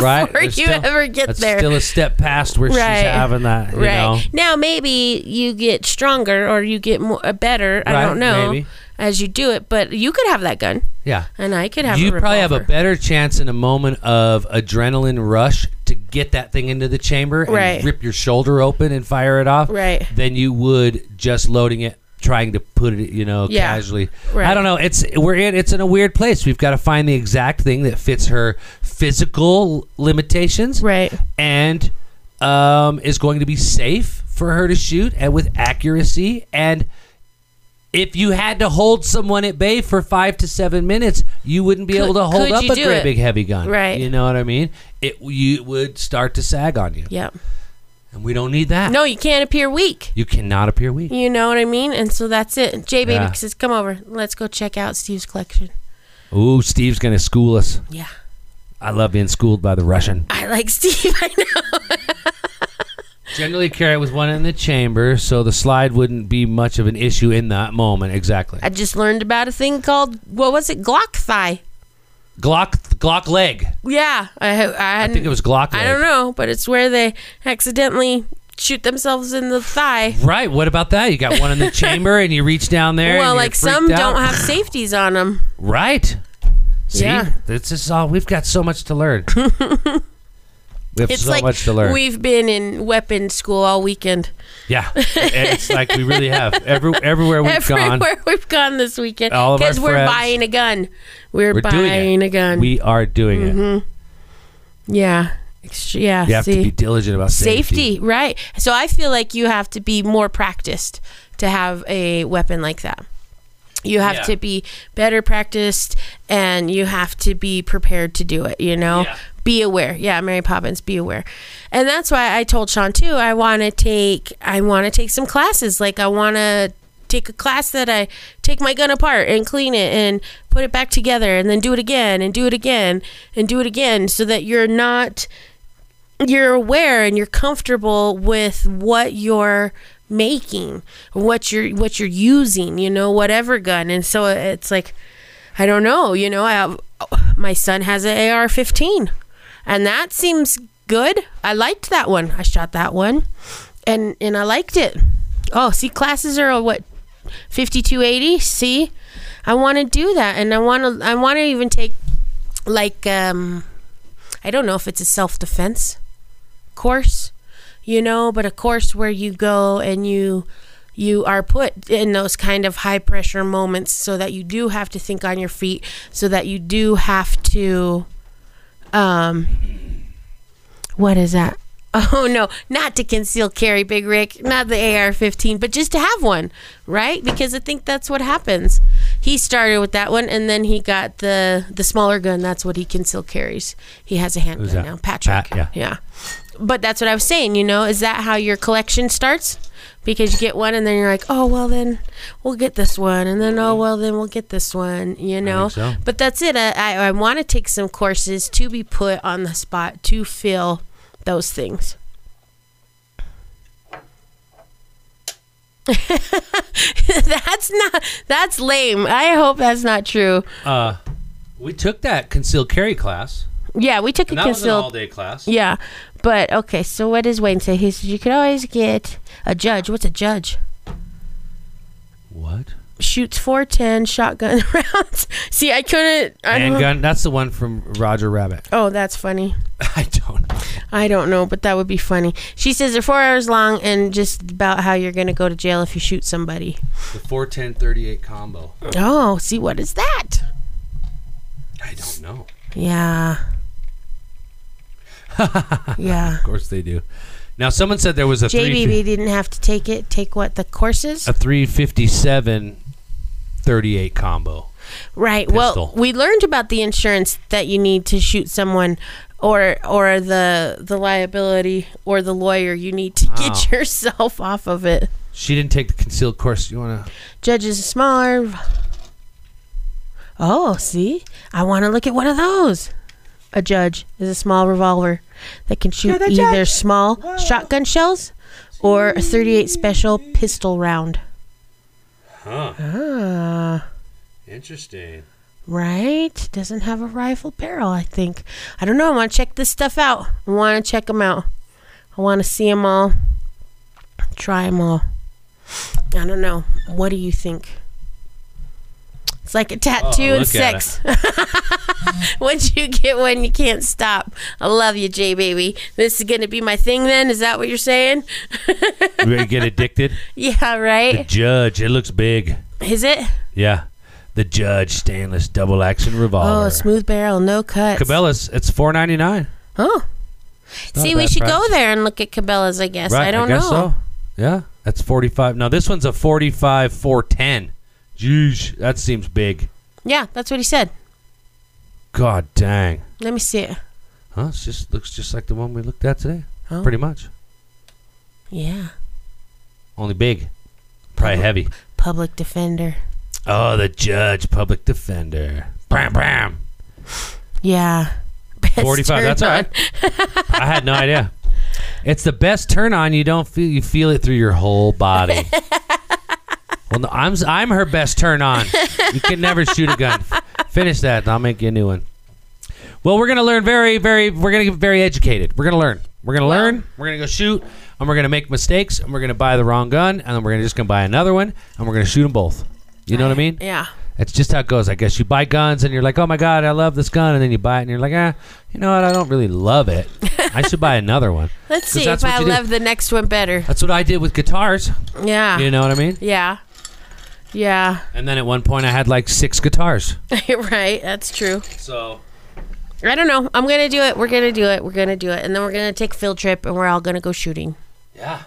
Speaker 3: right?
Speaker 2: you
Speaker 3: There's still-
Speaker 2: ever get
Speaker 3: that's
Speaker 2: there,
Speaker 3: still a step past where she's
Speaker 2: Right.
Speaker 3: having that. You
Speaker 2: right
Speaker 3: know?
Speaker 2: now maybe you get stronger or you get more uh, better i
Speaker 3: Right,
Speaker 2: don't know
Speaker 3: maybe.
Speaker 2: as you do it but you could have that gun
Speaker 3: Yeah.
Speaker 2: and i could have
Speaker 3: you
Speaker 2: a
Speaker 3: probably have a
Speaker 2: revolver.
Speaker 3: better chance in a moment of adrenaline rush to get that thing into the chamber and
Speaker 2: Right.
Speaker 3: rip your shoulder open and fire it off
Speaker 2: Right.
Speaker 3: than you would just loading it trying to put it you know
Speaker 2: Yeah.
Speaker 3: casually
Speaker 2: Right.
Speaker 3: i don't know it's we're in it's in a weird place we've got to find the exact thing that fits her physical limitations
Speaker 2: Right.
Speaker 3: and um, is going to be safe for her to shoot and with accuracy and if you had to hold someone at bay for five to seven minutes, you wouldn't be
Speaker 2: Could-
Speaker 3: able to hold
Speaker 2: could
Speaker 3: up
Speaker 2: you
Speaker 3: a
Speaker 2: do
Speaker 3: great
Speaker 2: it?
Speaker 3: big heavy gun.
Speaker 2: Right.
Speaker 3: You know what I mean? It you would start to sag on you,
Speaker 2: yep
Speaker 3: and we don't need that.
Speaker 2: no you can't appear weak
Speaker 3: you cannot appear weak.
Speaker 2: you know what i mean and so that's it jay baby
Speaker 3: Yeah.
Speaker 2: says come over let's go check out steve's collection
Speaker 3: Ooh, Steve's gonna school us.
Speaker 2: yeah
Speaker 3: I love being schooled by the Russian.
Speaker 2: i like steve i know
Speaker 3: Generally carry it with one in the chamber, so the slide wouldn't be much of an issue in that moment. Exactly.
Speaker 2: i just learned about a thing called what was it glock thigh
Speaker 3: Glock, Glock leg.
Speaker 2: yeah i, I,
Speaker 3: I
Speaker 2: hadn't-
Speaker 3: think it was Glock leg.
Speaker 2: I don't know but it's where they accidentally shoot themselves in the thigh
Speaker 3: Right. What about that? You got one in the chamber, and you reach down there.
Speaker 2: Well,
Speaker 3: and you're
Speaker 2: like some
Speaker 3: freaked out.
Speaker 2: don't have safeties on them.
Speaker 3: Right. See,
Speaker 2: Yeah.
Speaker 3: this is all we've got so much to learn. We have
Speaker 2: It's
Speaker 3: so
Speaker 2: like
Speaker 3: much to learn.
Speaker 2: we've been in weapon school all weekend.
Speaker 3: yeah, it's like we really have every everywhere we've
Speaker 2: Everywhere
Speaker 3: gone.
Speaker 2: we've gone this weekend,
Speaker 3: All of our
Speaker 2: because we're
Speaker 3: friends.
Speaker 2: buying a gun. We're,
Speaker 3: We're
Speaker 2: buying
Speaker 3: doing it.
Speaker 2: a gun.
Speaker 3: We are doing it.
Speaker 2: yeah, Ex- yeah.
Speaker 3: You have
Speaker 2: Mm-hmm. see.
Speaker 3: to be diligent about
Speaker 2: safety.
Speaker 3: safety.
Speaker 2: right? So I feel like you have to be more practiced to have a weapon like that. You have
Speaker 3: Yeah.
Speaker 2: to be better practiced and you have to be prepared to do it, you know?
Speaker 3: Yeah.
Speaker 2: Be aware. Yeah, Mary Poppins, be aware. And that's why I told Sean too, I wanna take I wanna take some classes. Like I wanna take a class that I take my gun apart and clean it and put it back together and then do it again and do it again and do it again so that you're not you're aware and you're comfortable with what you're making what you're what you're using you know whatever gun and so it's like i don't know you know i have my son has an ar-15 and that seems good i liked that one i shot that one and and i liked it oh see classes are what 5280 see i want to do that and i want to i want to even take like um i don't know if it's a self-defense course, you know, but a course where you go and you you are put in those kind of high pressure moments so that you do have to think on your feet, so that you do have to um what is that? Oh no, not to conceal carry Big Rick, not the AR15, but just to have one, right? Because I think that's what happens. He started with that one and then he got the the smaller gun, that's what he conceal carries. He has a handgun
Speaker 3: that?
Speaker 2: now,
Speaker 3: Pat,
Speaker 2: Patrick.
Speaker 3: yeah.
Speaker 2: Yeah. But that's what I was saying, you know, is that how your collection starts? Because you get one and then you're like, oh, well, then we'll get this one. And then, oh, well, then we'll get this one, you know?
Speaker 3: so.
Speaker 2: But that's it. I, I, I want to take some courses to be put on the spot to fill those things. that's not, that's lame. I hope that's not true.
Speaker 3: Uh, we took that concealed carry class.
Speaker 2: Yeah, we took
Speaker 3: And
Speaker 2: a
Speaker 3: that was an
Speaker 2: concealed
Speaker 3: all day class.
Speaker 2: Yeah, but okay. So what does Wayne say? He says you could always get a judge. What's a judge?
Speaker 3: What?
Speaker 2: Shoots four ten shotgun rounds. See, I couldn't. I don't-
Speaker 3: Handgun. That's the one from Roger Rabbit.
Speaker 2: Oh, that's funny.
Speaker 3: I don't. know.
Speaker 2: I don't know, but that would be funny. She says they're four hours long and just about how you're gonna go to jail if you shoot somebody.
Speaker 3: The 410 38 combo.
Speaker 2: Oh, see what is that?
Speaker 3: I don't know.
Speaker 2: Yeah. yeah.
Speaker 3: Of course they do. Now someone said there was a
Speaker 2: JBB
Speaker 3: three,
Speaker 2: didn't have to take it. Take what the courses?
Speaker 3: a 357 38 combo.
Speaker 2: Right.
Speaker 3: pistol.
Speaker 2: Well, we learned about the insurance that you need to shoot someone or or the the liability or the lawyer you need to
Speaker 3: Wow.
Speaker 2: get yourself off of it.
Speaker 3: She didn't take the concealed course. You want to
Speaker 2: Judges are smaller. Oh, see? I want to look at one of those. A judge is a small revolver that can shoot either small shotgun shells or a 38 special pistol round. Ah.
Speaker 3: Interesting.
Speaker 2: Right? Doesn't have a rifle barrel, I think. I don't know. I want to check this stuff out. I want to check them out. I want to see them all. Try them all. I don't know. What do you think? It's like a tattoo
Speaker 3: Oh,
Speaker 2: and
Speaker 3: look at
Speaker 2: sex. Once you get one, you can't stop. I love you, J baby. This is gonna be my thing. Then is that what you're saying?
Speaker 3: You ready to get addicted?
Speaker 2: yeah,
Speaker 3: The
Speaker 2: right.
Speaker 3: judge. It looks big.
Speaker 2: Is it?
Speaker 3: Yeah. The judge stainless double action revolver.
Speaker 2: Oh, smooth barrel, no cuts.
Speaker 3: Cabela's. It's 4.99.
Speaker 2: Oh. See,
Speaker 3: a
Speaker 2: we
Speaker 3: bad
Speaker 2: should
Speaker 3: price.
Speaker 2: go there and look at Cabela's, I guess. I don't
Speaker 3: guess
Speaker 2: know.
Speaker 3: so. Yeah, that's 45. Now this one's a 45 410. Jeez, that seems big.
Speaker 2: Yeah, that's what he said.
Speaker 3: God dang.
Speaker 2: Let me see it.
Speaker 3: Huh? It's just looks just like the one we looked at today.
Speaker 2: Oh.
Speaker 3: Pretty much.
Speaker 2: Yeah.
Speaker 3: Only big. Probably heavy.
Speaker 2: Public defender.
Speaker 3: Oh, the judge, public defender. Bram bram.
Speaker 2: Yeah. Best
Speaker 3: 45.
Speaker 2: turn
Speaker 3: That's all
Speaker 2: on.
Speaker 3: right. I had no idea. It's the best turn on. You don't feel you feel it through your whole body. well, no, I'm s- I'm her best turn on. You can never shoot a gun. Finish that. and I'll make you a new one. Well, we're gonna learn very, very. We're gonna get very educated. We're gonna learn. We're gonna learn. We're gonna go shoot, and we're gonna make mistakes, and we're gonna buy the wrong gun, and then we're gonna just gonna buy another one, and we're gonna shoot them both. You know what I mean?
Speaker 2: Yeah.
Speaker 3: That's just how it goes, I guess. You buy guns and you're like, oh my god, I love this gun, and then you buy it and you're like, ah, you know what? I don't really love it. I should buy another one.
Speaker 2: Let's
Speaker 3: 'Cause
Speaker 2: see
Speaker 3: that's
Speaker 2: if
Speaker 3: what
Speaker 2: I
Speaker 3: you do.
Speaker 2: love the next one better.
Speaker 3: That's what I did with guitars.
Speaker 2: Yeah.
Speaker 3: You know what I mean?
Speaker 2: Yeah. Yeah.
Speaker 3: And then at one point, I had like six guitars.
Speaker 2: right. That's true.
Speaker 3: So
Speaker 2: I don't know. I'm gonna do it. We're gonna do it. We're gonna do it. And then we're gonna take a field trip and we're all gonna go shooting.
Speaker 3: yeah,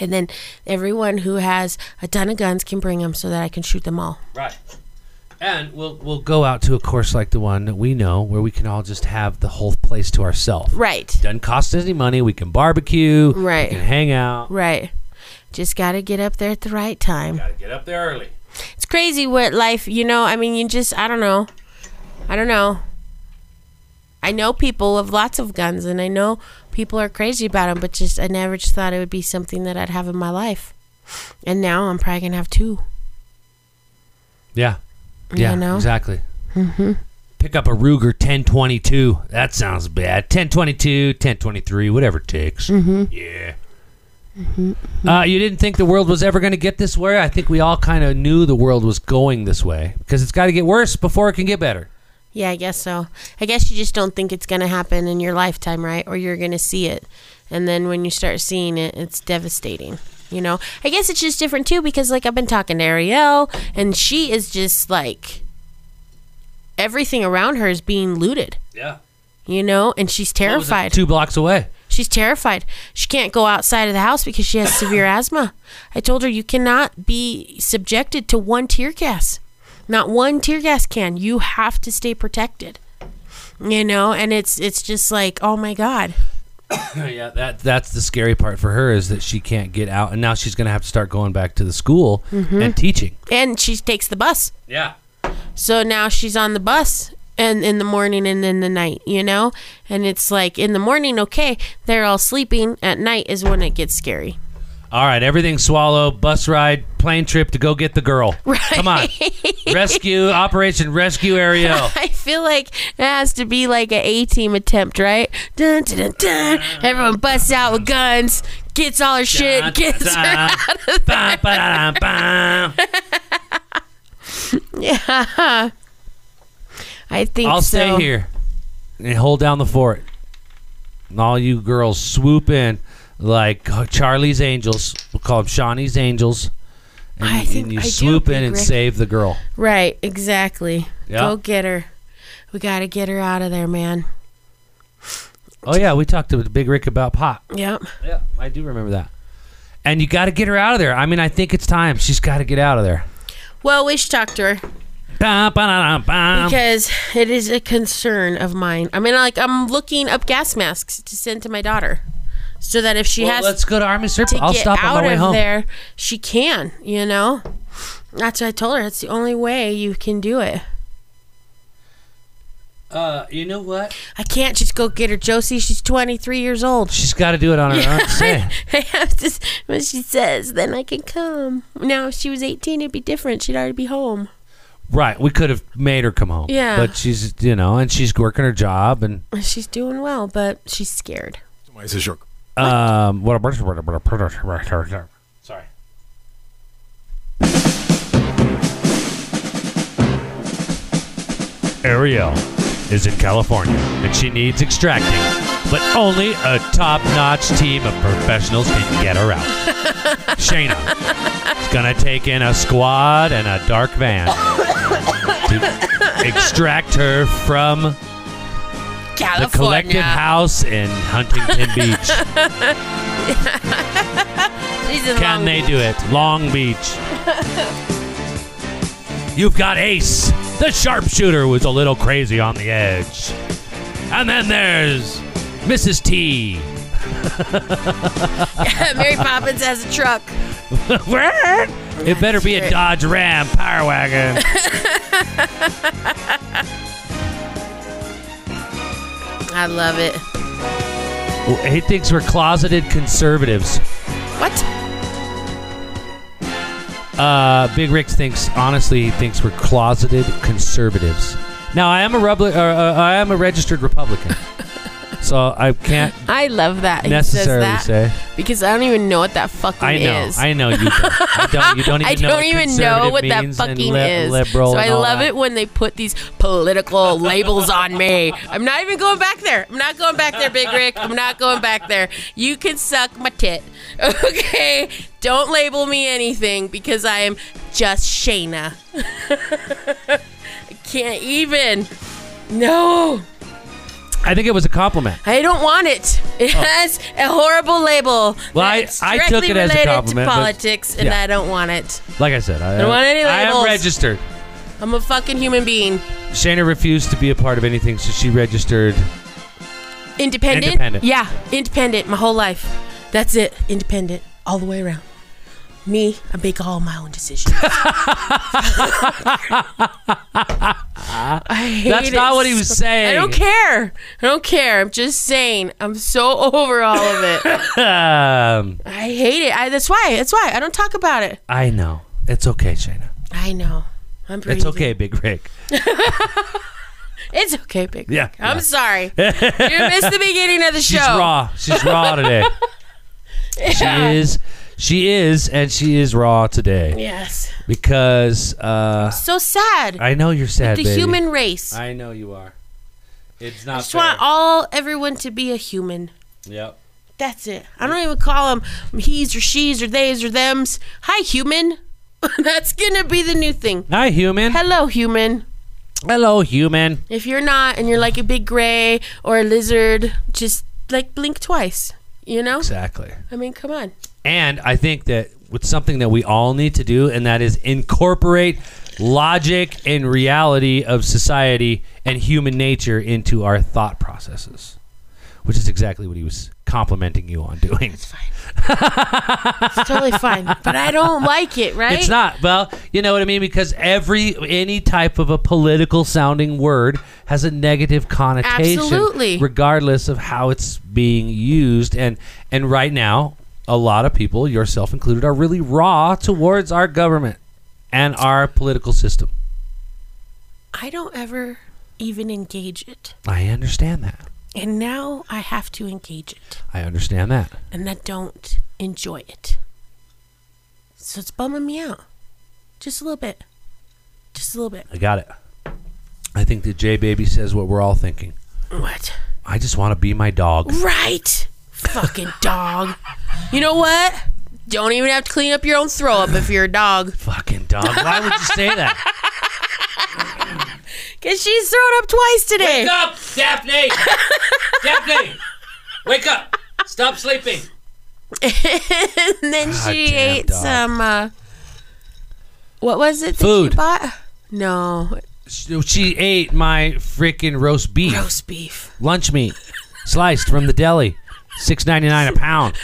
Speaker 2: And then everyone who has a ton of guns can bring them so that I can shoot them all.
Speaker 3: right. And we'll we'll go out to a course like the one that we know, where we can all just have the whole place to ourselves.
Speaker 2: Right.
Speaker 3: Doesn't cost us any money. We can barbecue.
Speaker 2: Right.
Speaker 3: We can hang out.
Speaker 2: Right. Just gotta get up there at the right time.
Speaker 3: Gotta get up there early.
Speaker 2: It's crazy what life, you know. I mean, you just, I don't know. I don't know. I know people with lots of guns and I know people are crazy about them, but just, I never just thought it would be something that I'd have in my life. And now I'm probably gonna have two.
Speaker 3: Yeah. Yeah.
Speaker 2: know?
Speaker 3: Exactly. Mm-hmm. Pick up a Ruger 1022. That sounds bad. 1022, 1023, whatever it takes. Mm-hmm. Yeah. Uh, you didn't think the world was ever going to get this way. I think we all kind of knew the world was going this way because it's got to get worse before it can get better.
Speaker 2: Yeah, I guess so. I guess you just don't think it's going to happen in your lifetime, right? Or you're going to see it. And then when you start seeing it, it's devastating. You know? I guess it's just different too because, like, I've been talking to Ariel, and she is just like everything around her is being looted,
Speaker 3: Yeah.
Speaker 2: you know? And she's terrified.
Speaker 3: Two blocks away.
Speaker 2: She's terrified. She can't go outside of the house because she has severe asthma. I told her you cannot be subjected to one tear gas. Not one tear gas can. You have to stay protected. You know, and it's it's just like, oh my god.
Speaker 3: yeah, that that's the scary part for her is that she can't get out, and now she's going to have to start going back to the school and teaching.
Speaker 2: And she takes the bus.
Speaker 3: Yeah.
Speaker 2: So now she's on the bus and in the morning and in the night, you know? And it's like in the morning, okay, they're all sleeping. At night is when it gets scary.
Speaker 3: All right, everything swallow, bus ride, plane trip to go get the girl.
Speaker 2: Right.
Speaker 3: Come on. Rescue, Operation Rescue Ariel.
Speaker 2: I feel like it has to be like an A team attempt, right? Dun, dun, dun, dun. Everyone busts out with guns, gets all her shit, gets her.
Speaker 3: Bum, ba-da-dum, bum.
Speaker 2: I think
Speaker 3: I'll
Speaker 2: so.
Speaker 3: stay here and hold down the fort. And all you girls swoop in like uh, Charlie's Angels. We'll call them Shawnee's Angels. And,
Speaker 2: I
Speaker 3: you-
Speaker 2: think
Speaker 3: and you
Speaker 2: I do
Speaker 3: swoop in
Speaker 2: think
Speaker 3: and
Speaker 2: Rick-
Speaker 3: save the girl.
Speaker 2: Right, exactly.
Speaker 3: Yeah.
Speaker 2: Go get her. We got to get her out of there, man.
Speaker 3: Oh, yeah, we talked to Big Rick about pot.
Speaker 2: Yep.
Speaker 3: Yeah, I do remember that. And you got to get her out of there. I mean, I think it's time. She's got to get out of there.
Speaker 2: Well, we should talk to her
Speaker 3: Bum, ba-da-dum, bum.
Speaker 2: because it is a concern of mine. I mean, like, I'm looking up gas masks to send to my daughter so that if she
Speaker 3: Well,
Speaker 2: has
Speaker 3: let's go to Army Circle.
Speaker 2: to
Speaker 3: I'll
Speaker 2: get
Speaker 3: stop
Speaker 2: out
Speaker 3: on my way
Speaker 2: of
Speaker 3: home.
Speaker 2: there, she can, you know? That's what I told her. That's the only way you can do it.
Speaker 3: Uh, you know what?
Speaker 2: I can't just go get her, Josie. She's 23 years old.
Speaker 3: She's got to do it on her own. Say,
Speaker 2: I have to, when she says, then I can come. Now, if she was 18, it'd be different. She'd already be home.
Speaker 3: right? We could have made her come home.
Speaker 2: Yeah.
Speaker 3: But she's, you know, and she's working her job, and
Speaker 2: She's doing well, but she's scared.
Speaker 5: Mas esse jogo.
Speaker 3: um, what? a- Sorry. Ariel is in California and she needs extracting, but only a top notch team of professionals can get her out. Shayna is going to take in a squad and a dark van to extract her from the collective house in Huntington Beach.
Speaker 2: She's in
Speaker 3: Can
Speaker 2: Long
Speaker 3: they
Speaker 2: Beach.
Speaker 3: do it? Long Beach. You've got Ace, the sharpshooter was a little crazy on the edge. And then there's Mrs. T.
Speaker 2: Mary Poppins has a truck.
Speaker 3: it better be a
Speaker 2: right.
Speaker 3: Dodge Ram Power Wagon.
Speaker 2: I love it.
Speaker 3: he thinks we're closeted conservatives.
Speaker 2: What?
Speaker 3: Uh, Big Rick thinks honestly he thinks we're closeted conservatives. Now I am a rubli- uh, uh, I am a registered Republican. So I can't
Speaker 2: I love that. He says
Speaker 3: necessarily
Speaker 2: that
Speaker 3: say.
Speaker 2: because I don't even know what that fucking
Speaker 3: I know.
Speaker 2: is.
Speaker 3: I know you. Don't. I don't. You don't even
Speaker 2: I
Speaker 3: know.
Speaker 2: don't
Speaker 3: what
Speaker 2: even know
Speaker 3: conservative
Speaker 2: what that
Speaker 3: means and
Speaker 2: fucking
Speaker 3: li-
Speaker 2: is.
Speaker 3: Liberal.
Speaker 2: so I
Speaker 3: and all
Speaker 2: love
Speaker 3: that.
Speaker 2: it when they put these political labels on me. I'm not even going back there. I'm not going back there, Big Rick. I'm not going back there. You can suck my tit. Okay? Don't label me anything because I am just Shayna. I can't even. No.
Speaker 3: I think it was a compliment.
Speaker 2: I don't want it. It has a horrible label.
Speaker 3: Oh. Well, I-
Speaker 2: that's
Speaker 3: I took
Speaker 2: directly
Speaker 3: it as a
Speaker 2: related
Speaker 3: compliment, but-
Speaker 2: to politics, and
Speaker 3: yeah.
Speaker 2: I don't want it.
Speaker 3: Like I said, I,
Speaker 2: Don't want any
Speaker 3: I am
Speaker 2: labels.
Speaker 3: registered.
Speaker 2: I'm a fucking human being.
Speaker 3: Shana refused to be a part of anything, so she registered.
Speaker 2: Independent?
Speaker 3: Independent.
Speaker 2: Yeah, independent my whole life. That's it. Independent all the way around. Me, I make all my own decisions. I hate
Speaker 3: That's
Speaker 2: it
Speaker 3: not what he
Speaker 2: so-
Speaker 3: was saying.
Speaker 2: I don't care. I don't care. I'm just saying. I'm so over all of it.
Speaker 3: Um,
Speaker 2: I hate it. I, that's why. That's why. I don't talk about it.
Speaker 3: I know. It's okay, Shana.
Speaker 2: I know. I'm pretty.
Speaker 3: It's okay, Big Rick.
Speaker 2: It's okay, big.
Speaker 3: Yeah,
Speaker 2: Rick. I'm sorry. you missed the beginning of the show.
Speaker 3: She's raw. She's raw today. She is. She is, and she is raw today
Speaker 2: Yes.
Speaker 3: because uh,
Speaker 2: So sad.
Speaker 3: I know you're sad,
Speaker 2: the
Speaker 3: baby.
Speaker 2: human race.
Speaker 3: I know you are. It's not.
Speaker 2: I just want all everyone to be a human.
Speaker 3: yep.
Speaker 2: That's it. I don't even call them he's or she's or they's or them's. Hi, human. That's gonna be the new thing.
Speaker 3: Hi, human.
Speaker 2: Hello, human.
Speaker 3: Hello, human.
Speaker 2: If you're not and you're like a big gray or a lizard, just like blink twice. You know?
Speaker 3: Exactly.
Speaker 2: I mean, come on.
Speaker 3: And I think that it's something that we all need to do, and that is incorporate logic and reality of society and human nature into our thought processes, which is exactly what he was complimenting you on doing.
Speaker 2: It's totally fine. But I don't like it, right?
Speaker 3: It's not. Well, you know what I mean? Because every, any type of a political sounding word has a negative connotation.
Speaker 2: Absolutely.
Speaker 3: Regardless of how it's being used. And, and right now, a lot of people, yourself included, are really raw towards our government and our political system.
Speaker 2: I don't ever even engage it.
Speaker 3: I understand that.
Speaker 2: And now I have to engage it.
Speaker 3: I understand that.
Speaker 2: And I don't enjoy it. So it's bumming me out. Just a little bit. Just a little bit.
Speaker 3: I got it. I think that J Baby says what we're all thinking.
Speaker 2: What?
Speaker 3: I just want to be my dog.
Speaker 2: Right? Fucking dog. You know what? Don't even have to clean up your own throw up if you're a dog.
Speaker 3: Fucking dog. Why would you say that?
Speaker 2: Because she's thrown up twice today.
Speaker 3: up, Daphne! Daphne! Wake up! Stop sleeping!
Speaker 2: and then she
Speaker 3: Goddamn
Speaker 2: ate
Speaker 3: dog.
Speaker 2: some, uh, what was it that
Speaker 3: Food.
Speaker 2: she bought? No,
Speaker 3: She ate my freaking roast beef,
Speaker 2: roast beef.
Speaker 3: lunch meat, sliced from the deli, six ninety nine a pound.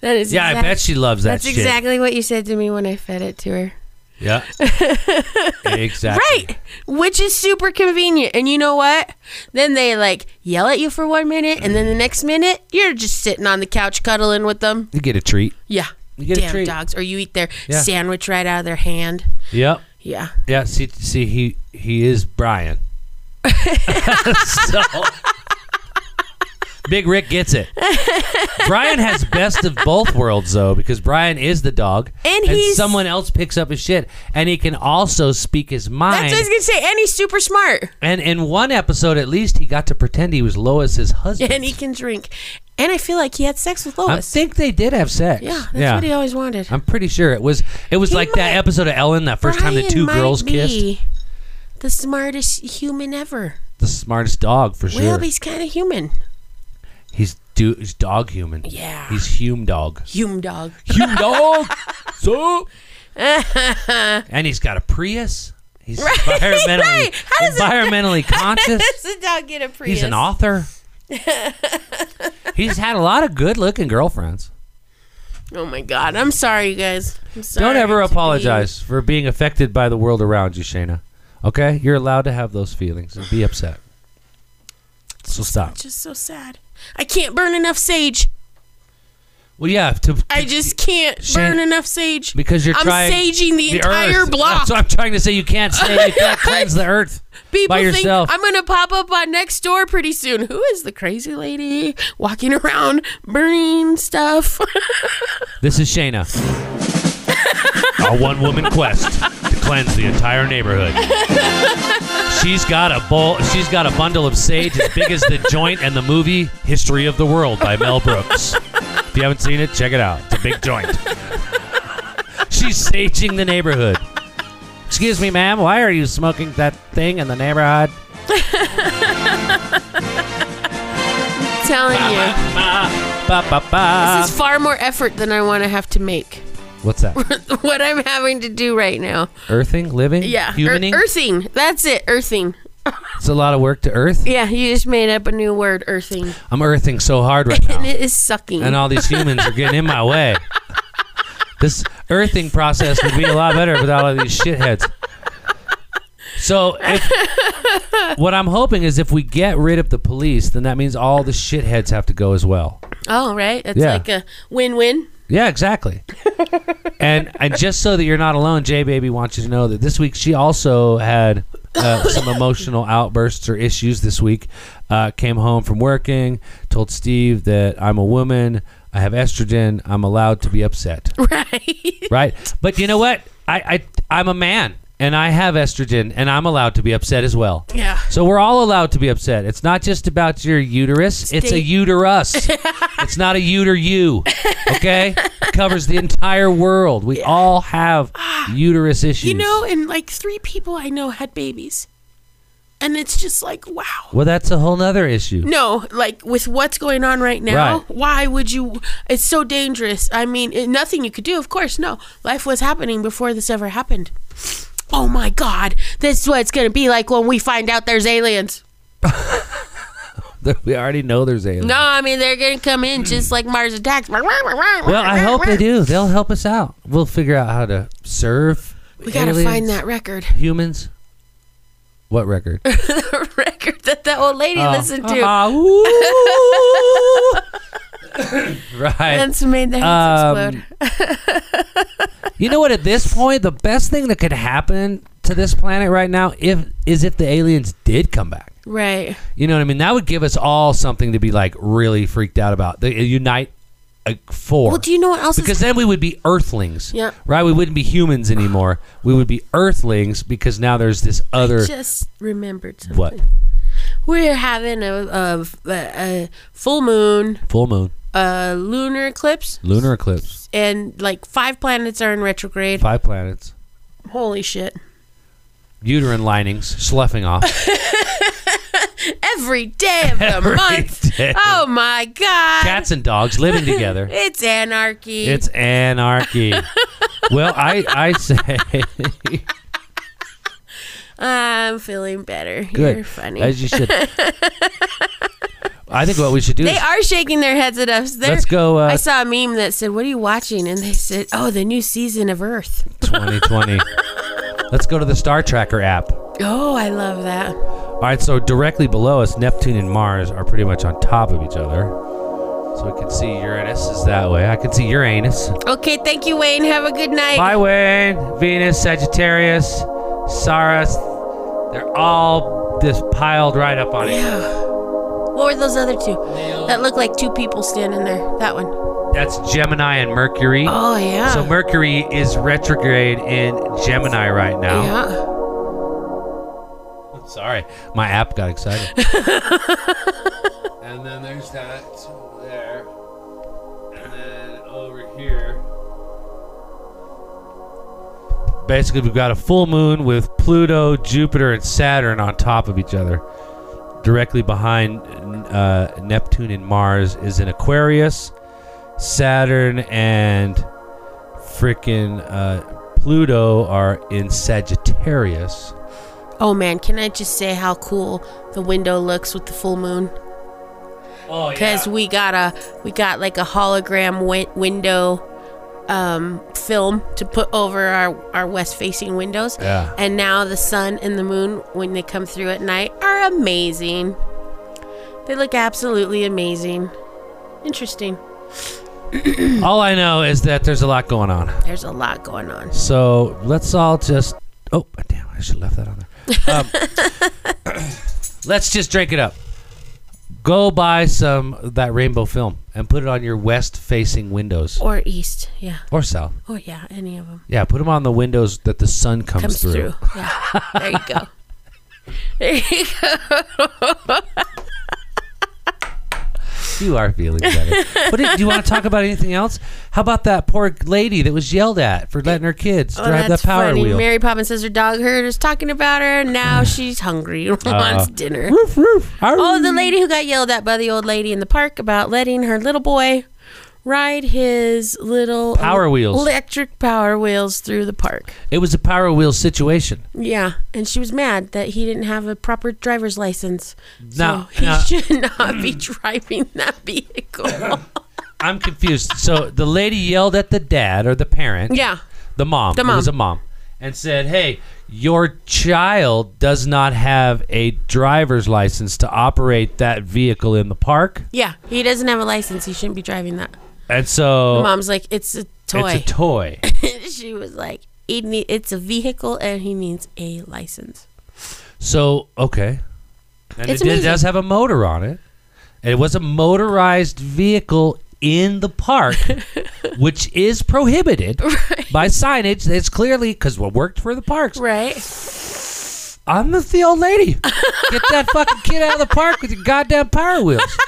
Speaker 2: That is
Speaker 3: Yeah, I
Speaker 2: exact-
Speaker 3: bet she loves that
Speaker 2: That's
Speaker 3: shit.
Speaker 2: exactly what you said to me when I fed it to her.
Speaker 3: Yeah, exactly.
Speaker 2: Right, which is super convenient. And you know what? Then they like yell at you for one minute, and then the next minute you're just sitting on the couch cuddling with them.
Speaker 3: You get a treat.
Speaker 2: Yeah,
Speaker 3: You get a
Speaker 2: damn
Speaker 3: treat.
Speaker 2: dogs, or you eat their
Speaker 3: Yeah.
Speaker 2: sandwich right out of their hand.
Speaker 3: Yep.
Speaker 2: Yeah,
Speaker 3: Yeah. See, see, he he is Brian. so Big Rick gets it. Brian has best of both worlds though, because Brian is the dog,
Speaker 2: And he's-
Speaker 3: someone else picks up his shit, and he can also speak his
Speaker 2: that's
Speaker 3: mind.
Speaker 2: what I was gonna say. And he's super smart,
Speaker 3: and in one episode, at least, he got to pretend he was Lois's husband.
Speaker 2: and he can drink. And I feel like he had sex with
Speaker 3: I
Speaker 2: Lois.
Speaker 3: think they did have sex.
Speaker 2: yeah, that's what he always wanted.
Speaker 3: I'm pretty sure it was. It was
Speaker 2: He
Speaker 3: like
Speaker 2: might-
Speaker 3: that episode of Ellen, that first time the
Speaker 2: Brian
Speaker 3: two
Speaker 2: might
Speaker 3: girls kissed.
Speaker 2: be The smartest human ever.
Speaker 3: The smartest dog for sure.
Speaker 2: Well, he's kind of human.
Speaker 3: He's do he's dog human.
Speaker 2: Yeah.
Speaker 3: He's hume dog.
Speaker 2: Hume dog.
Speaker 3: Hume dog. so. and he's got a Prius. He's environmentally
Speaker 2: right. How does it-
Speaker 3: environmentally conscious.
Speaker 2: Does the dog get a Prius?
Speaker 3: He's an author. he's had a lot of good looking girlfriends.
Speaker 2: Oh my god! I'm sorry, you guys. I'm sorry
Speaker 3: Don't ever
Speaker 2: to be-
Speaker 3: apologize for being affected by the world around you, Shayna. Okay? You're allowed to have those feelings and be upset. So stop.
Speaker 2: Just so sad. I can't burn enough sage.
Speaker 3: Well, yeah, to,
Speaker 2: I just can't
Speaker 3: Shane-
Speaker 2: burn enough sage.
Speaker 3: because you're
Speaker 2: I'm
Speaker 3: trying
Speaker 2: saging the, entire
Speaker 3: earth.
Speaker 2: block.
Speaker 3: So I'm trying to say you can't say you can't cleanse the earth
Speaker 2: People
Speaker 3: by
Speaker 2: think
Speaker 3: yourself.
Speaker 2: I'm gonna pop up on next door pretty soon. Who is the crazy lady walking around burning stuff?
Speaker 3: this is Shayna. A one woman quest to cleanse the entire neighborhood. She's got a bowl. She's got a bundle of sage as big as the joint and the movie History of the World by Mel Brooks. If you haven't seen it, check it out. It's a big joint. She's saging the neighborhood. Excuse me, ma'am. Why are you smoking that thing in the neighborhood?
Speaker 2: telling you,
Speaker 3: Ba, ba, ba.
Speaker 2: this is far more effort than I want to have to make.
Speaker 3: What's that?
Speaker 2: what I'm having to do right now.
Speaker 3: Earthing, living,
Speaker 2: Yeah, ear-
Speaker 3: humaning.
Speaker 2: earthing. That's it, earthing.
Speaker 3: It's a lot of work to earth.
Speaker 2: Yeah, you just made up a new word, earthing,
Speaker 3: I'm earthing so hard right
Speaker 2: and
Speaker 3: now,
Speaker 2: it is sucking.
Speaker 3: Oh. and all these humans are getting in my way. This earthing process would be a lot better without all these shitheads. So, if, what I'm hoping is if we get rid of the police, then that means all the shitheads have to go as well.
Speaker 2: oh, right. It's
Speaker 3: Yeah.
Speaker 2: like a win-win.
Speaker 3: Yeah, exactly. and and just so that you're not alone, Jay Baby wants you to know that this week she also had uh, some emotional outbursts or issues. This week, uh, came home from working, told Steve that I'm a woman, I have estrogen, I'm allowed to be upset.
Speaker 2: Right.
Speaker 3: Right. But you know what? I, I I'm a man and I have estrogen and I'm allowed to be upset as well.
Speaker 2: Yeah.
Speaker 3: So we're all allowed to be upset. It's not just about your uterus. It's a
Speaker 2: State-
Speaker 3: uterus. it's not a uter you. Okay? It covers the entire world. We all have uterus issues.
Speaker 2: You know, and like three people I know had babies, and it's just like, wow.
Speaker 3: Well, that's a whole nother issue.
Speaker 2: No, like with what's going on right now,
Speaker 3: Right.
Speaker 2: why would you? It's so dangerous. I mean, it, nothing you could do, of course. No, life was happening before this ever happened. Oh my God, this is what it's going to be like when we find out there's aliens.
Speaker 3: We already know there's aliens.
Speaker 2: No, I mean, they're going to come in just like Mars attacks. Well,
Speaker 3: Well,
Speaker 2: I
Speaker 3: I hope they do. They'll help us out. We'll figure out how to serve
Speaker 2: We got to
Speaker 3: aliens,
Speaker 2: find that record.
Speaker 3: humans. What record?
Speaker 2: The record that that old lady listened to.
Speaker 3: Ah, ooh. right.
Speaker 2: That's made their heads
Speaker 3: Um,
Speaker 2: explode.
Speaker 3: You know what? At this point, the best thing that could happen to this planet right now, if is if the aliens did come back.
Speaker 2: Right.
Speaker 3: You know what I mean? That would give us all something to be like really freaked out about. The unite uh, for.
Speaker 2: Well, do you know what else is
Speaker 3: because then we would be earthlings,
Speaker 2: Yeah.
Speaker 3: right? We wouldn't be humans anymore. We would be earthlings because now there's this other
Speaker 2: just remembered something.
Speaker 3: what
Speaker 2: We're having a, a, a full moon,
Speaker 3: full moon,
Speaker 2: a lunar eclipse,
Speaker 3: lunar eclipse,
Speaker 2: and like five planets are in retrograde.
Speaker 3: five planets,
Speaker 2: Holy shit.
Speaker 3: uterine linings sloughing off.
Speaker 2: Every day of the
Speaker 3: Every
Speaker 2: month.
Speaker 3: day.
Speaker 2: Oh my God.
Speaker 3: cats and dogs living together.
Speaker 2: it's anarchy.
Speaker 3: It's anarchy. well, I I say
Speaker 2: I'm feeling better. You're funny.
Speaker 3: as you should. I think what we should do
Speaker 2: they
Speaker 3: is
Speaker 2: are shaking their heads at us. They're,
Speaker 3: Let's go, uh,
Speaker 2: I saw a meme that said, What are you watching? And they said, Oh, the new season of Earth.
Speaker 3: 2020. Let's go to the Star Tracker app.
Speaker 2: Oh, I love that.
Speaker 3: All right, so directly below us, Neptune and Mars are pretty much on top of each other. So we can see Uranus is that way. I can see Uranus.
Speaker 2: Okay, thank you, Wayne. Have a good night.
Speaker 3: Bye, Wayne. Venus, Sagittarius, Saras. They're all just piled right up on it.
Speaker 2: What were those other two? That looked like two people standing there. That one.
Speaker 3: That's Gemini and Mercury.
Speaker 2: Oh yeah.
Speaker 3: So Mercury is retrograde in Gemini right now.
Speaker 2: yeah.
Speaker 3: Sorry, my app got excited. and then there's that there, and then over here. Basically, we've got a full moon with Pluto, Jupiter, and Saturn on top of each other. Directly behind uh, Neptune and Mars is an Aquarius, Saturn, and frickin' uh, Pluto are in Sagittarius.
Speaker 2: Oh man, can I just say how cool the window looks with the full moon?
Speaker 3: Oh, yeah.
Speaker 2: Cause we got a we got like a hologram win- window um film to put over our our west facing windows.
Speaker 3: Yeah.
Speaker 2: And now the sun and the moon when they come through at night are amazing. They look absolutely amazing. Interesting.
Speaker 3: All I know is that there's a lot going on.
Speaker 2: There's a lot going on.
Speaker 3: So let's all just. Oh, damn! I should have left that on there. Um, let's just drink it up. Go buy some that rainbow film and put it on your west-facing windows
Speaker 2: Or east, yeah.
Speaker 3: or south.
Speaker 2: Or yeah, any of them
Speaker 3: Yeah, put them on the windows that the sun comes,
Speaker 2: comes
Speaker 3: through.
Speaker 2: through. Yeah, there you go. There you go.
Speaker 3: You are feeling better. but do you want to talk about anything else? How about that poor lady that was yelled at for letting her kids
Speaker 2: Oh,
Speaker 3: drive that
Speaker 2: that's
Speaker 3: power
Speaker 2: funny.
Speaker 3: wheel?
Speaker 2: Mary Poppins says her dog heard us talking about her. and Now she's hungry and
Speaker 3: Uh-huh.
Speaker 2: wants dinner.
Speaker 3: Roof, roof.
Speaker 2: Oh, the lady who got yelled at by the old lady in the park about letting her little boy ride his little
Speaker 3: Power wheels.
Speaker 2: electric power wheels through the park.
Speaker 3: It was a power wheel situation.
Speaker 2: Yeah, and she was mad that he didn't have a proper driver's license.
Speaker 3: Now-
Speaker 2: so he
Speaker 3: now-
Speaker 2: should not be driving that vehicle.
Speaker 3: I'm confused. so the lady yelled at the dad or the parent.
Speaker 2: yeah,
Speaker 3: The mom.
Speaker 2: The
Speaker 3: It was
Speaker 2: mom.
Speaker 3: a mom. And said, hey, your child does not have a driver's license to operate that vehicle in the park.
Speaker 2: yeah, he doesn't have a license. He shouldn't be driving that.
Speaker 3: And so
Speaker 2: Mom's like, it's a toy.
Speaker 3: Oh. it's a toy.
Speaker 2: she was like, "He need- it's a vehicle and he needs a license.
Speaker 3: So okay, and
Speaker 2: It's
Speaker 3: it did,
Speaker 2: amazing.
Speaker 3: does have a motor on it. And it was a motorized vehicle in the park, which is prohibited by signage. That's clearly because what worked for the parks.
Speaker 2: Right?
Speaker 3: I'm the, the old lady. Get that fucking kid out of the park with your goddamn power wheels.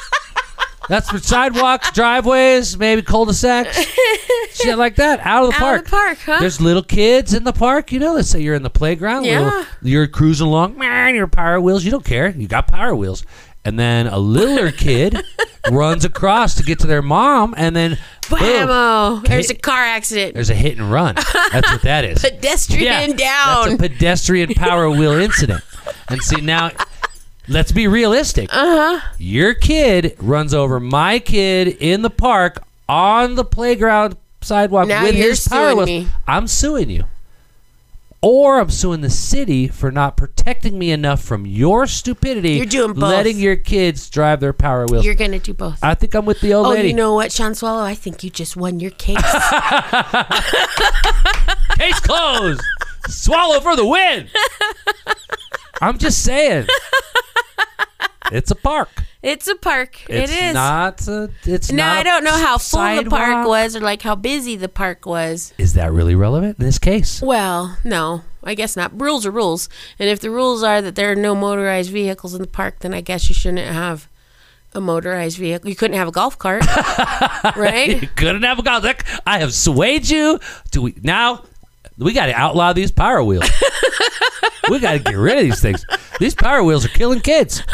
Speaker 3: That's for sidewalks, driveways, maybe cul-de-sacs, shit like that. Out of the
Speaker 2: Out
Speaker 3: park.
Speaker 2: of the park, huh?
Speaker 3: There's little kids in the park, you know. Let's say you're in the playground,
Speaker 2: Yeah.
Speaker 3: little- you're cruising along, man, your power wheels. You don't care, you got power wheels. And then a littler kid runs across to get to their mom, and then boom,
Speaker 2: Bammo! There's a
Speaker 3: Hit-
Speaker 2: car accident.
Speaker 3: there's a hit and run. That's what that is.
Speaker 2: Pedestrian
Speaker 3: That's a
Speaker 2: down.
Speaker 3: pedestrian power wheel incident. And see now, let's be realistic. Uh
Speaker 2: Uh-huh.
Speaker 3: huh. Your kid runs over my kid in the park on the playground sidewalk
Speaker 2: Now
Speaker 3: with
Speaker 2: you're
Speaker 3: his power
Speaker 2: suing
Speaker 3: wheels.
Speaker 2: me.
Speaker 3: I'm suing you. Or I'm suing the city for not protecting me enough from your stupidity.
Speaker 2: You're doing both.
Speaker 3: Letting your kids drive their power wheels.
Speaker 2: You're going to do both.
Speaker 3: I think I'm with the old
Speaker 2: oh,
Speaker 3: lady.
Speaker 2: you know what, Sean Swallow? I think you just won your case.
Speaker 3: Case closed. Swallow for the win. I'm just saying. It's a park.
Speaker 2: it's a park.
Speaker 3: It's
Speaker 2: It is.
Speaker 3: not. A, it's
Speaker 2: no,
Speaker 3: not.
Speaker 2: I don't know how full the park
Speaker 3: sidewalk.
Speaker 2: was or like how busy the park was.
Speaker 3: Is that really relevant in this case?
Speaker 2: Well, no, I guess not. Rules are rules. And if the rules are that there are no motorized vehicles in the park, then I guess you shouldn't have a motorized vehicle. You couldn't have a golf cart,
Speaker 3: You
Speaker 2: right?
Speaker 3: couldn't have gone. Look, I have swayed you. to we now? We got to outlaw these power wheels. we got to get rid of these things. These power wheels are killing kids.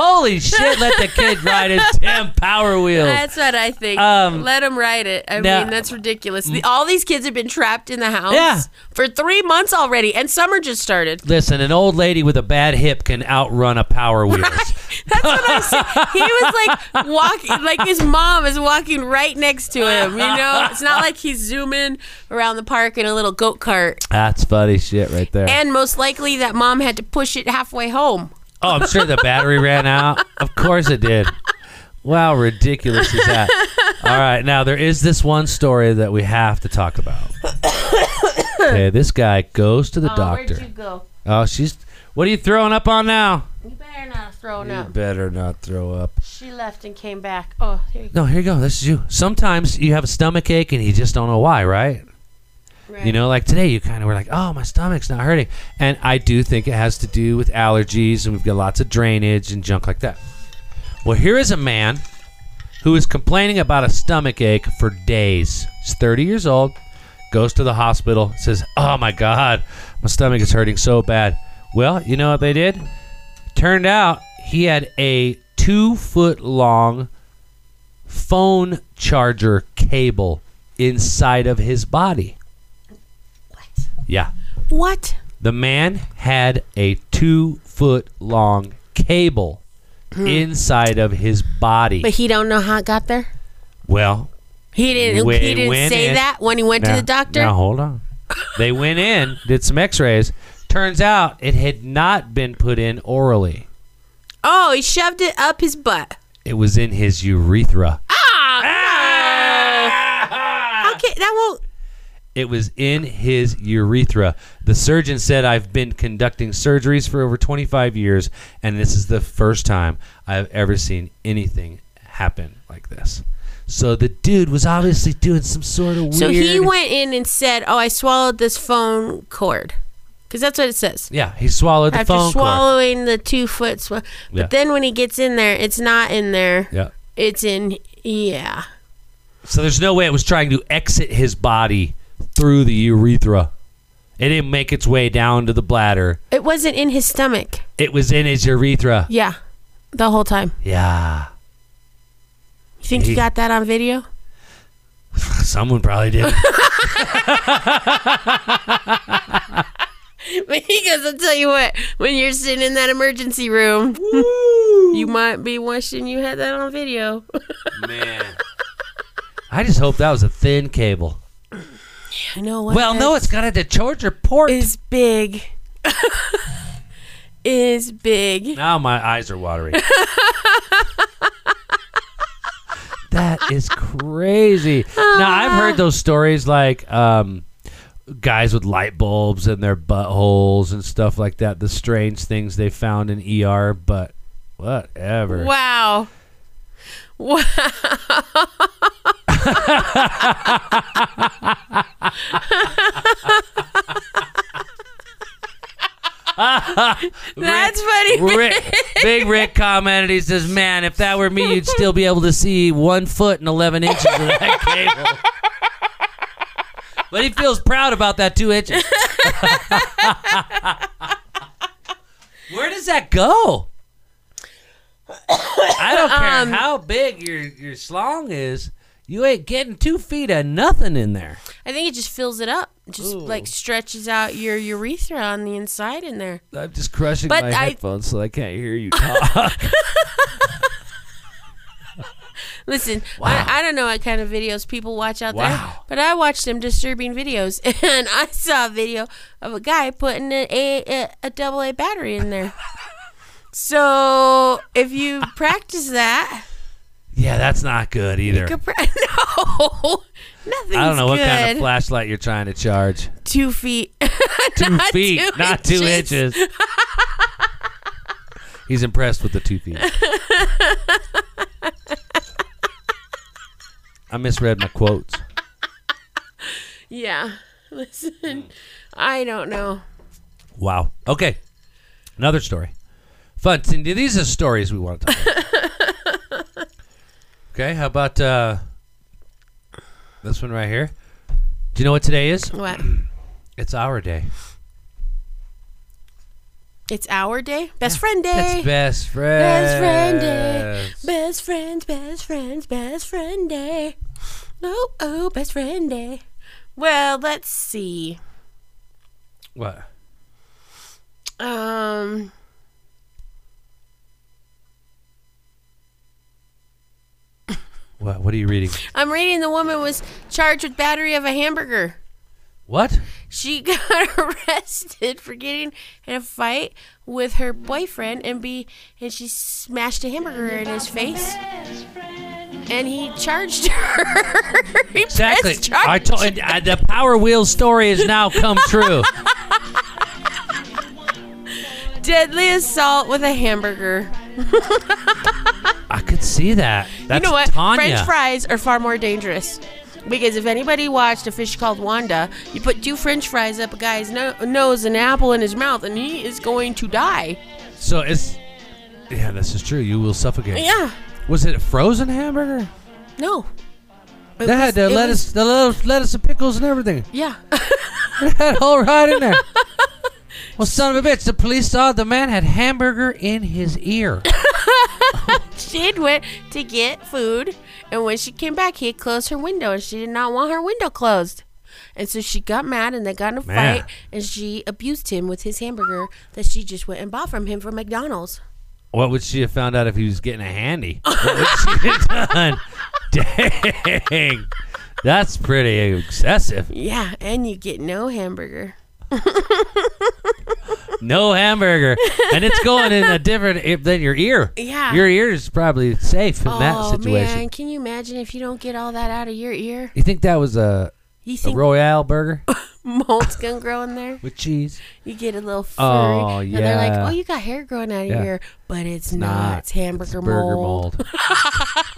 Speaker 3: Holy shit! Let the kid ride his damn power wheel.
Speaker 2: That's what I think.
Speaker 3: Um,
Speaker 2: Let them ride it. I
Speaker 3: now-
Speaker 2: mean, that's ridiculous. The, all these kids have been trapped in the house
Speaker 3: Yeah.
Speaker 2: for three months already, and summer just started.
Speaker 3: Listen, an old lady with a bad hip can outrun a power wheel.
Speaker 2: That's what I said. He was like walking, like his mom is walking right next to him. You know, it's not like he's zooming around the park in a little goat cart.
Speaker 3: That's funny shit right there.
Speaker 2: And most likely that mom had to push it halfway home.
Speaker 3: oh, I'm sure the battery ran out. Of course it did. Wow, ridiculous is that? All right, now there is this one story that we have to talk about. Okay, this guy goes to the doctor.
Speaker 2: Uh, go?
Speaker 3: Oh, she's. What are you throwing up on now?
Speaker 2: You better not throw
Speaker 3: You better not throw up.
Speaker 2: She left and came back. Oh, here you
Speaker 3: No, here you go. This is you. Sometimes you have a stomach ache and you just don't know why, right?
Speaker 2: go.
Speaker 3: You know, like today, you kind of were like, "Oh, my stomach's not hurting," and I do think it has to do with allergies, and we've got lots of drainage and junk like that. Well, here is a man who is complaining about a stomach ache for days. He's 30 years old, goes to the hospital, says, "Oh my God, my stomach is hurting so bad." Well, you know what they did? Turned out he had a two-foot-long phone charger cable inside of his body. Yeah.
Speaker 2: What?
Speaker 3: The man had a two foot long cable
Speaker 2: Hmm.
Speaker 3: inside of his body.
Speaker 2: But he don't know how it got there?
Speaker 3: well,
Speaker 2: He didn't
Speaker 3: When-
Speaker 2: he didn't
Speaker 3: when
Speaker 2: say
Speaker 3: it-
Speaker 2: that when he went
Speaker 3: now-
Speaker 2: to the doctor?
Speaker 3: Now, hold on. They went in, did some x rays. Turns out it had not been put in orally.
Speaker 2: Oh, he shoved it up his butt.
Speaker 3: It was in his urethra.
Speaker 2: Ah, no. Okay, that won't.
Speaker 3: It was in his urethra. The surgeon said, I've been conducting surgeries for over 25 years, and this is the first time I've ever seen anything happen like this. So the dude was obviously doing some sort of weird.
Speaker 2: So he went in and said, "Oh, I swallowed this phone cord," because that's what it says.
Speaker 3: Yeah, he swallowed the
Speaker 2: After
Speaker 3: phone cord.
Speaker 2: swallowing the two foot, sw-
Speaker 3: Yeah.
Speaker 2: but then when he gets in there, it's not in there.
Speaker 3: Yeah.
Speaker 2: It's in. Yeah.
Speaker 3: So there's no way it was trying to exit his body through the urethra. It didn't make its way down to the bladder.
Speaker 2: It wasn't in his stomach.
Speaker 3: It was in his urethra.
Speaker 2: Yeah. The whole time.
Speaker 3: Yeah.
Speaker 2: You think
Speaker 3: He-
Speaker 2: you got that on video?
Speaker 3: Someone probably did.
Speaker 2: because I'll tell you what, when you're sitting in that emergency room, you might be wishing you had that on video.
Speaker 3: Man. I just hope that was a thin cable.
Speaker 2: I know. What
Speaker 3: Well, no, it's got a charger port.
Speaker 2: is big. is big.
Speaker 3: Now my eyes are watery. that is crazy. Now I've heard those stories like um, guys with light bulbs in their buttholes and stuff like that. The strange things they found in ER, but whatever.
Speaker 2: Wow. Wow. That's funny.
Speaker 3: Rick, Big Rick commented. He says, "Man, if that were me, you'd still be able to see one foot and eleven inches of that cable." But he feels proud about that two inches. Where does that go? I don't care
Speaker 2: Um,
Speaker 3: how big your your slong is. You ain't getting two feet of nothing in there.
Speaker 2: I think it just fills it up. It Just like stretches out your urethra on the inside in there.
Speaker 3: I'm just crushing
Speaker 2: But
Speaker 3: my
Speaker 2: I-
Speaker 3: headphones so I can't hear you talk.
Speaker 2: Listen,
Speaker 3: Wow.
Speaker 2: I, I don't know what kind of videos people watch out there,
Speaker 3: Wow.
Speaker 2: but I watched some disturbing videos, and I saw a video of a guy putting a a, a, a double A battery in there. so if you practice that,
Speaker 3: yeah, that's not good either.
Speaker 2: you could pra- no, nothing's
Speaker 3: I don't know what kind of
Speaker 2: good.
Speaker 3: flashlight you're trying to charge.
Speaker 2: two feet,
Speaker 3: Two
Speaker 2: Not
Speaker 3: feet,
Speaker 2: two
Speaker 3: not two inches. He's impressed with the two feet. I misread my quotes.
Speaker 2: yeah.
Speaker 3: Hmm.
Speaker 2: Listen, I don't know.
Speaker 3: Wow. Okay. Another story. Fun. Cindy, these are stories we want to talk about. okay. How about uh, this one right here? Do you know what today is?
Speaker 2: What?
Speaker 3: It's our day.
Speaker 2: It's our day, best friend day.
Speaker 3: It's best friend.
Speaker 2: Best friend day. Best friends, best friends, best friend day. Oh, oh, best friend day. Well, let's see.
Speaker 3: What?
Speaker 2: Um.
Speaker 3: What? What are you reading?
Speaker 2: I'm reading the woman was charged with battery of a hamburger.
Speaker 3: What?
Speaker 2: She got arrested for getting in a fight with her boyfriend and be and she smashed a hamburger in his face. And he charged her. He pressed
Speaker 3: Exactly.
Speaker 2: charge.
Speaker 3: I told and, uh, the Power Wheel story has now come true.
Speaker 2: deadly assault with a hamburger.
Speaker 3: I could see that. That's
Speaker 2: you know what?
Speaker 3: Tanya.
Speaker 2: French fries are far more dangerous. Because if anybody watched a fish called Wanda, you put two French fries up a guy's no- nose and an apple in his mouth, and he is going to die.
Speaker 3: So it's yeah, this is true. You will suffocate.
Speaker 2: Yeah.
Speaker 3: Was it a frozen hamburger?
Speaker 2: No. It
Speaker 3: That had
Speaker 2: was-
Speaker 3: the
Speaker 2: it
Speaker 3: lettuce,
Speaker 2: was-
Speaker 3: the lettuce, lettuce and pickles and everything.
Speaker 2: yeah.
Speaker 3: It had it all right in there. Well, son of a bitch, the police saw the man had hamburger in his ear.
Speaker 2: she went to get food, and when she came back, he had closed her window, and she did not want her window closed. And so she got mad, and they got in a
Speaker 3: Man.
Speaker 2: fight, and she abused him with his hamburger that she just went and bought from him from McDonald's.
Speaker 3: What would she have found out if he was getting a handy? What would she have done? Dang. That's pretty excessive.
Speaker 2: Yeah, and you get no hamburger.
Speaker 3: no hamburger, and it's going in a different if- than your ear.
Speaker 2: Yeah.
Speaker 3: your ear is probably safe in that
Speaker 2: oh
Speaker 3: situation.
Speaker 2: man, can you imagine if you don't get all that out of your ear?
Speaker 3: You think that was a,
Speaker 2: You
Speaker 3: a
Speaker 2: think
Speaker 3: Royale burger
Speaker 2: mold's gonna grow in there?
Speaker 3: with cheese?
Speaker 2: You get a little furry. Oh, And they're like,
Speaker 3: yeah.
Speaker 2: oh, you got hair growing out of
Speaker 3: Yeah.
Speaker 2: your ear, but it's, not.
Speaker 3: not.
Speaker 2: It's hamburger
Speaker 3: Burger
Speaker 2: mold.
Speaker 3: mold.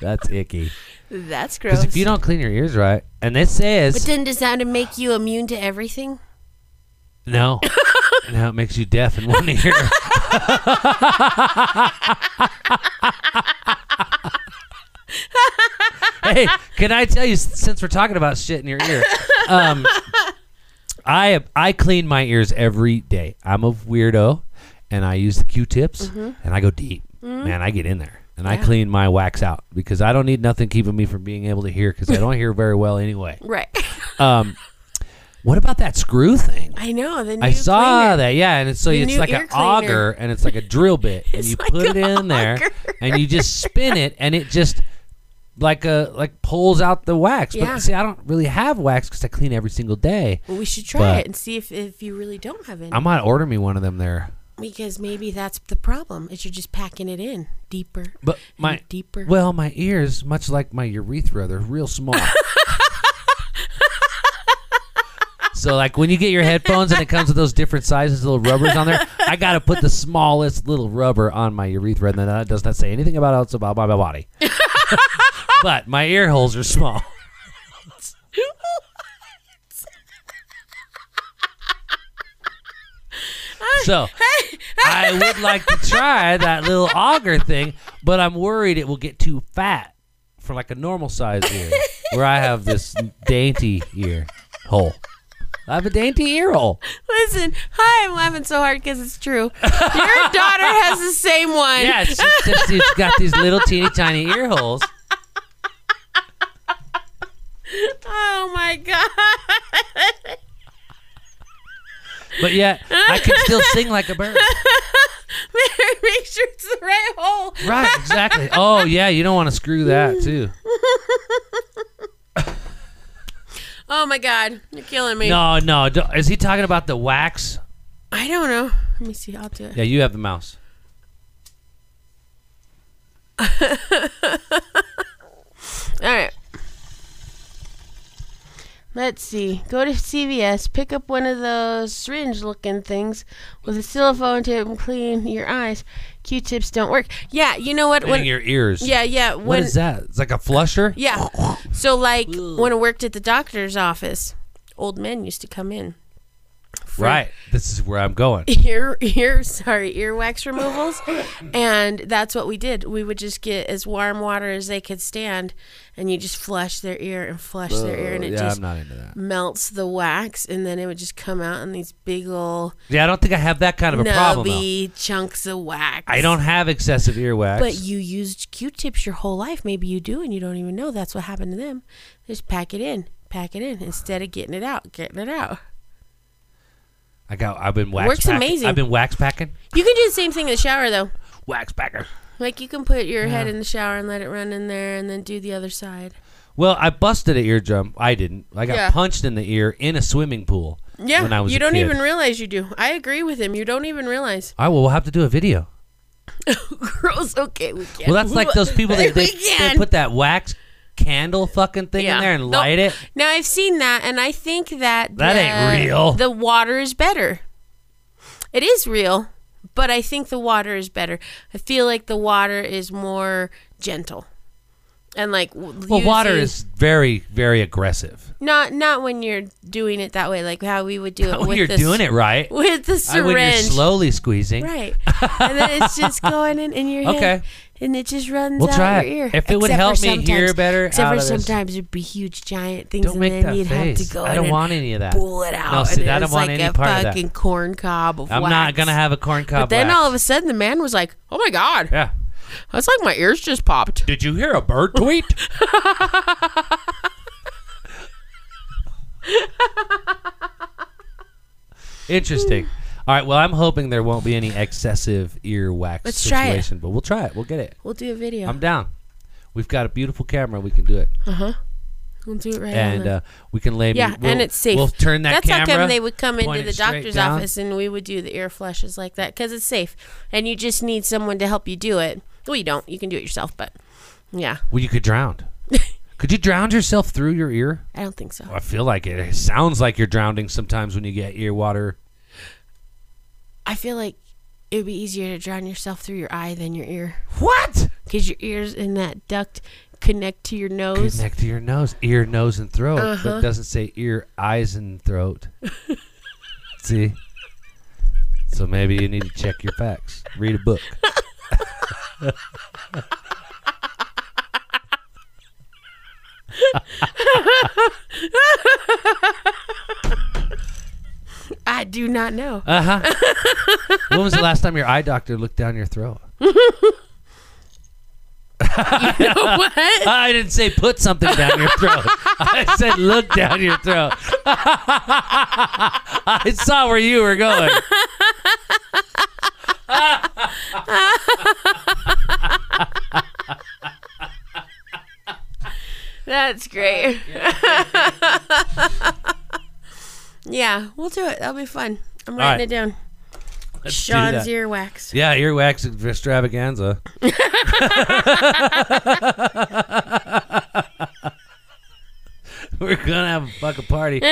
Speaker 3: That's icky.
Speaker 2: That's gross.
Speaker 3: Because if you don't clean your ears right, and this
Speaker 2: but
Speaker 3: says
Speaker 2: then does that make you immune to everything?
Speaker 3: no, no, it makes you deaf in one ear. hey, can I tell you? Since we're talking about shit in your ear, um, I I clean my ears every day. I'm a weirdo, and I use the Q-tips, and I go deep. Man, I get in there, and I clean my wax out because I don't need nothing keeping me from being able to hear because I don't hear very well anyway.
Speaker 2: Right.
Speaker 3: Um, what about that screw thing?
Speaker 2: I know. The new
Speaker 3: I saw
Speaker 2: cleaner.
Speaker 3: that, yeah, and it's, so
Speaker 2: The
Speaker 3: it's
Speaker 2: new
Speaker 3: like
Speaker 2: ear
Speaker 3: an
Speaker 2: cleaner.
Speaker 3: auger, and it's like a drill bit, and
Speaker 2: It's
Speaker 3: you
Speaker 2: like
Speaker 3: put it
Speaker 2: an
Speaker 3: in there,
Speaker 2: auger.
Speaker 3: and you just spin it, and it just like a like pulls out the wax.
Speaker 2: Yeah.
Speaker 3: But see, I don't really have wax because I clean every single day.
Speaker 2: Well, we should try
Speaker 3: But-
Speaker 2: it and see if, if you really don't have any.
Speaker 3: I might order me one of them there.
Speaker 2: because maybe that's the problem is you're just packing it in deeper.
Speaker 3: But
Speaker 2: and
Speaker 3: my
Speaker 2: deeper.
Speaker 3: well, my ears, much like my urethra, they're real small. so like when you get your headphones and it comes with those different sizes, little rubbers on there, I gotta put the smallest little rubber on my urethra, and then that does not say anything about else about my body. but my ear holes are small. So I would like to try that little auger thing, but I'm worried it will get too fat for like a normal size ear, where I have this dainty ear hole. I have a dainty ear hole.
Speaker 2: Listen, hi, I'm laughing so hard because it's true. Your daughter has the same one.
Speaker 3: Yeah, it's just, just it's got these little teeny tiny ear holes.
Speaker 2: Oh my god.
Speaker 3: But yet I can still sing like a bird.
Speaker 2: Make sure it's the right hole.
Speaker 3: Right, exactly. Oh yeah, you don't want to screw that too.
Speaker 2: Oh my god, you're killing me.
Speaker 3: No, no. don't- Is he talking about the wax?
Speaker 2: I don't know. Let me see. I'll do it.
Speaker 3: Yeah, you have the mouse.
Speaker 2: All right. Let's see. Go to CVS, pick up one of those syringe looking things with a silicone tip and clean your eyes. Q tips don't work. Yeah, you know what?
Speaker 3: In
Speaker 2: When,
Speaker 3: your ears.
Speaker 2: yeah, yeah.
Speaker 3: What
Speaker 2: When,
Speaker 3: is that? It's like a flusher.
Speaker 2: Yeah. So like when I worked at the doctor's office, old men used to come in. for
Speaker 3: Right. This is where I'm going.
Speaker 2: Ear ear sorry, earwax removals. and that's what we did. We would just get as warm water as they could stand and you just flush their ear and flush their ear and it
Speaker 3: Uh, yeah,
Speaker 2: just
Speaker 3: I'm not into that.
Speaker 2: melts the wax and then it would just come out in these big ol'
Speaker 3: Yeah, I don't think I have that kind of a problem. Though.
Speaker 2: nubby chunks of wax.
Speaker 3: I don't have excessive earwax.
Speaker 2: But you used Q-tips your whole life. Maybe you do, and you don't even know. That's what happened to them. Just pack it in, pack it in, instead of getting it out, getting it out.
Speaker 3: I got. I've been wax.
Speaker 2: Works
Speaker 3: packing.
Speaker 2: amazing.
Speaker 3: I've been wax packing.
Speaker 2: You can do the same thing in the shower, though.
Speaker 3: Wax packer.
Speaker 2: Like you can put your head in the shower and let it run in there, and then do the other side.
Speaker 3: Well, I busted an eardrum. I didn't. I got
Speaker 2: Yeah.
Speaker 3: punched in the ear in a swimming pool.
Speaker 2: Yeah,
Speaker 3: When I was
Speaker 2: you
Speaker 3: a
Speaker 2: don't
Speaker 3: kid.
Speaker 2: even realize you do. I agree with him. You don't even realize.
Speaker 3: All right. Well, we'll have to do a video.
Speaker 2: Gross. Okay, we can't.
Speaker 3: Well, that's like those people that they,
Speaker 2: we
Speaker 3: they
Speaker 2: can.
Speaker 3: put that wax candle fucking thing in there and
Speaker 2: No-
Speaker 3: light it.
Speaker 2: Now I've seen that, and I think that
Speaker 3: That
Speaker 2: the,
Speaker 3: ain't real.
Speaker 2: The water is better. It is real, but I think the water is better. I feel like the water is more gentle, and like
Speaker 3: Well, water is very, very aggressive.
Speaker 2: not not when you're doing it that way, like how we would do it.
Speaker 3: When
Speaker 2: with
Speaker 3: you're
Speaker 2: the,
Speaker 3: doing it right,
Speaker 2: with the
Speaker 3: I-
Speaker 2: syringe,
Speaker 3: when you're slowly squeezing,
Speaker 2: right? And then it's just going in, in your head.
Speaker 3: Okay.
Speaker 2: And it just runs
Speaker 3: We'll
Speaker 2: out
Speaker 3: try
Speaker 2: your
Speaker 3: it.
Speaker 2: ear.
Speaker 3: If it would
Speaker 2: Except for
Speaker 3: help me hear
Speaker 2: sometimes-
Speaker 3: better
Speaker 2: Except
Speaker 3: out
Speaker 2: for
Speaker 3: of this-
Speaker 2: sometimes it'd be huge, giant things,
Speaker 3: don't
Speaker 2: and
Speaker 3: make
Speaker 2: then
Speaker 3: that
Speaker 2: you'd have
Speaker 3: face.
Speaker 2: to go
Speaker 3: I
Speaker 2: in
Speaker 3: don't
Speaker 2: and
Speaker 3: want any of that.
Speaker 2: pull it out.
Speaker 3: No, see,
Speaker 2: and
Speaker 3: I
Speaker 2: it
Speaker 3: don't
Speaker 2: was
Speaker 3: want
Speaker 2: like
Speaker 3: any
Speaker 2: a
Speaker 3: part of that.
Speaker 2: fucking corn cob of
Speaker 3: I'm
Speaker 2: wax.
Speaker 3: not gonna have a corn cob.
Speaker 2: But then
Speaker 3: wax.
Speaker 2: all of a sudden, the man was like, "Oh my god,
Speaker 3: yeah.
Speaker 2: that's like my ears just popped."
Speaker 3: Did you hear a bird tweet? Interesting. All right. Well, I'm hoping there won't be any excessive earwax
Speaker 2: Let's try it.
Speaker 3: situation, but we'll try it. We'll get it.
Speaker 2: We'll do a video.
Speaker 3: I'm down. We've got a beautiful camera. We can do it.
Speaker 2: Uh huh. We'll do it right
Speaker 3: and
Speaker 2: on
Speaker 3: uh, we can lay.
Speaker 2: Yeah,
Speaker 3: we'll-
Speaker 2: and it's safe.
Speaker 3: We'll turn that
Speaker 2: That's
Speaker 3: camera.
Speaker 2: how come they would come
Speaker 3: point
Speaker 2: into
Speaker 3: it
Speaker 2: the
Speaker 3: straight
Speaker 2: doctor's
Speaker 3: down.
Speaker 2: office and we would do the ear flushes like that because it's safe, and you just need someone to help you do it. Well, you don't. You can do it yourself, but yeah,
Speaker 3: Well, you could drown. could you drown yourself through your ear?
Speaker 2: I don't think so.
Speaker 3: I feel like it. It sounds like you're drowning sometimes when you get ear water.
Speaker 2: I feel like it would be easier to drown yourself through your eye than your ear
Speaker 3: What?
Speaker 2: because your ears and that duct connect to your nose.
Speaker 3: Connect to your nose, ear, nose, and throat. But it doesn't say ear, eyes, and throat. See? So maybe you need to check your facts. Read a book.
Speaker 2: I do not know.
Speaker 3: Uh huh. when was the last time your eye doctor looked down your throat?
Speaker 2: what?
Speaker 3: I didn't say put something down your throat. I said look down your throat. I saw where you were going.
Speaker 2: That's great. yeah, we'll do it. That'll be fun. I'm
Speaker 3: right.
Speaker 2: writing it down.
Speaker 3: Let's do
Speaker 2: Sean's
Speaker 3: that.
Speaker 2: earwax.
Speaker 3: Yeah, earwax extravaganza. We're gonna have a fucking party.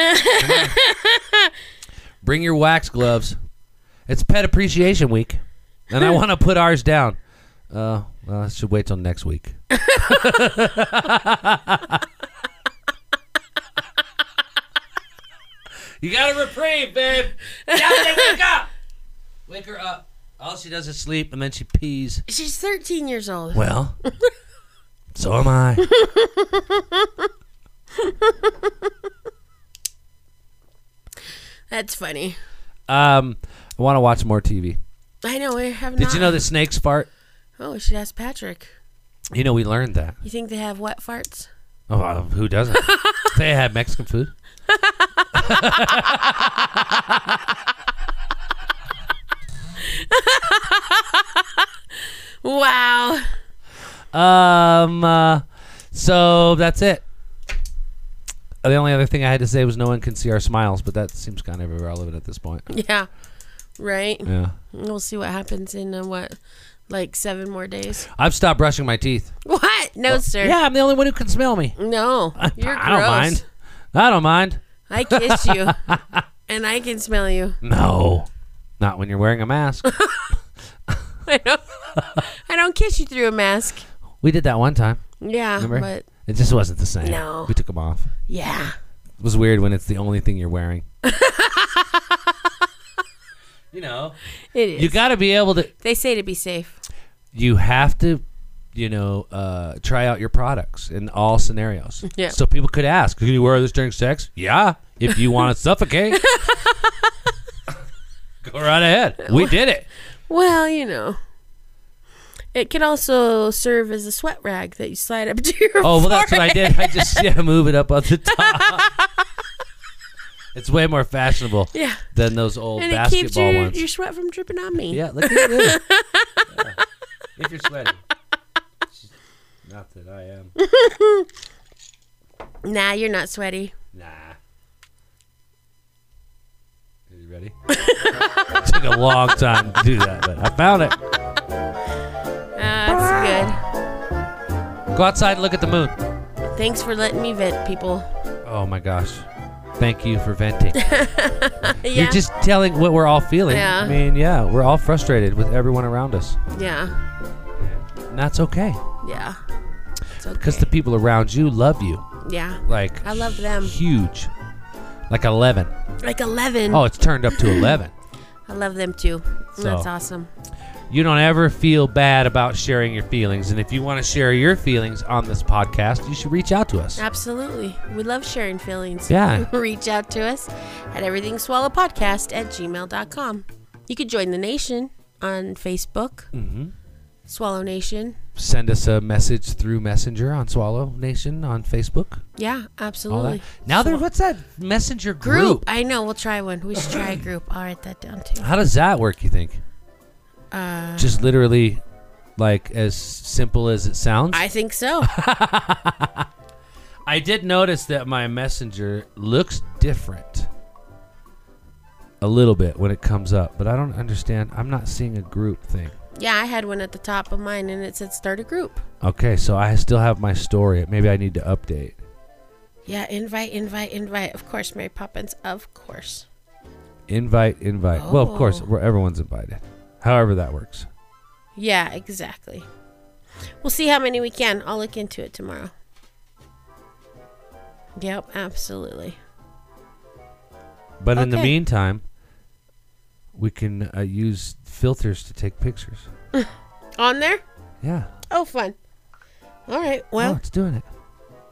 Speaker 3: Bring your wax gloves. It's Pet Appreciation Week, and I want to put ours down. Uh, well, I should wait till next week. you got a reprieve, babe. Now wake up. Wake her up. All she does is sleep, and then she pees.
Speaker 2: She's 13 years old.
Speaker 3: Well, so am I.
Speaker 2: That's funny.
Speaker 3: Um, I want to watch more TV.
Speaker 2: I know. I have
Speaker 3: Did
Speaker 2: not.
Speaker 3: you know that snakes fart?
Speaker 2: Oh, we should ask Patrick.
Speaker 3: You know, we learned that.
Speaker 2: You think they have wet farts?
Speaker 3: Oh, uh, who doesn't? they had Mexican food.
Speaker 2: Wow.
Speaker 3: Um, uh, so that's it. Uh, The only other thing I had to say was no one can see our smiles, but that seems kind of irrelevant at this point.
Speaker 2: Yeah. Right.
Speaker 3: Yeah,
Speaker 2: We'll see what happens in uh, what, like seven more days.
Speaker 3: I've stopped brushing my teeth.
Speaker 2: What? No, sir.
Speaker 3: Yeah, I'm the only one who can smell me.
Speaker 2: No. Er. You're
Speaker 3: I
Speaker 2: gross.
Speaker 3: don't mind. I don't mind.
Speaker 2: I kiss you, and I can smell you.
Speaker 3: No, not when you're wearing a mask.
Speaker 2: I don't. I don't kiss you through a mask.
Speaker 3: we did that one time.
Speaker 2: Yeah,
Speaker 3: Remember?
Speaker 2: but
Speaker 3: It just wasn't the same.
Speaker 2: No.
Speaker 3: we took them off.
Speaker 2: yeah.
Speaker 3: It was weird when it's the only thing you're wearing. you know,
Speaker 2: It is.
Speaker 3: you got to be able to.
Speaker 2: they say to be safe.
Speaker 3: You have to, you know, uh, try out your products in all scenarios.
Speaker 2: Yeah.
Speaker 3: So people could ask, "Can you wear this during sex?" Yeah, if you want to suffocate. Go right ahead. We did it.
Speaker 2: Well, you know. It can also serve as a sweat rag that you slide up to your.
Speaker 3: Oh well, that's what I did. I just yeah, move it up on the top. it's way more fashionable
Speaker 2: Yeah.
Speaker 3: than those old
Speaker 2: and it keeps
Speaker 3: basketball
Speaker 2: your,
Speaker 3: ones.
Speaker 2: your sweat from dripping on me.
Speaker 3: Yeah, look at it. If you're sweating. Not that I am.
Speaker 2: Nah, you're not sweaty.
Speaker 3: Nah. Are you ready? took a long time to do that, but I found it.
Speaker 2: That's
Speaker 3: Go outside and look at the moon.
Speaker 2: good. Thanks for letting me vent, people.
Speaker 3: Oh my gosh. Thank you for venting.
Speaker 2: Yeah.
Speaker 3: You're just telling what we're all feeling.
Speaker 2: Yeah.
Speaker 3: I mean, yeah, we're all frustrated with everyone around us.
Speaker 2: yeah.
Speaker 3: And that's okay.
Speaker 2: Yeah. It's
Speaker 3: Because
Speaker 2: okay.
Speaker 3: the people around you love you.
Speaker 2: yeah.
Speaker 3: Like,
Speaker 2: I love them.
Speaker 3: Huge. Like 11.
Speaker 2: Like 11.
Speaker 3: Oh, it's turned up to 11.
Speaker 2: I love them too. And That's
Speaker 3: So.
Speaker 2: awesome.
Speaker 3: You don't ever feel bad about sharing your feelings. And if you want to share your feelings on this podcast, you should reach out to us.
Speaker 2: Absolutely. We love sharing feelings.
Speaker 3: Yeah.
Speaker 2: Reach out to us at everythingswallowpodcast at gmail.com. You could join the nation on Facebook,
Speaker 3: Mm-hmm.
Speaker 2: Swallow Nation.
Speaker 3: Send us a message through Messenger on Swallow Nation on Facebook.
Speaker 2: Yeah,
Speaker 3: All
Speaker 2: absolutely.
Speaker 3: that. Now, there, what's that Messenger
Speaker 2: Group.
Speaker 3: group?
Speaker 2: I know. We'll try one. We should try a group. I'll write that down too.
Speaker 3: How does that work, you think?
Speaker 2: Um,
Speaker 3: Uh, Just literally, like, as simple as it sounds?
Speaker 2: I think so.
Speaker 3: I did notice that my messenger looks different a little bit when it comes up, but I don't understand. I'm not seeing a group thing.
Speaker 2: Yeah, I had one at the top of mine and it said start a group.
Speaker 3: Okay, so I still have my story. Maybe I need to update.
Speaker 2: Yeah, invite, invite, invite. Of course, Mary Poppins. Of course.
Speaker 3: Invite, invite. Well, of course,
Speaker 2: Oh.
Speaker 3: we're- everyone's invited. However that works.
Speaker 2: Yeah, exactly. We'll see how many we can. I'll look into it tomorrow. Yep, absolutely.
Speaker 3: But in the
Speaker 2: Okay.
Speaker 3: meantime, we can uh, use filters to take pictures.
Speaker 2: On there?
Speaker 3: Yeah.
Speaker 2: Oh, fun. All right.
Speaker 3: oh,
Speaker 2: Well,
Speaker 3: it's doing it.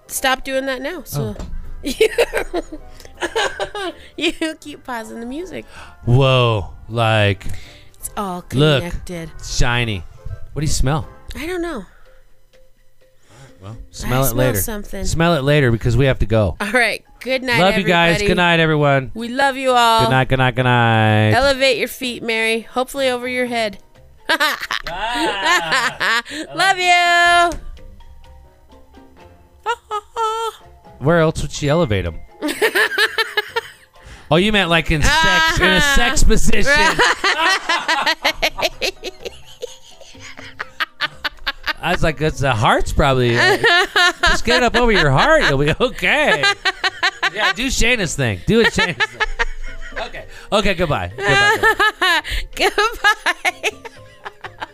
Speaker 2: stop doing that now. So you keep pausing the music.
Speaker 3: Whoa, like
Speaker 2: It's all
Speaker 3: Look.
Speaker 2: connected.
Speaker 3: shiny. What do you smell?
Speaker 2: I don't know.
Speaker 3: Well, smell
Speaker 2: I
Speaker 3: it
Speaker 2: smell
Speaker 3: later.
Speaker 2: something.
Speaker 3: Smell it later because we have to go.
Speaker 2: All right. Good night,
Speaker 3: Love you guys.
Speaker 2: everybody.
Speaker 3: Good night, everyone.
Speaker 2: We love you all.
Speaker 3: Good night. Good night. Good night.
Speaker 2: Elevate your feet, Mary. Hopefully over your head. Love you.
Speaker 3: Where else would she elevate him? oh, you meant like in sex, in a sex position. I was like, it's the heart's probably. uh, just get it up over your heart. You'll be okay. Yeah, do Shayna's thing. Do it, Shayna's thing. Okay. Okay, goodbye. Goodbye. goodbye.
Speaker 2: Goodbye.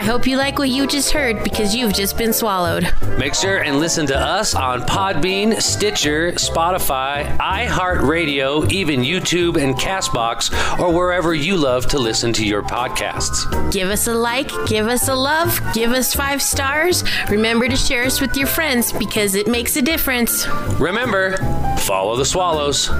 Speaker 2: I hope you like what you just heard because you've just been swallowed.
Speaker 1: Make sure and listen to us on Podbean, Stitcher, Spotify, iHeartRadio, even YouTube and Castbox, or wherever you love to listen to your podcasts.
Speaker 2: Give us a like, give us a love, give us five stars. Remember to share us with your friends because it makes a difference.
Speaker 1: Remember, follow the swallows.